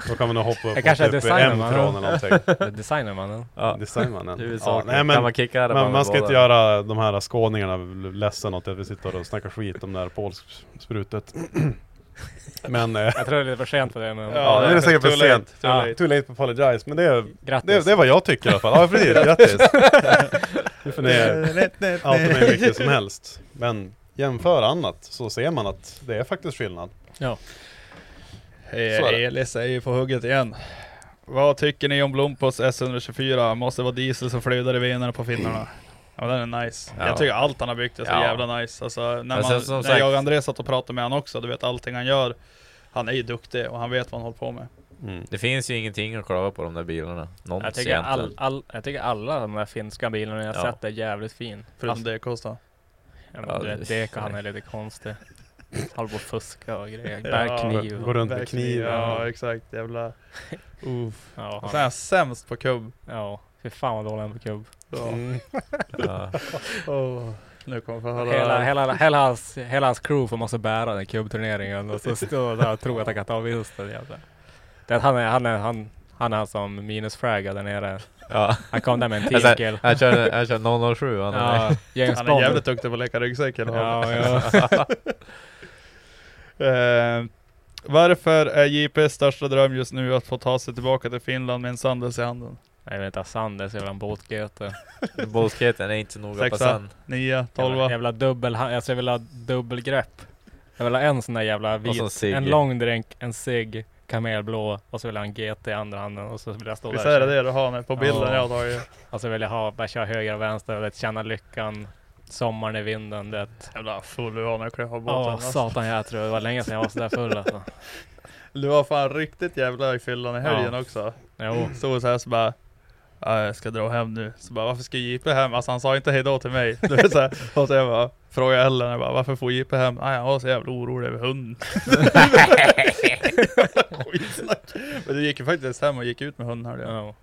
C: Då kan man nog hoppa upp
A: Det kanske
C: mot
A: är designen,
C: M-tron
A: va?
C: eller någonting.
A: Det designar man den.
D: Ja.
C: Designmannen. Ja,
D: Huvudsaken.
C: nej
D: kan
C: men
D: man kicka det
C: man,
D: med
C: man ska
D: båda?
C: inte göra de här skåningarna ledsna åt att vi sitter och snackar skit om det här polsksprutet. Men eh,
A: Jag tror det är lite för sent för det men
C: Ja, det är säkert för
B: Too late,
C: sent.
B: too
A: Ja.
B: late.
C: too late to apologize. Men det är,
A: grattis.
C: det, det är vad jag tycker i alla fall. Ja precis, grattis! Nu får ni outa mig hur mycket som helst. Men jämför annat så ser man att det är faktiskt skillnad. Så är det.
B: Eh, Elis är ju på hugget igen. Vad tycker ni om Blompos S124? Måste vara diesel som flödar i venerna på finnarna. Ja men den är nice.
D: Ja.
B: Jag tycker allt han har byggt är så
D: Ja.
B: jävla nice. Alltså, när man,
D: sen som
B: när
D: sagt-
B: jag och André satt och pratade med honom också, du vet allting han gör. Han är ju duktig och han vet vad han håller på med.
C: Mm.
D: Det finns ju ingenting att klaga på de där bilarna. Någonsin
A: Jag tycker, all,
D: egentligen.
A: all, jag tycker alla de där finska bilarna jag
D: Ja.
A: sett är jävligt fin.
B: Förutom
A: Fast-
B: det kostar.
A: Ja, men
D: Ja,
A: du
D: det-
A: vet, Deka han är lite konstig. Håller på och fuska och grejer.
B: Ja.
A: Bär kniv.
C: Går
A: och-
C: runt med kniv.
B: Ja exakt, jävla... Uff.
A: Ja,
B: Och sen är
A: han,
B: han sämst på kubb.
A: ja, fy fan vad dålig han är på kubb.
B: Ja.
C: Mm.
D: Ja.
B: Åh, Nu kommer vi få höra
A: Hela, hela, hela, hans, hela hans crew får måste bära den kubbturneringen och så står han där och tror att han kan ta vinsten. jävlar. Det, är- han, är, han, är, han, han är han som minusfraggar där nere.
D: Ja.
A: Han kom där med en
D: Jag säger-
A: tinkel.
D: Han kör, han kör 007 han är
A: Ja, James
B: Han är
A: Bond.
B: jävligt duktig på att leka ryggsäck eller vad?
A: ja, ja.
B: Eh, varför är JPs största dröm just nu att få ta sig tillbaka till Finland med en sandels i handen?
A: Nej, Jag vet inte, Sanders jävla båtgöte.
D: Båtskaten är inte så noga på
B: Sexa.
D: sand.
B: Nia,
A: Jävla,
B: tolva.
A: jävla dubbel, han- alltså jag vill ha dubbelgrepp. Jag vill ha en sån där jävla
D: Och så en
A: vit,
D: cigg.
A: en lång drink, en cigg, kamelblå och så vill jag ha en GT i andra handen och så vill jag stå
B: Visst
A: där
B: är det det du har nu på bilden
A: Ja.
B: jag har tagit?
A: och så vill jag ha, bara köra höger och vänster och vet, känna lyckan, sommaren i vinden. Det.
B: Jävla full du var när du klev på båten.
A: Åh
B: alltså.
A: satan jag tror det var länge sedan jag var sådär full alltså.
B: Du var fan riktigt jävla i fyllan i helgen
A: Ja.
B: också.
A: Jo.
B: Stod såhär så bara "Ja, jag ska dra hem nu. Så bara varför ska JP hem? Alltså han sa inte hejdå till mig. Du vet, så här, och så jag bara frågade Ellen, jag bara, varför får JP hem? Nej han var så jävla orolig över hunden. Skitsnack. Men du gick ju faktiskt hem och gick ut med hunden hörde jag.
A: Ja.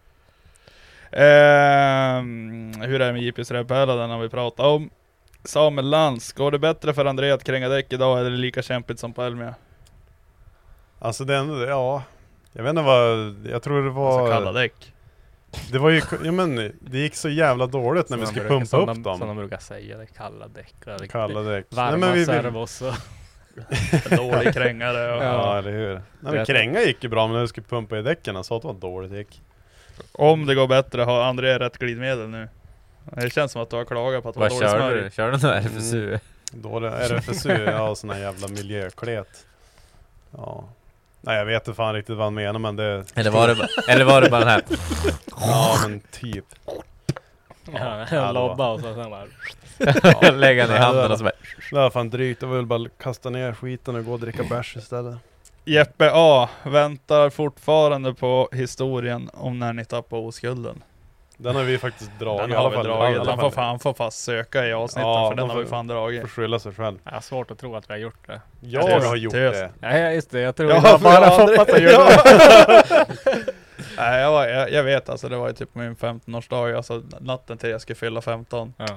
B: Ehm, hur är det med JP's rävpärla? Den har vi pratat om. Samuel Lantz, går det bättre för André att kränga däck idag eller är det lika kämpigt som på Elmia?
C: Alltså den, ja. Jag vet inte vad, jag tror det
B: Alltså kalla
C: var...
B: däck.
C: Det var ju, ja men det gick så jävla dåligt när
A: Som de
C: vi skulle
A: brukar-
C: pumpa
A: som
C: upp
A: de, Som de
C: dem.
A: brukar säga, det är kalla däck. och det-
C: Kalla däck.
A: Varma
C: vi vill-
A: servos och...
B: En dålig krängare. Och...
C: Ja eller hur. Nej men
A: Rätt.
C: kränga gick ju bra men när vi skulle pumpa i däcken han sa att det var dåligt gick.
B: Om det går bättre, har André rätt glidmedel nu? Det känns som att du har klagat på att det var
D: Vad
B: dålig
D: kör du?
B: smörj.
D: Kör du någon
C: Mm.
D: RFSU?
C: Dålig RFSU, ja och sån här jävla miljöklet. Ja. Nej jag vet inte fan riktigt vad han menar men det... typ-
D: Eller, var det, ba- eller var det bara den här?
C: Ja men typ.
A: Ja,
C: ja, det
A: lobba och så sen bara...
D: Lägga ner handen och så bara...
C: Det var fan drygt, det var väl bara kasta ner skiten och gå och dricka bärs istället.
B: Jeppe A väntar fortfarande på historien om när ni tappade oskulden.
C: Den har vi faktiskt dragit
B: Den
C: i alla
B: har vi
C: fall. i
B: dragit.
C: alla
B: Han får, fan, får fast söka i avsnitten
C: Ja,
B: för den
C: man
B: har vi
C: får-
B: fan
C: Får
B: dragit.
C: skylla sig själv.
A: Jag har svårt att tro att vi har gjort det.
C: Jag
B: Tyst,
C: har gjort
B: tyst.
C: det.
A: Nej, ja, just det. Jag tror
C: Ja,
A: ja,
C: för
A: jag bara
C: jag har
A: hoppas att
C: aldrig-
A: jag gjorde det.
B: Nej, jag, var, jag, jag vet alltså, det var ju typ min 15-årsdag, alltså natten till jag skulle fylla 15.
A: Ja.
B: Det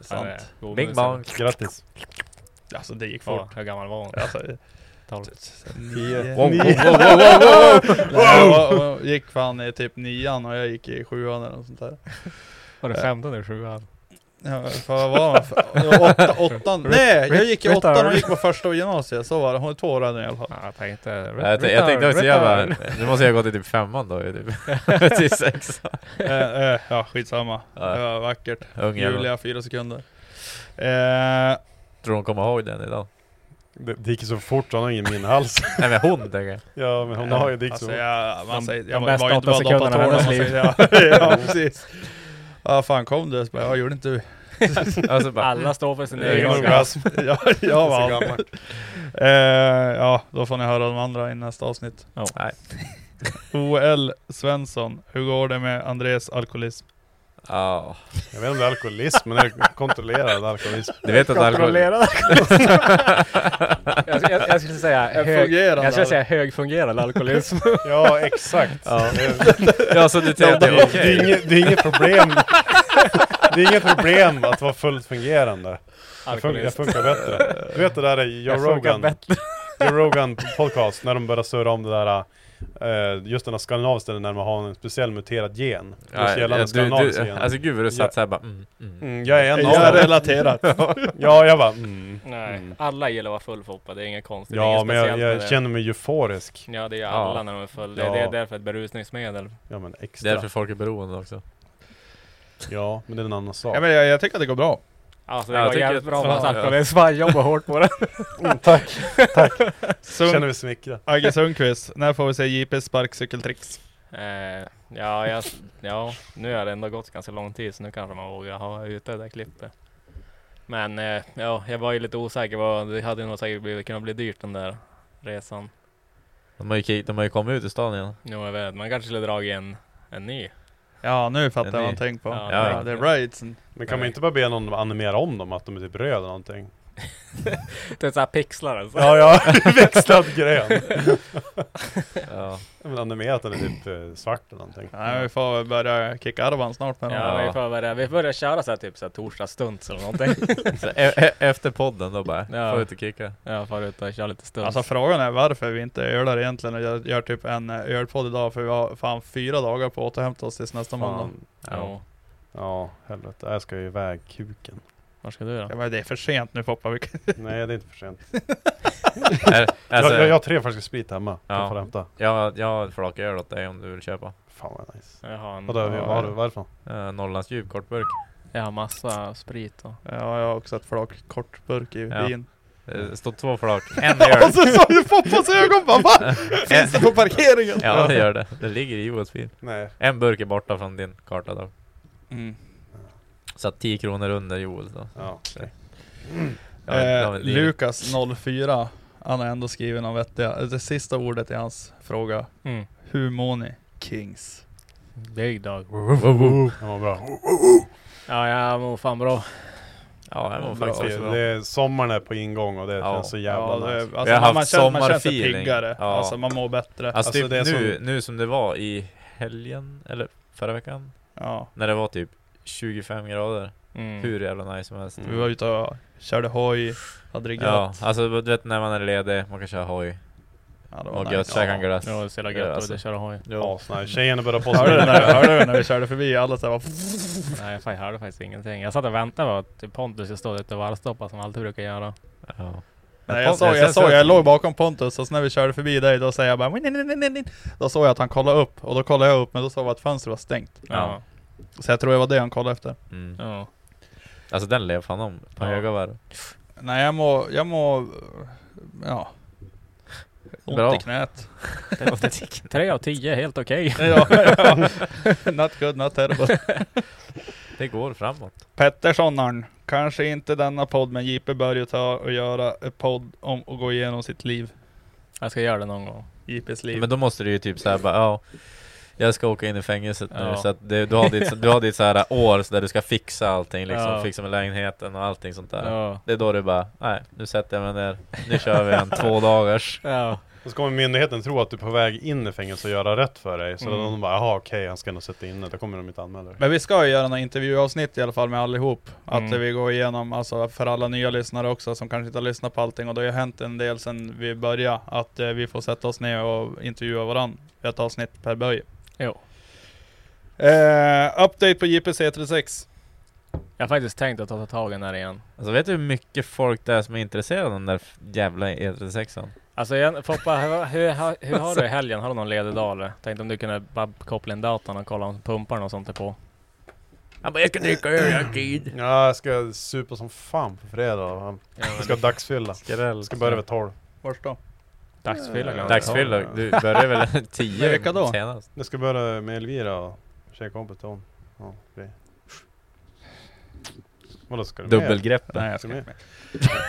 B: är sant.
A: Ja, det är
D: Bing bong!
C: Grattis.
B: Alltså det gick fort.
A: Ja, hur gammal var hon?
B: Alltså,
A: Tolv.
C: Tio.
D: Wow, wow,
C: Ni-
D: wow, wow, wow, wow.
B: nej, jag, var- jag gick fan i typ nian och jag gick i sjuan eller något sånt där.
A: Var det 15 eller 7?
B: Ja, för vad var man? För- Åtta, åttan? Nej, jag gick i åttan och gick på första gymnasiet, så var det. Hon är två år äldre i alla fall.
A: Ja, jag tänkte...
D: Ja, Jag, tänkte- jag tänkte också jag bara, nu måste jag gå till typ femman då ju, typ. till sexan.
B: Eh, eh, ja, skitsamma.
D: Ja.
B: Det var vackert.
D: Ung jävel.
B: Julia, fyra sekunder. Eh,
D: Tror hon kommer ihåg den idag?
C: Det, det gick ju så fort, han har ingen min hals.
D: Nej men hon tänker jag.
C: Ja men hon har ju dikt så.
B: alltså, jag, man
A: De-
B: säger,
A: de
B: jag
A: bästa
B: var ju inte
A: åtta
B: bara
A: sekunderna
B: doppat
A: av
B: tårna,
A: hennes
B: man
A: liv.
B: säger, ja, ja, precis. Ja, fan kom du? Så bara, Ja, gjorde inte du?
D: Alltså bara,
A: Alla står för sin
D: Det är
A: egen
D: nog
A: skatt.
D: bra.
B: ja, jag
C: Så
B: vann.
C: gammalt.
B: Eh, ja, då får ni höra de andra i nästa avsnitt.
D: nej.
B: OL Svensson, hur går det med Andres alkoholism?
D: Ja.
C: Jag vet inte om det är alkoholism, men det är kontrollerad alkoholism.
D: Du vet att alkohol...
A: Kontrollerad jag, jag, jag skulle säga
B: En
A: hög,
B: fungerande
A: jag skulle säga högfungerande alkoholism.
C: Ja exakt.
D: Ja.
C: Det,
D: Ja så du
C: det,
D: tänkte
C: det,
D: okej.
C: är inget, det är inget problem. Det är inget problem att vara fullt fungerande. Jag funkar, jag
A: Alkoholist.
C: funkar bättre. Du vet det där i Joe
A: Jag funkar
C: Rogan,
A: bättre.
C: Joe Rogan podcast, när de börjar surra om det där eh, Just den här skandinaviska när man har en speciell muterad gen. Just
D: Ja, ja,
C: gällande
D: du, du,
C: skandinaviska
D: alltså
C: gen.
D: gud vad du
C: Ja.
D: satt såhär bara mm, mm.
C: Mm, jag är en av
B: Jag
C: dem.
B: relaterar.
C: Ja, jag bara mm.
A: Nej,
C: Mm.
A: alla gillar att vara full Foppa. Det är inget konstigt. det är
C: Ja,
A: inget
C: men jag,
A: speciellt med
C: jag
A: det.
C: känner mig euforisk.
A: Ja, det är ju
D: Ja.
A: alla när de är full. Det, det
C: Ja.
A: är därför ett berusningsmedel.
C: Ja, men extra.
D: Därför folk är beroende också.
C: Ja, men det är en annan sak.
B: Ja, men jag, jag tycker att det går bra.
A: Alltså det
D: Ja, jag
A: var
D: tycker
A: jävligt
D: att-
A: bra om hans
D: ja, ja.
A: alkoholism. Han jobbar hårt på det.
C: Mm, tack.
B: Sund-
C: Känner mig smickrad.
B: Agge Sundqvist, när får vi se JP sparkcykeltricks?
A: Eh, ja, jag, ja, nu har det ändå gått ganska lång tid så nu kanske man vågar ha ute det där klippet. Men eh, ja, jag var ju lite osäker. Vad, det hade nog säkert blivit, kunnat bli dyrt den där resan.
D: De har ju, ki- de har ju kommit ut i stan igen.
A: Jo, jag vet. Man kanske skulle dra en, en ny.
B: Ja, nu fattar jag
D: Den
B: vad
D: är-
B: han tänker på.
A: Ja,
B: Ja,
D: ja.
B: det är right.
C: Men kan man inte bara be någon animera om dem, att de är typ röda eller någonting?
A: Det är såhär pixlar alltså.
C: Ja, ja, växlad grön.
D: Ja.
C: Jag vill animera att den är typ eh, svart eller någonting.
B: Nej, vi får väl börja kicka arvan snart med ja.
A: Ja,
D: Ja.
A: vi får börja, vi börjar köra såhär typ såhär torsdagsstunt eller någonting.
D: Så e- e- efter podden då bara,
A: Ja.
D: får ut och kicka.
A: ja, far ut och kör lite stunt.
B: Alltså frågan är varför vi inte ölar egentligen och gör, gör typ en eh, ölpodd idag för vi har fan fyra dagar på att återhämta oss tills nästa måndag.
C: Fan.
A: ja.
C: Ja, helvete. Jag ska ju iväg kuken.
A: Var ska du då?
B: Ja, men det är för sent nu Foppa. Vi kan-
C: Nej, det är inte för sent.
D: Är- Alltså,
C: jag, jag, jag har tre flaskor sprit hemma.
D: Ja.
C: Jag får hämta.
D: jag, jag har flaköl åt dig om du vill köpa.
C: Fan vad nice.
A: Jag har, en,
D: Mm.
C: Vadå, vad har du? Varifrån?
D: Uh, Norrlands djup, kortburk.
A: jag har massa sprit och...
B: Ja, jag har också ett flak kortburk i
D: Ja.
B: vin.
D: Det står två flak, en öl.
B: Och så såg ju Foppas ögon bara "Va? Finns Alltså, det på parkeringen?
D: Ja det gör det, det ligger i Joels bil.
C: Nej.
D: En burk är borta från din karta då.
B: Mm.
D: Så att 10 kronor under Joel då.
C: Ja. okej.
D: Ja, det var
B: eh,
D: väl det.
B: Lukas 04, han har ändå skrivit något vettiga. Det sista ordet i hans fråga.
A: Mm.
B: Hur mår ni? Kings.
A: Big dog.
C: Det var bra.
A: Ja, jag mår fan bra.
D: Ja jag mår
C: Det
D: faktiskt också
C: är,
D: bra.
C: det är, sommaren är på ingång och det
D: Ja.
C: känns så jävla
B: det-
C: nice.
B: alltså,
D: Vi har
B: man, man,
D: haft
B: känner, man känner sig
D: sommarfeeling.
B: piggare.
D: Ja.
B: Alltså man mår bättre.
D: Alltså,
C: Alltså,
D: typ
C: det är
D: nu, nu som det var i helgen, eller förra veckan?
B: Ja.
D: När det var typ 25 grader.
A: Mm.
D: Hur jävla nice som helst.
C: Mm.
B: Vi var ute och körde hoj, hade det gött.
D: Ja, alltså du vet när man är ledig, man kan köra hoj.
B: Ja, det var
D: Och
B: nice.
D: gött, käka en glass.
A: Ja, det är så jävla
D: Ja,
A: gött att
D: alltså.
A: du kör hoj.
D: Ja.
C: Asnice. Tjejerna börjar på sig.
B: Hörde du när, hörde du när vi körde förbi? Alla så här bara...
A: Nej, fan, jag hörde faktiskt ingenting. Jag satt och väntade på att typ Pontus skulle stå ute och varvstoppa som han alltid brukar göra.
D: Ja.
B: Nej, jag, såg, jag, såg, jag låg bakom Pontus och så när vi körde förbi dig då säger jag bara "Nin, nin, nin, nin, nin." Då såg jag att han kollade upp och då kollade jag upp men då såg jag att fönstret var stängt.
D: Ja.
B: Så jag tror det var det han kollade efter.
D: Mm.
A: ja.
D: Alltså den lev fan om, på
A: Ja.
D: höga varv.
B: Nej jag mår, jag mår... Ja. Ont
D: Bra.
B: i knät.
A: Tre av tio, helt okej.
B: ja, ja. Not good, not terrible.
D: Det går framåt.
B: Petterssonarn. Kanske inte denna podd, men Jippe bör ju ta och göra en podd om att gå igenom sitt liv.
A: Jag ska göra det någon gång.
B: Jippes liv.
D: Men då måste du ju typ såhär bara, ja. Jag ska åka in i fängelset nu,
A: Ja.
D: så att det, du har ditt, du har ditt så här år så där du ska fixa allting liksom,
A: Ja.
D: fixa med lägenheten och allting sånt där.
A: Ja.
D: Det är då du bara, nej, nu sätter jag mig ner, nu kör vi en två dagars.
A: Ja.
C: Och så kommer myndigheten tro att du är på väg in i fängelse och göra rätt för dig. Så
A: Mm.
C: de bara, jaha okej, han ska nog sitta inne. Då kommer de inte anmäla dig.
B: Men vi ska ju göra några intervjuavsnitt i alla fall med allihop. Att
A: Mm.
B: vi går igenom, alltså för alla nya lyssnare också som kanske inte har lyssnat på allting. Och det har ju hänt en del sedan vi började, att eh, vi får sätta oss ner och intervjua varandra. Ett avsnitt per böj.
A: Jo.
B: Eh, update på JPC36.
A: Jag har faktiskt tänkt att ta tag i den här igen.
D: Alltså vet du hur mycket folk det är som är intresserade av den där jävla E E36an?
A: Alltså jag, Foppa, hur, hur, hur har du i helgen? Har du någon ledig dag eller? Tänkte om du kunde bara koppla in datorn och kolla om pumparna och sånt är på.
D: Han bara, jag kan dricka öl, jag har tid.
C: Ja, jag ska supa som fan på fredag. Jag ska ha dagsfylla.
D: Skräll.
C: Jag ska börja vid 12.
B: Vars då?
A: Dagsfylla kan
D: Dagsfylla, du började väl
B: Men
D: tio
B: vilka då?
D: senast?
C: Jag ska börja med Elvira och tjejkompis till hon. Ja, grej. Vadå ska du med?
D: Dubbelgreppet.
B: Nej, jag ska
C: Ska
B: inte
C: med?
B: med.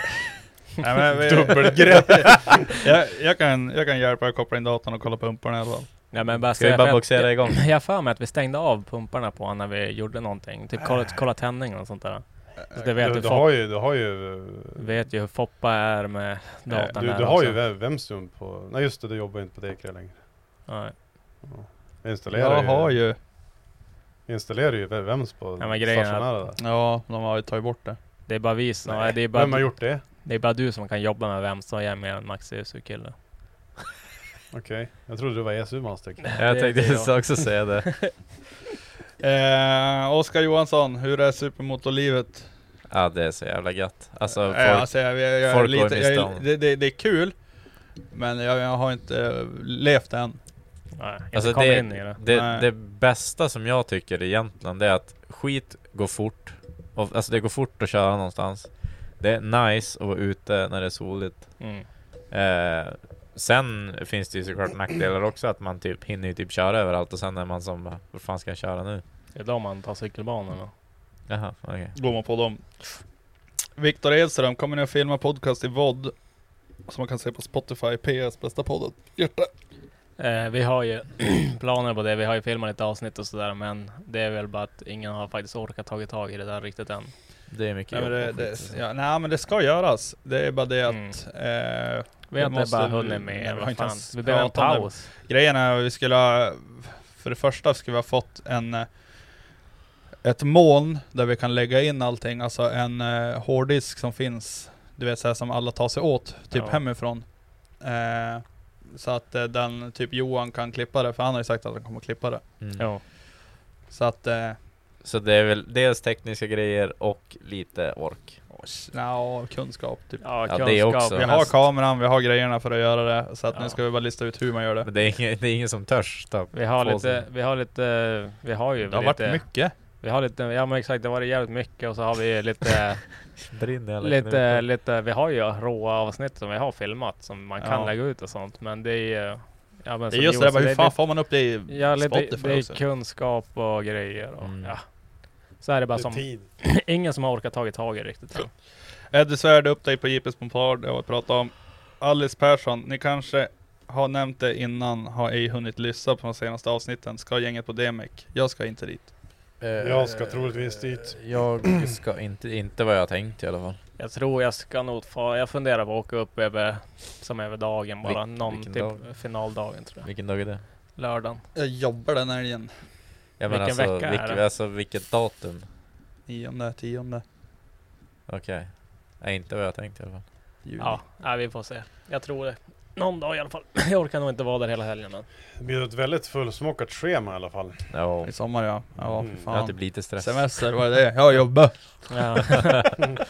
B: Nej, men vi,
C: Dubbelgrepp!
B: jag, jag, kan, jag kan hjälpa er att koppla in datorn och kolla pumparna i alla fall.
A: Ja, men bara
D: Ska vi
A: säga,
D: bara
A: för
D: boxera
A: jag,
D: igång?
A: jag har för mig att vi stängde av pumparna på honom när vi gjorde någonting. Typ kolla, kolla tändningen och sånt där. Så det vet
C: du,
A: du,
C: du
A: Foppa-
C: har ju, du har ju...
A: Vet ju hur Foppa är med
C: eh,
A: datorn
C: Du,
A: där
C: du har
A: också.
C: ju Web- Websum på... Nej just det, du jobbar ju inte på Dekra längre.
A: Nej.
C: Jag installerar
B: Jag har
C: ju...
B: ju...
C: Installerar ju Web- Wems på
A: Ja, men grejen är att-
C: stationära där.
B: Ja, de har ju tagit bort det.
A: Det är bara vi som... Nej, det, är bara,
C: Vem har
A: du-
C: gjort det?
A: det är bara du som kan jobba med vem som är med en Max ESU-kille.
C: Okej. Jag trodde du var ESU Master.
D: Jag
A: Det-
D: tänkte
A: det är jag.
D: också säga det.
B: Eh, Oskar Johansson, hur är supermotorlivet?
D: Ja det är så jävla gött. Alltså folk,
B: Eh, alltså, jag, jag, jag, är
D: folk går
B: lite,
D: miste
B: jag, är-
D: om.
B: det, det, det är kul, men jag, jag har inte eh, levt än.
A: Nej, inte
D: alltså
A: komma
D: det,
A: in i det.
D: det,
B: Nej.
D: det bästa som jag tycker egentligen det är att skit går fort. Och, alltså det går fort att köra någonstans. Det är nice att vara ute när det är soligt.
A: Mm.
D: Eh, sen finns det ju såklart nackdelar också att man typ hinner ju typ köra överallt och sen är man som bara, vad fan ska jag köra nu?
A: Det är då man tar cykelbanorna.
D: Jaha, okej.
B: Går man på dem. Viktor Edström, kommer ni att filma podcast i VOD? Som man kan se på Spotify, PS, bästa podden. Hjärta.
A: Eh, vi har ju planer på det. Vi har ju filmat lite avsnitt och sådär. Men det är väl bara att ingen har faktiskt orkat tagit tag i det där riktigt än.
D: Det är mycket
B: Nej men
D: jobb
B: det,
D: och
B: det,
D: skit och så.
B: ja, nej men det ska göras. Det är bara det att...
A: Mm.
B: Eh,
A: Vi har
B: Det
A: inte
B: måste
A: bara
B: vi-
A: hunnit
B: nej,
A: med.
B: vi har
A: Vad
B: inte
A: fan.
B: ens
A: Vi behöver en
B: pratat om det.
A: paus.
B: Grejen är att vi skulle ha, för det första skulle vi ha fått en eh, ett moln där vi kan lägga in allting, alltså en eh, hårddisk som finns, du vet så här som alla tar sig åt, typ
A: Ja.
B: hemifrån. Eh, så att eh, den, typ Johan kan klippa det, för han har ju sagt att han kommer klippa det.
D: Mm.
A: Jo.
B: Så att, eh,
D: Så det är väl dels tekniska grejer och lite ork.
B: ja, kunskap typ.
A: Ja,
D: Ja,
A: kunskap.
D: det också.
B: Vi
D: Ja,
B: har
D: mest-
B: kameran, vi har grejerna för att göra det, så att nu
A: Ja.
B: ska vi bara lista ut hur man gör det.
D: Men det är ingen, det är ingen som törs ta
A: Vi har
D: på
A: lite,
D: sig.
A: vi har lite, vi har ju
B: Det har varit
A: lite,
B: mycket.
A: vi har lite, ja men exakt det var det jävligt mycket och så har vi lite,
D: Brinner alla
A: lite,
D: knutar.
A: lite, vi har ju råa avsnitt som vi har filmat som man kan
B: Ja.
A: lägga ut och sånt men det är ju- ja, men
D: Alltså,
B: Det är
A: som
B: just det
A: Johan
B: där,
A: sa,
B: bara, hur fan
A: lite-
B: får man upp det i
A: Ja, lite,
B: Spotify
A: det är
B: också?
A: kunskap och grejer och
D: Mm.
A: ja. Så är det bara
C: Det är
A: som,
C: tid.
A: ingen som har orkat tagit tag i det riktigt. än.
B: Eddie Svärd, upptag på JP's Pompard, det har vi pratat om. Alice Persson, ni kanske har nämnt det innan, har ej hunnit lyssna på de senaste avsnitten. Ska gänget på DMEC? Jag ska inte dit.
C: Jag ska troligtvis dit.
D: Eh, Jag ska inte, inte vad jag tänkt i alla fall.
A: Jag tror jag ska nog få, jag funderar på att åka upp över, som över dagen bara,
D: Vil-
A: någon
D: vilken
A: typ
D: dag?
A: finaldagen tror jag.
D: Vilken dag är det?
A: Lördagen.
B: Jag jobbar den helgen.
D: Ja, men
A: Vilken
D: alltså,
A: vecka är
D: vilk,
A: det?
D: Alltså vilket datum?
B: Nionde, tionde
D: Okej. Nej, inte vad jag tänkt i alla fall.
B: juli.
A: Ja, nej, vi får se. Jag tror det. Någon dag i alla fall. Jag orkar nog inte vara där hela helgen men.
C: Det blir ett väldigt fullsmockat schema i alla fall.
D: Ja,
B: I sommar ja. Ja, fy
C: Mm.
D: det har typ
B: fan.
D: lite stress.
B: Semester, vad är det? Jag jobbar.
A: Ja.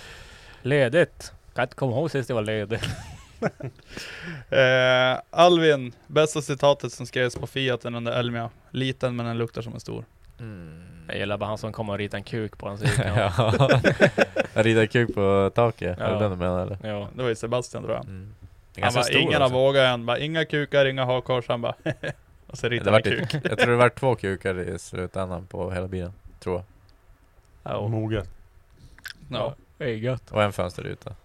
A: Ledigt. Kan inte komma ihåg sist det var ledigt.
B: Eh, Alvin, bästa citatet som skrevs på Fiaten under Elmia. Liten men den luktar som en stor.
D: Mm.
A: Jag gillar bara han som kommer och ritar en kuk på hans ja.
D: ja. Rida kuk på taket, är
A: Ja.
D: det den du menar eller?
A: ja.
B: Det var ju Sebastian tror jag.
D: Mm. Den är
B: Han
D: ganska
B: bara,
D: stor
B: ingen har
D: alltså.
B: vågat än. Bara, inga kukar, inga hakkors. Han bara, och så
D: det
B: ritar han
D: vart
B: kuk.
D: ett, Jag tror det var två kukar i slutändan på hela bilen, tror jag.
A: Ja,
C: Moget.
B: Ja.
E: Det är gött.
D: Och en fönsterruta.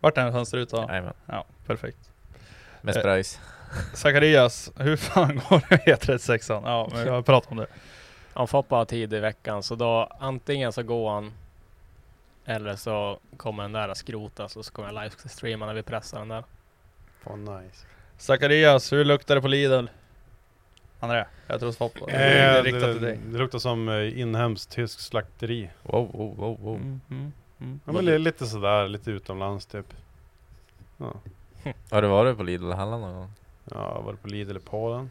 B: Vart den fönsterrutan?
D: Jajamän.
B: Ja, perfekt.
D: Med
B: Eh.
D: sprays.
B: Zacharias, hur fan går det med E36an? Ja, men jag har pratat om det.
A: om Foppa har tid i veckan så då antingen så går han eller så kommer den där att skrotas och så kommer jag livestreama när vi pressar den där.
C: Fan nice.
B: Zacharias, hur luktar det på Lidl? André, jag tror Svoppa. Det är
C: Eh, det,
B: riktat till
C: det,
B: dig.
C: det luktar som eh, inhemskt tysk slakteri.
D: Wow, wow, wow, wow.
A: Mm.
C: Ja, men det är lite sådär, lite utomlands typ. Ja,
D: Har du varit på Lidl och handlat någon gång?
C: ja var det på Lidl i Polen?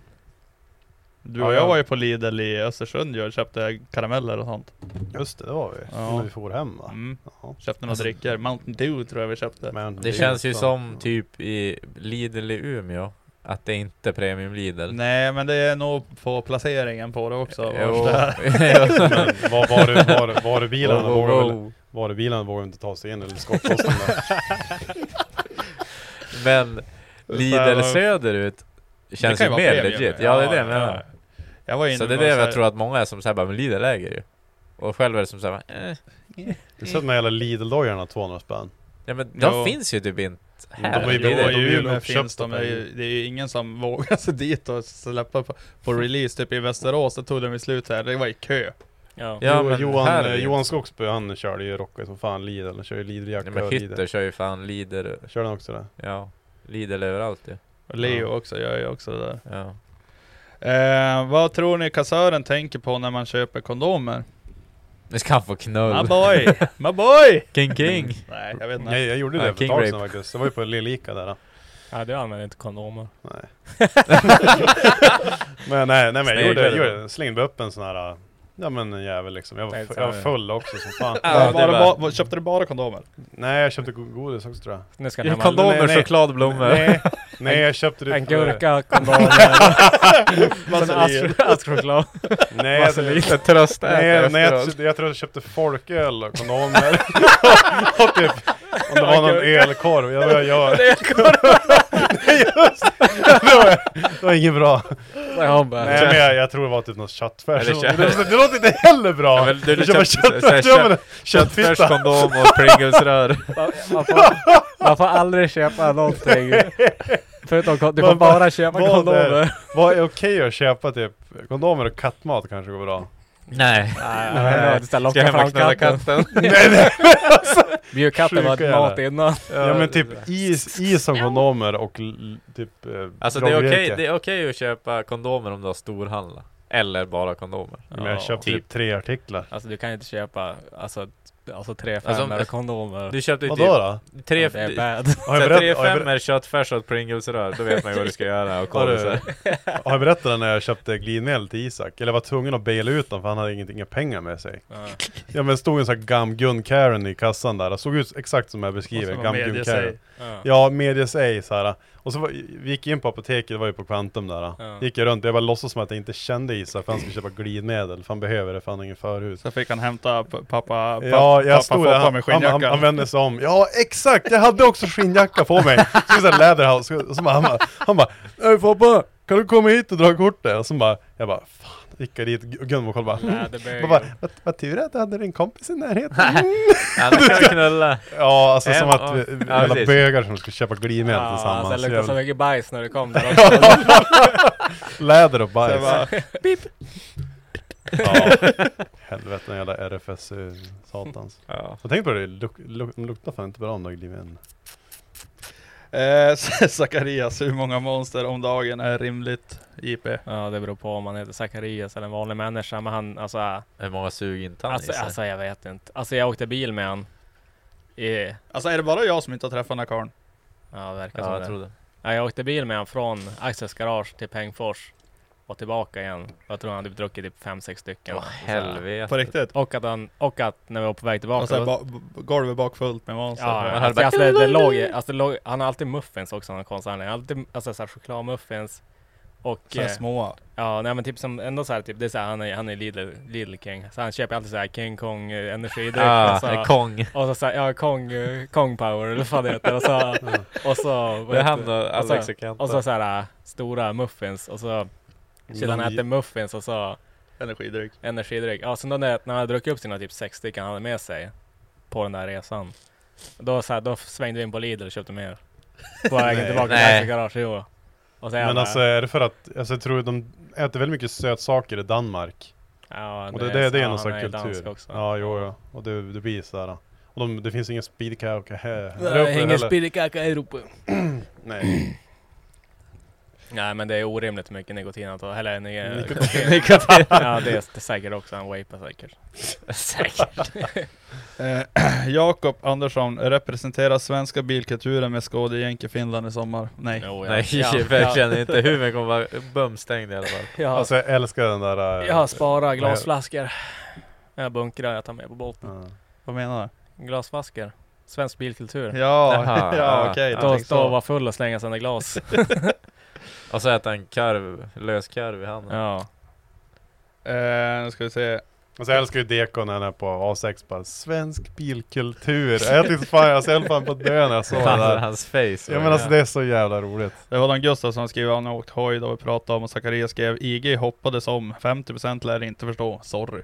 B: Du och jag var ju på Lidl i Östersund ju och köpte karameller och sånt.
C: Just det, det var vi.
B: Ja.
C: Innan vi for hem va?
B: Mm.
C: Ja.
B: Köpte några
D: Alltså-
B: drycker, Mountain Dew tror jag vi köpte.
C: Men
D: Det känns ju
C: så-
D: som typ i Lidl i Umeå, att det inte är premium Lidl.
B: Nej men det är nog på placeringen på det också.
D: Jo.
B: Vars det är.
C: Men var, var, var, varubilarna
D: Wow, wow,
C: vågar väl
D: wow.
C: varubilarna vågar inte ta sig in eller skottlossna där.
D: Men Lidl söderut
B: Det
D: känns
B: kan
D: ju
B: vara
D: mer
B: premium.
D: legit. Ja, det är det jag menar.
B: ja. Jag var inne
D: Så det är
B: på
D: det
B: så här-
D: jag tror att många är som såhär bara, men Lidl äger ju. Och själv är det som såhär, eh,
C: Du sett de här jävla Lidl-dojorna, 200 spänn?
D: ja men de
B: Jo.
D: finns ju typ inte
C: De
D: här.
C: var ju
D: Det är
C: bra
D: det.
C: de är ju
B: Umeå
C: uppköpta
B: finns de,
C: på
B: det är ju- det är ju ingen som vågar sig dit och släppa på, på release. Typ i Västerås, där tog de ju slut här, det var i kö.
A: Ja.
D: Ja,
C: Jo,
D: men här
C: Johan,
D: är det
C: eh,
D: ju-
C: Johan Skogsby han körde ju rocket som fan Lidl, han körde Lidl-jacka
D: Ja, men
C: och Lidl.
D: Hytter kör ju fan Lidl,
C: Körde han också det?
D: ja. Lidl överallt ju.
B: Och Leo också gör ju också det där.
D: Ja.
B: Eh, vad tror ni kassören tänker på när man köper kondomer?
D: Nu ska han få
B: My
D: knull.
B: boy! My boy!
D: King King!
B: Nej, jag vet inte.
C: Nej, jag gjorde
D: Ja,
C: det för
D: King
C: ett tag
D: Rape.
C: sedan faktiskt. Det var ju på Lillika där. då.
A: ja, du använder inte kondomer.
C: Nej. men nej, nej men jag gjorde,
D: Sneglade
C: jag
D: då?
C: gjorde, slängde upp en sån här, äh, ja men en jävel liksom. Jag var,
A: Nej, så
C: fu- jag var
A: är det.
C: full också som fan.
D: Ja,
B: Var-
D: det
B: var
D: är
B: det
D: bara-
B: ba- var- köpte du bara kondomer?
C: Nej jag köpte go- godis också tror jag.
A: Nu ska
D: Ja,
A: den hemma.
D: kondomer,
C: nej, nej.
D: chokladblommor.
C: Nej, nej jag köpte det
A: En
C: för-
A: gurka, kondomer, sen
B: Vaselin.
A: ask- askchoklad.
C: Nej, alltså, jag, nej,
D: Lite tröst
C: nej, jag, jag, tror jag köpte folköl och kondomer. och typ, om det var någon ölkorv. Jag, jag, jag, det var inget bra.
E: Ja, bara,
C: Nej men jag, jag tror det var typ någon köttfärs.
D: Eller kött.
C: Det, det, det låter inte heller bra!
D: Ja, men du- du
C: Jag köper
D: köpte-
C: kött-
D: så här,
C: ja, men
D: Köttfärs,
C: köttfitta.
D: kondom och Pringles-rör.
E: Man, man, får, man får aldrig köpa någonting. Förutom kon- du
C: Vad-
E: får bara köpa
C: vad är-
E: kondomer.
C: Vad är okej att köpa typ? Kondomer och kattmat kanske går bra.
D: Nej.
E: Nej,
C: Nej.
E: nej, nej.
D: Ska
E: Locka
D: jag hem
E: fram
D: och knulla
E: katten.
D: katten?
E: Bjöd katten
C: Sjuka
E: var
C: jävlar.
E: mat innan.
C: Ja, men typ is, is som kondomer och l- typ eh,
D: Alltså det är okej
C: drogdrinkar.
D: det är okej att köpa kondomer om du har storhandla. Eller bara kondomer.
C: Men jag köpte typ tre artiklar.
A: Alltså du kan ju inte köpa alltså, t- alltså tre
D: Alltså, om-
A: femmor kondomer.
D: Du köpte ju
C: Vadå då?
D: typ tre,
A: ja, det är bad.
C: Har jag,
D: såhär tre
C: berätt, har, jag berätt,
D: femmor, köttfärs och ett Pringles-rör. Då vet man ju vad du ska göra och
C: Har du-
D: kompisar.
C: har jag berättat det när jag köpte glidmedel till Isak? Eller var tvungen att baila ut dem för han hade inget, inga pengar med sig.
A: Ja.
C: Ja men stod en sån här gam gun Karen i kassan där, det såg ut exakt som jag beskriver,
B: Och så
C: gam
B: medger
C: gun
B: sig.
C: Karen.
A: Ja.
C: Ja, medias A så här. Och så var, vi gick in på apoteket, det var ju på Quantum där.
A: Ja.
C: Gick jag runt, jag bara låtsas som att jag inte kände Isak för han skulle köpa glidmedel, för han behöver det, för han har ingen förhud.
B: Så fick han hämta p- pappa, pappa,
C: Ja, jag
B: pappa
C: stod
B: Foppa
C: där, han,
B: med
C: han, han,
B: skinnjackan.
C: han vände sig om. Ja, exakt! Jag hade också skinnjacka på mig. Så såhär läderhouse, och så bara, han bara, han bara Hej Foppa, kan du komma hit och dra kortet? Och så bara, jag bara, fan, gick jag dit, och Gunvor kollade bara, "Mm."
A: Läderbögen.
C: Jag bara, vad, vad tur att du hade din kompis i närheten.
D: Annars kan du knulla.
C: Ja, alltså
D: En
C: som att vi,
D: och-
C: vi-
D: ja,
C: alla
D: precis.
C: bögar som ska köpa glidmedel
A: Ja,
C: tillsammans.
A: Alltså, det luktade så
C: Jävla-
A: mycket bajs när du kom där också.
C: Läder och bajs.
B: Jag bara,
C: Ja. Helvete, den jävla RFS-satans.
D: Ja.
C: Jag tänkte på det, luk, luk, de luktar fan inte bra om de glidmedel.
B: Eh, Zacharias, hur många monster om dagen är rimligt? JP?
A: Ja det beror på om man heter Zacharias eller en vanlig människa. Men han alltså,
D: Hur många sug inte han
A: alltså,
D: i sig?
A: alltså jag vet inte. Alltså jag åkte bil med han. I,
B: Alltså är det bara jag som inte har träffat den här karln?
A: ja det verkar
D: Ja,
A: som
D: jag
A: det.
D: tror det.
A: Ja, jag åkte bil med honom från Axels garage till Pengfors och tillbaka igen. Och jag tror han hade druckit typ 5-6 stycken.
D: Åh
A: Så här.
B: På
D: helvete.
B: riktigt?
A: Och att, han, och att när vi var på väg tillbaka.
B: Och så här,
A: då-
B: ba- b- golvet bakfullt med monster?
A: ja,
D: hade
A: alltså,
D: bara-
A: alltså, det låg, alltså, det låg, han har alltid muffins också av någon konstig anledning. Han har Alltid alltså, så här, chokladmuffins. Och,
B: Så här
A: eh,
B: små.
A: Ja, nej men typ som ändå så här, typ, det är så här, han är, han är Lidl, Lidl King. Så han köper alltid så här King Kong eh, energidryck.
D: Ah,
A: och så,
D: en kong.
A: och så, så här, ja Kong, eh, Kong Power eller vad fan det heter. Och så, och så, vad
D: Det
A: heter-
D: är han och
A: och så-
D: Alex och
A: och så
D: Kenta.
A: så här äh, stora muffins och så, så han
C: Någon-
A: äter muffins och så
B: Energidryck.
A: energidryck. Ja, sen då när, när han hade druckit upp sina typ sex stycken han hade med sig på den där resan. Då, så här, då svängde vi in på Lidl och köpte mer. På vägen
C: Nej.
A: tillbaka till
D: Nej.
A: Axel garage, jo. Och sen,
C: Men alltså är det för att, alltså, jag tror de äter väldigt mycket sötsaker i Danmark.
A: ja,
C: Och det, det, det är någon
A: han
C: sån
A: ju dansk
C: kultur.
A: Också.
C: Ja, jo, jo. Och det, det blir sådär. Och de, det finns ingen speedkaka här.
A: spirikaka i Europa.
C: Nej.
A: Nej men det är orimligt hur mycket nikotin han tar. Eller nej,
C: Nikotin.
A: nikotin. ja det är, det är säkert också. Han vapar säkert. säkert.
B: Eh, Jakob Andersson representerar svenska bilkulturen med skådejänk i Finland i sommar. Nej.
A: Jo, ja.
D: Nej,
A: Ja,
D: verkligen inte. Huvudet kommer vara bumstängd i alla fall.
A: Ja.
C: Alltså jag älskar den där... eh,
A: Jag har sparat glasflaskor. Jag bunkrar, jag tar med på båten.
C: ja.
B: Vad menar
A: Glasflaskor. Svensk
B: du?
A: bilkultur.
B: Ja,
D: Jaha,
B: ja
D: ja.
B: okej. du
A: Då,
B: tänker så.
A: då var full och slänga sina glas.
D: Och så äter han karv, löskarv i handen.
A: ja.
B: Eh, nu ska vi se.
C: Alltså jag älskar ju Dekon när han är på A6 bara Svensk bilkultur. Jag tyckte fan, jag höll fan på att dö när jag såg det
D: Fan,
C: där.
D: hans face.
C: Ja men alltså det är så jävla roligt.
B: Det var den Gustav som skrev han har åkt hoj då vi pratade om och Zacharias skrev IG hoppades om 50% lär inte förstå, sorry.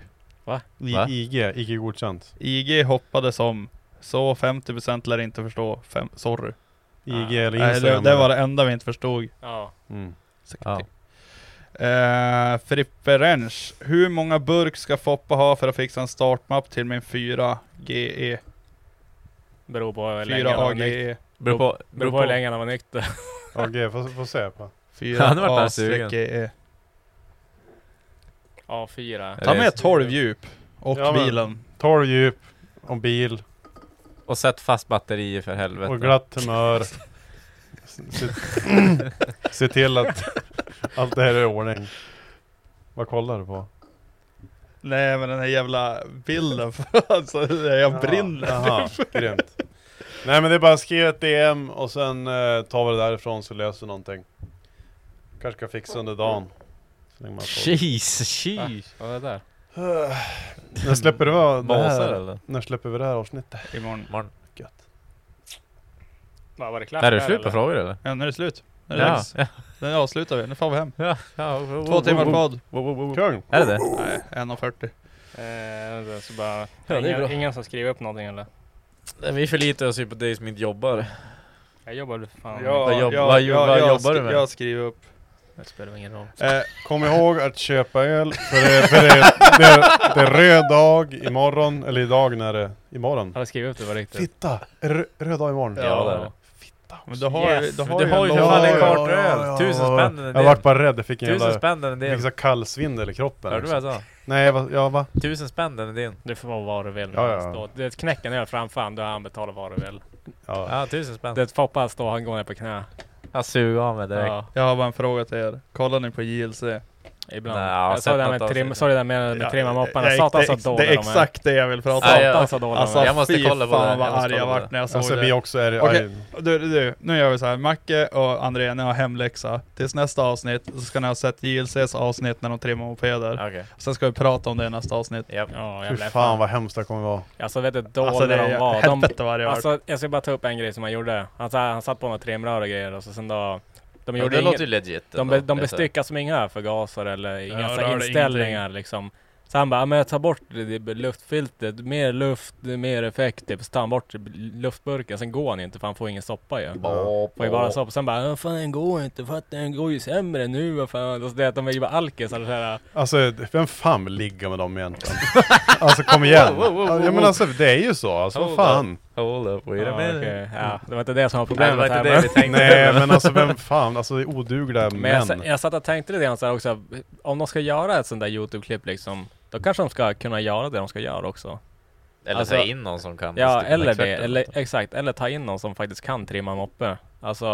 C: I,
D: Va?
C: IG, icke godkänt.
B: IG hoppades om, så 50% lär inte förstå, Fem, sorry.
C: IG
A: Ah.
C: eller
B: Nej, det,
C: Instagram.
B: det var det enda vi inte förstod.
A: ja.
C: Mm.
D: Ja.
B: Eh, Frippe Rensch, hur många burk ska Foppa ha för att fixa en startmapp till min E? 4 GE?
A: Beror på hur länge
B: 4
A: han var nykter.
B: AGE?
D: Beror på,
A: Beror på hur länge han var nykter.
C: Okej, får, får se på.
B: 4
D: Han vart han sugen.
B: AGE.
A: A4.
B: Ta
D: det-
B: med 12 djup och
C: Ja, men-
B: bilen.
C: 12 djup, och bil,
D: Och sätt fast batterier för helvete.
C: och glatt humör. Se, se- se till att allt det här är i ordning. Vad kollar du på?
B: Nej men den här jävla bilden, alltså jag brinner.
C: Jaha, grymt. Nej men det är bara skriva ett DM och sen eh, tar vi det därifrån så löser vi någonting. Kanske kan fixa under dagen. Så länge man får-
D: Jeez,
A: Va?
D: sheesh.
A: Vad var det där?
C: när släpper du det
D: Basar
C: här?
D: eller?
C: När släpper vi det här avsnittet?
B: Imorgon.
D: Imorgon.
A: Vad var det klart?
D: Är det
A: där,
D: slut på
A: eller?
D: frågor eller?
B: Ja, nu är det slut. Nu är det
D: Ja.
B: dags. Nu avslutar vi, nu får vi hem.
D: ja, ja. oh,
B: Två timmars podd.
C: Kung!
D: Är det det?
B: Nej, 1.40.
A: Eh, det är så bara,
D: det är
A: ingen,
D: bra.
A: ingen som skriver upp någonting eller?
D: Nej, vi förlitar oss ju på dig som inte jobbar.
A: Jag jobbar väl för fan.
D: Vad jobb- vad jo- vad jobbar du med?
B: Jag skriver upp.
A: Det spelar väl ingen roll.
B: Eh,
C: Kom ihåg att köpa öl, för det, för det, det, det är röd dag imorgon, eller idag när det... Imorgon?
A: Har du skrivit upp det var riktigt?
C: Fitta! Är det röd dag imorgon?
B: Ja,
D: det är det.
B: men du har,
D: Yes,
B: du
D: men
B: har
D: du har ju
B: en
D: för
B: lång-
D: fan en
C: Ja,
D: kvart
C: ja,
D: öl.
C: ja, ja,
D: Tusen
C: ja.
D: spänn är en
C: Jag
D: del.
C: vart bara rädd, jag fick en
D: Tusen
C: jävla...
D: spänn den
C: Jag
D: är
C: fick
D: din.
C: så kallsvindel i kroppen.
D: Hörde du vad jag sa?
C: Nej, jag var, jag var,
D: Tusen spänn den är din.
A: Du får vara vad du vill.
C: Ja, ja.
A: Stå- Det är ett knäcken öl framför han, då han betalar vad du vill.
C: ja.
D: Ja, tusen
A: Det är
D: spänn.
A: ett Foppa han står, han går ner på knä.
D: Han suger av mig direkt.
A: Ja,
B: Jag har bara en fråga till er. Kollar ni på JLC?
A: ibland.
D: Nej, jag har
A: jag sa
D: sett
A: det där
D: något
A: med, trim,
D: avsnitt.
A: sa det där med, med trimma mopparna.
B: Ja,
A: Satan
B: det-
A: så
B: Det
A: dåliga
B: är
A: de är.
B: exakt det jag vill prata om.
D: Ja,
A: Satan så dåliga de
B: Alltså
A: är.
D: jag måste
B: fy
D: kolla på det.
B: fan
D: Jag
B: vad
D: måste
B: arg
D: kolla
B: jag
D: på
B: vart
D: det.
B: när jag såg
C: Alltså
B: det.
C: vi också är...
B: Okej. Du, du, du, nu gör vi så här. Macke och André, ni har hemläxa. Tills nästa avsnitt så ska ni ha sett JLCs avsnitt när de trimmar mopeder.
D: Okej.
B: Sen ska vi prata om det i nästa avsnitt.
D: Japp.
A: Ja,
C: Fy
A: jävla
C: fan vad hemskt det kommer vara.
A: Alltså vet du dåliga
B: Alltså det
A: de
B: är
A: var. De,
B: helvete vad arg jag vart.
A: alltså, jag ska bara ta upp en grej som han gjorde. Han, sa- han satt på något trimrör och grejer och så sen då... De
D: Ja,
A: gjorde
D: det
A: inget,
D: låter ju legit.
A: de,
D: ändå.
A: be, de
D: Det är så här.
A: bestyckas med inga förgasare eller inga
B: Ja,
A: så
B: rör
A: här
B: det
A: inställningar liksom. Så han bara, "Ja, men jag tar bort det, det blir luftfiltret, mer luft, det är mer effekt. Typ. Så tar han bort luftburken, sen går han inte för han får ingen soppa ju. Får ju bara soppa, sen bara "Ja, fan den går inte för att den går ju sämre nu vad fan. Alltså, det är att de är ju bara alkisar och sådär.
C: Alltså vem fan vill ligga med dem egentligen? alltså kom igen.
D: Wow, wow, wow, wow,
C: Ja men
D: wow.
C: alltså det är ju så. Alltså vad
D: Hold
C: fan.
D: Hold up, wait
A: Ja,
D: a minute.
A: okej. ja, det var inte det som var
D: Nej, det
A: problemet
D: var inte
A: här.
D: det vi
A: Men,
D: tänkte.
C: Nej men alltså vem fan. Alltså det är odugliga
A: men jag,
C: män.
A: sa- jag satt och tänkte lite grann så här också. Om de ska göra ett sånt där Youtube-klipp liksom. Då kanske de ska kunna göra det de ska göra också.
D: Eller
A: Alltså-
D: ta in någon som kan.
A: Ja,
D: Skulle kunna
A: eller det.
D: experten.
A: Eller, exakt. Eller ta in någon som faktiskt kan trimma moppe. Alltså,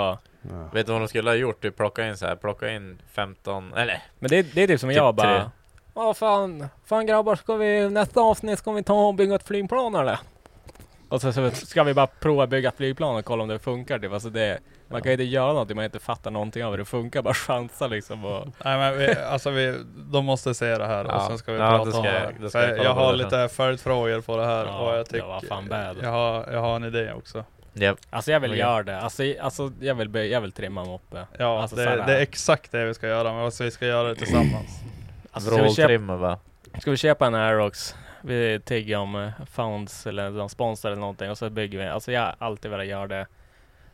C: Ja.
D: Vet du vad de skulle ha gjort? Du plocka in så här, plocka in 15, eller
A: men det, det är typ som
D: Typ
A: jag
D: tre.
A: bara. Vad fan, fan grabbar, ska vi nästa avsnitt ska vi ta och bygga ett flygplan eller? Och så, så ska vi bara prova bygga ett flygplan och kolla om det funkar typ. Alltså det, man kan ju inte göra någonting man inte fattar någonting av hur det funkar. Bara chansa liksom. Och,
B: Nej men vi, alltså vi, de måste se det här och
D: Ja.
B: sen ska vi
D: Ja,
B: prata
D: det ska
B: om det
D: jag-
B: här.
D: det
B: Jag,
D: ska jag kolla
B: jag
D: på
B: har
D: det sen.
B: lite följdfrågor på det här
A: Ja,
B: och jag
A: det var fan bad.
B: tycker... Jag har, jag har en idé också.
D: Japp.
A: Alltså jag vill
D: Okej.
A: göra det. Alltså, alltså jag, vill, be- jag vill trimma moppe.
B: Ja,
A: Alltså,
B: det,
A: sådär.
B: det är exakt det vi ska göra, men alltså, vi ska göra det tillsammans.
A: Alltså, ska, vi köpa,
D: Vråltrimmer va?
A: ska vi köpa en Aerox? Vi tigger om eh, founds eller någon sponsor eller någonting och så bygger vi. Alltså jag har alltid velat göra det.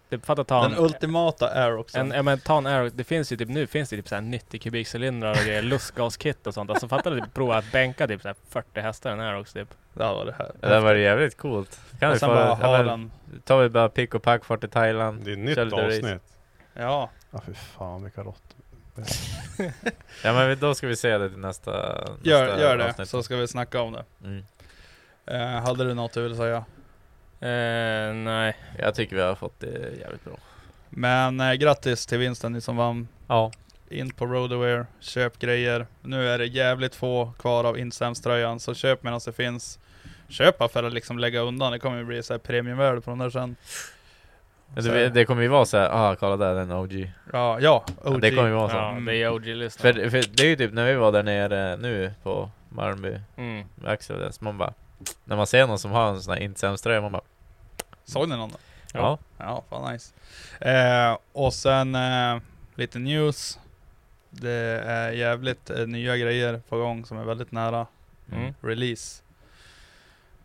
A: det fattar ta
B: Den
A: en,
B: ultimata Aeroxen.
A: en, ja, men ta en Aerox. Det finns ju typ nu finns det typ så här 90 kubikcylindrar och grejer, lustgaskit och sånt. Alltså fattar du typ prova att bänka typ så här 40 hästar i en Aerox typ.
B: Ja, vad det här.
D: Det där var ju jävligt coolt. Kan
B: och
D: vi
B: sen
D: få,
B: bara ha
D: ja, men,
B: den.
D: tar vi bara pick och pack fart till Thailand.
C: Det är ett nytt
D: Kör lite race.
C: avsnitt.
B: Ja.
C: Ja fy fan vilka råttor.
D: Ja men vi- då ska vi se det till nästa, nästa
B: Gör, gör det,
D: avsnitt.
B: så ska vi snacka om det.
D: Mm.
B: Eh, hade du något du ville säga?
A: Eh, nej.
D: Jag tycker vi har fått det jävligt bra.
B: Men eh, grattis till vinsten, ni som vann.
D: Ja.
B: In på Roadaware, köp grejer. Nu är det jävligt få kvar av Insems-tröjan, så köp medan det finns. Köpa för att liksom lägga undan, det kommer ju bli så här premiumvärde på den där sen.
D: Men
B: Så-
D: det, det kommer ju vara så här, ah kolla där, den OG.
B: Ja, ja,
D: Ja,
B: OG.
D: det kommer ju vara så.
A: Ja, det
D: Mm.
A: är OG-lyssnare.
D: För, för det är ju typ när vi var där nere nu på Malmö,
A: Mm.
D: med Axel och det, så man bara När man ser någon som har en sån här inte sämst tröja, man bara
B: Såg ni någon då?
D: ja.
B: Ja, fan nice. Eh, och sen eh, lite news. Det är jävligt eh, nya grejer på gång som är väldigt nära
A: Mm.
B: release.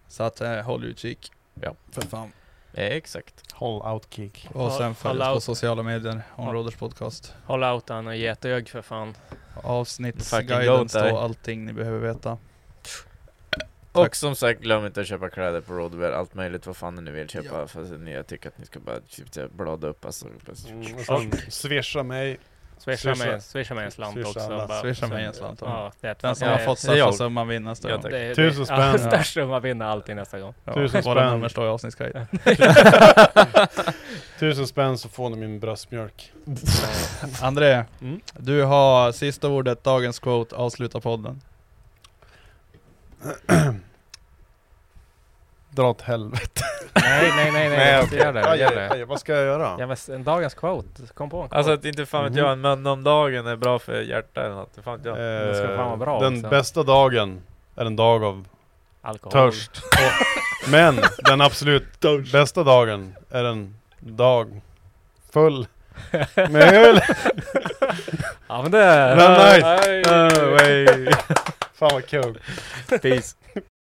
B: Så att eh, håll utkik.
D: Ja.
B: För fan.
D: ja, exakt.
C: Hold out kick.
B: Och
A: Håll-
B: sen följ
A: håll
B: oss på
A: out.
B: sociala medier, On
A: Ja.
B: Roaders Podcast.
A: Håll out han och getög för fan.
D: Fucking goat
B: Avsnittsguiden
D: där.
B: står allting ni behöver veta. Tack.
D: Och som sagt, glöm inte att köpa kläder på Roadwear, allt möjligt vad fan ni vill köpa
B: Ja.
D: för ni, jag tycker att ni ska bara typ, så här blada upp alltså.
C: Mm, och sen swisha mig.
A: Swisha mig,
C: Swisha.
A: swisha mig en slant
C: Swisha
A: också.
C: alla.
A: bara-
B: Swisha mig en slant.
A: Ja, det är
B: Den som
D: Ja,
B: har
D: ja.
B: fått
D: Ja,
B: största
D: jag-
B: summan vinner nästa
D: Ja,
B: gång.
D: tack.
A: det-
C: Tusen
A: det-
C: spänn.
A: Ja, största summa vinner alltid nästa gång.
B: Ja,
C: Tusen
B: Våra
C: spänn.
B: nummer står i avsnittsguiden.
C: Tusen spänn så får ni min bröstmjölk.
B: André,
C: Mm.
B: du har sista ordet, dagens quote, avsluta podden.
C: Dra åt helvete.
E: Nej, nej, nej, nej.
C: Nej,
E: jag måste göra det.
C: Aj,
E: Gör
C: aj,
E: det.
C: aj, vad ska jag göra?
E: Ja, men s- en dagens quote. Kom på en quote.
D: Alltså att inte fan vet jag, en mun om dagen är bra för hjärta eller något, det fan vet jag.
C: Eh,
E: det ska fan vara bra
C: den
E: också.
C: bästa dagen är en dag av
A: Alkohol.
C: törst. Och, men den absolut bästa dagen är en dag full med öl.
E: Ja, men det...
C: Bland night.
E: Aj.
C: Oh, way. Fan vad kul.
D: Peace.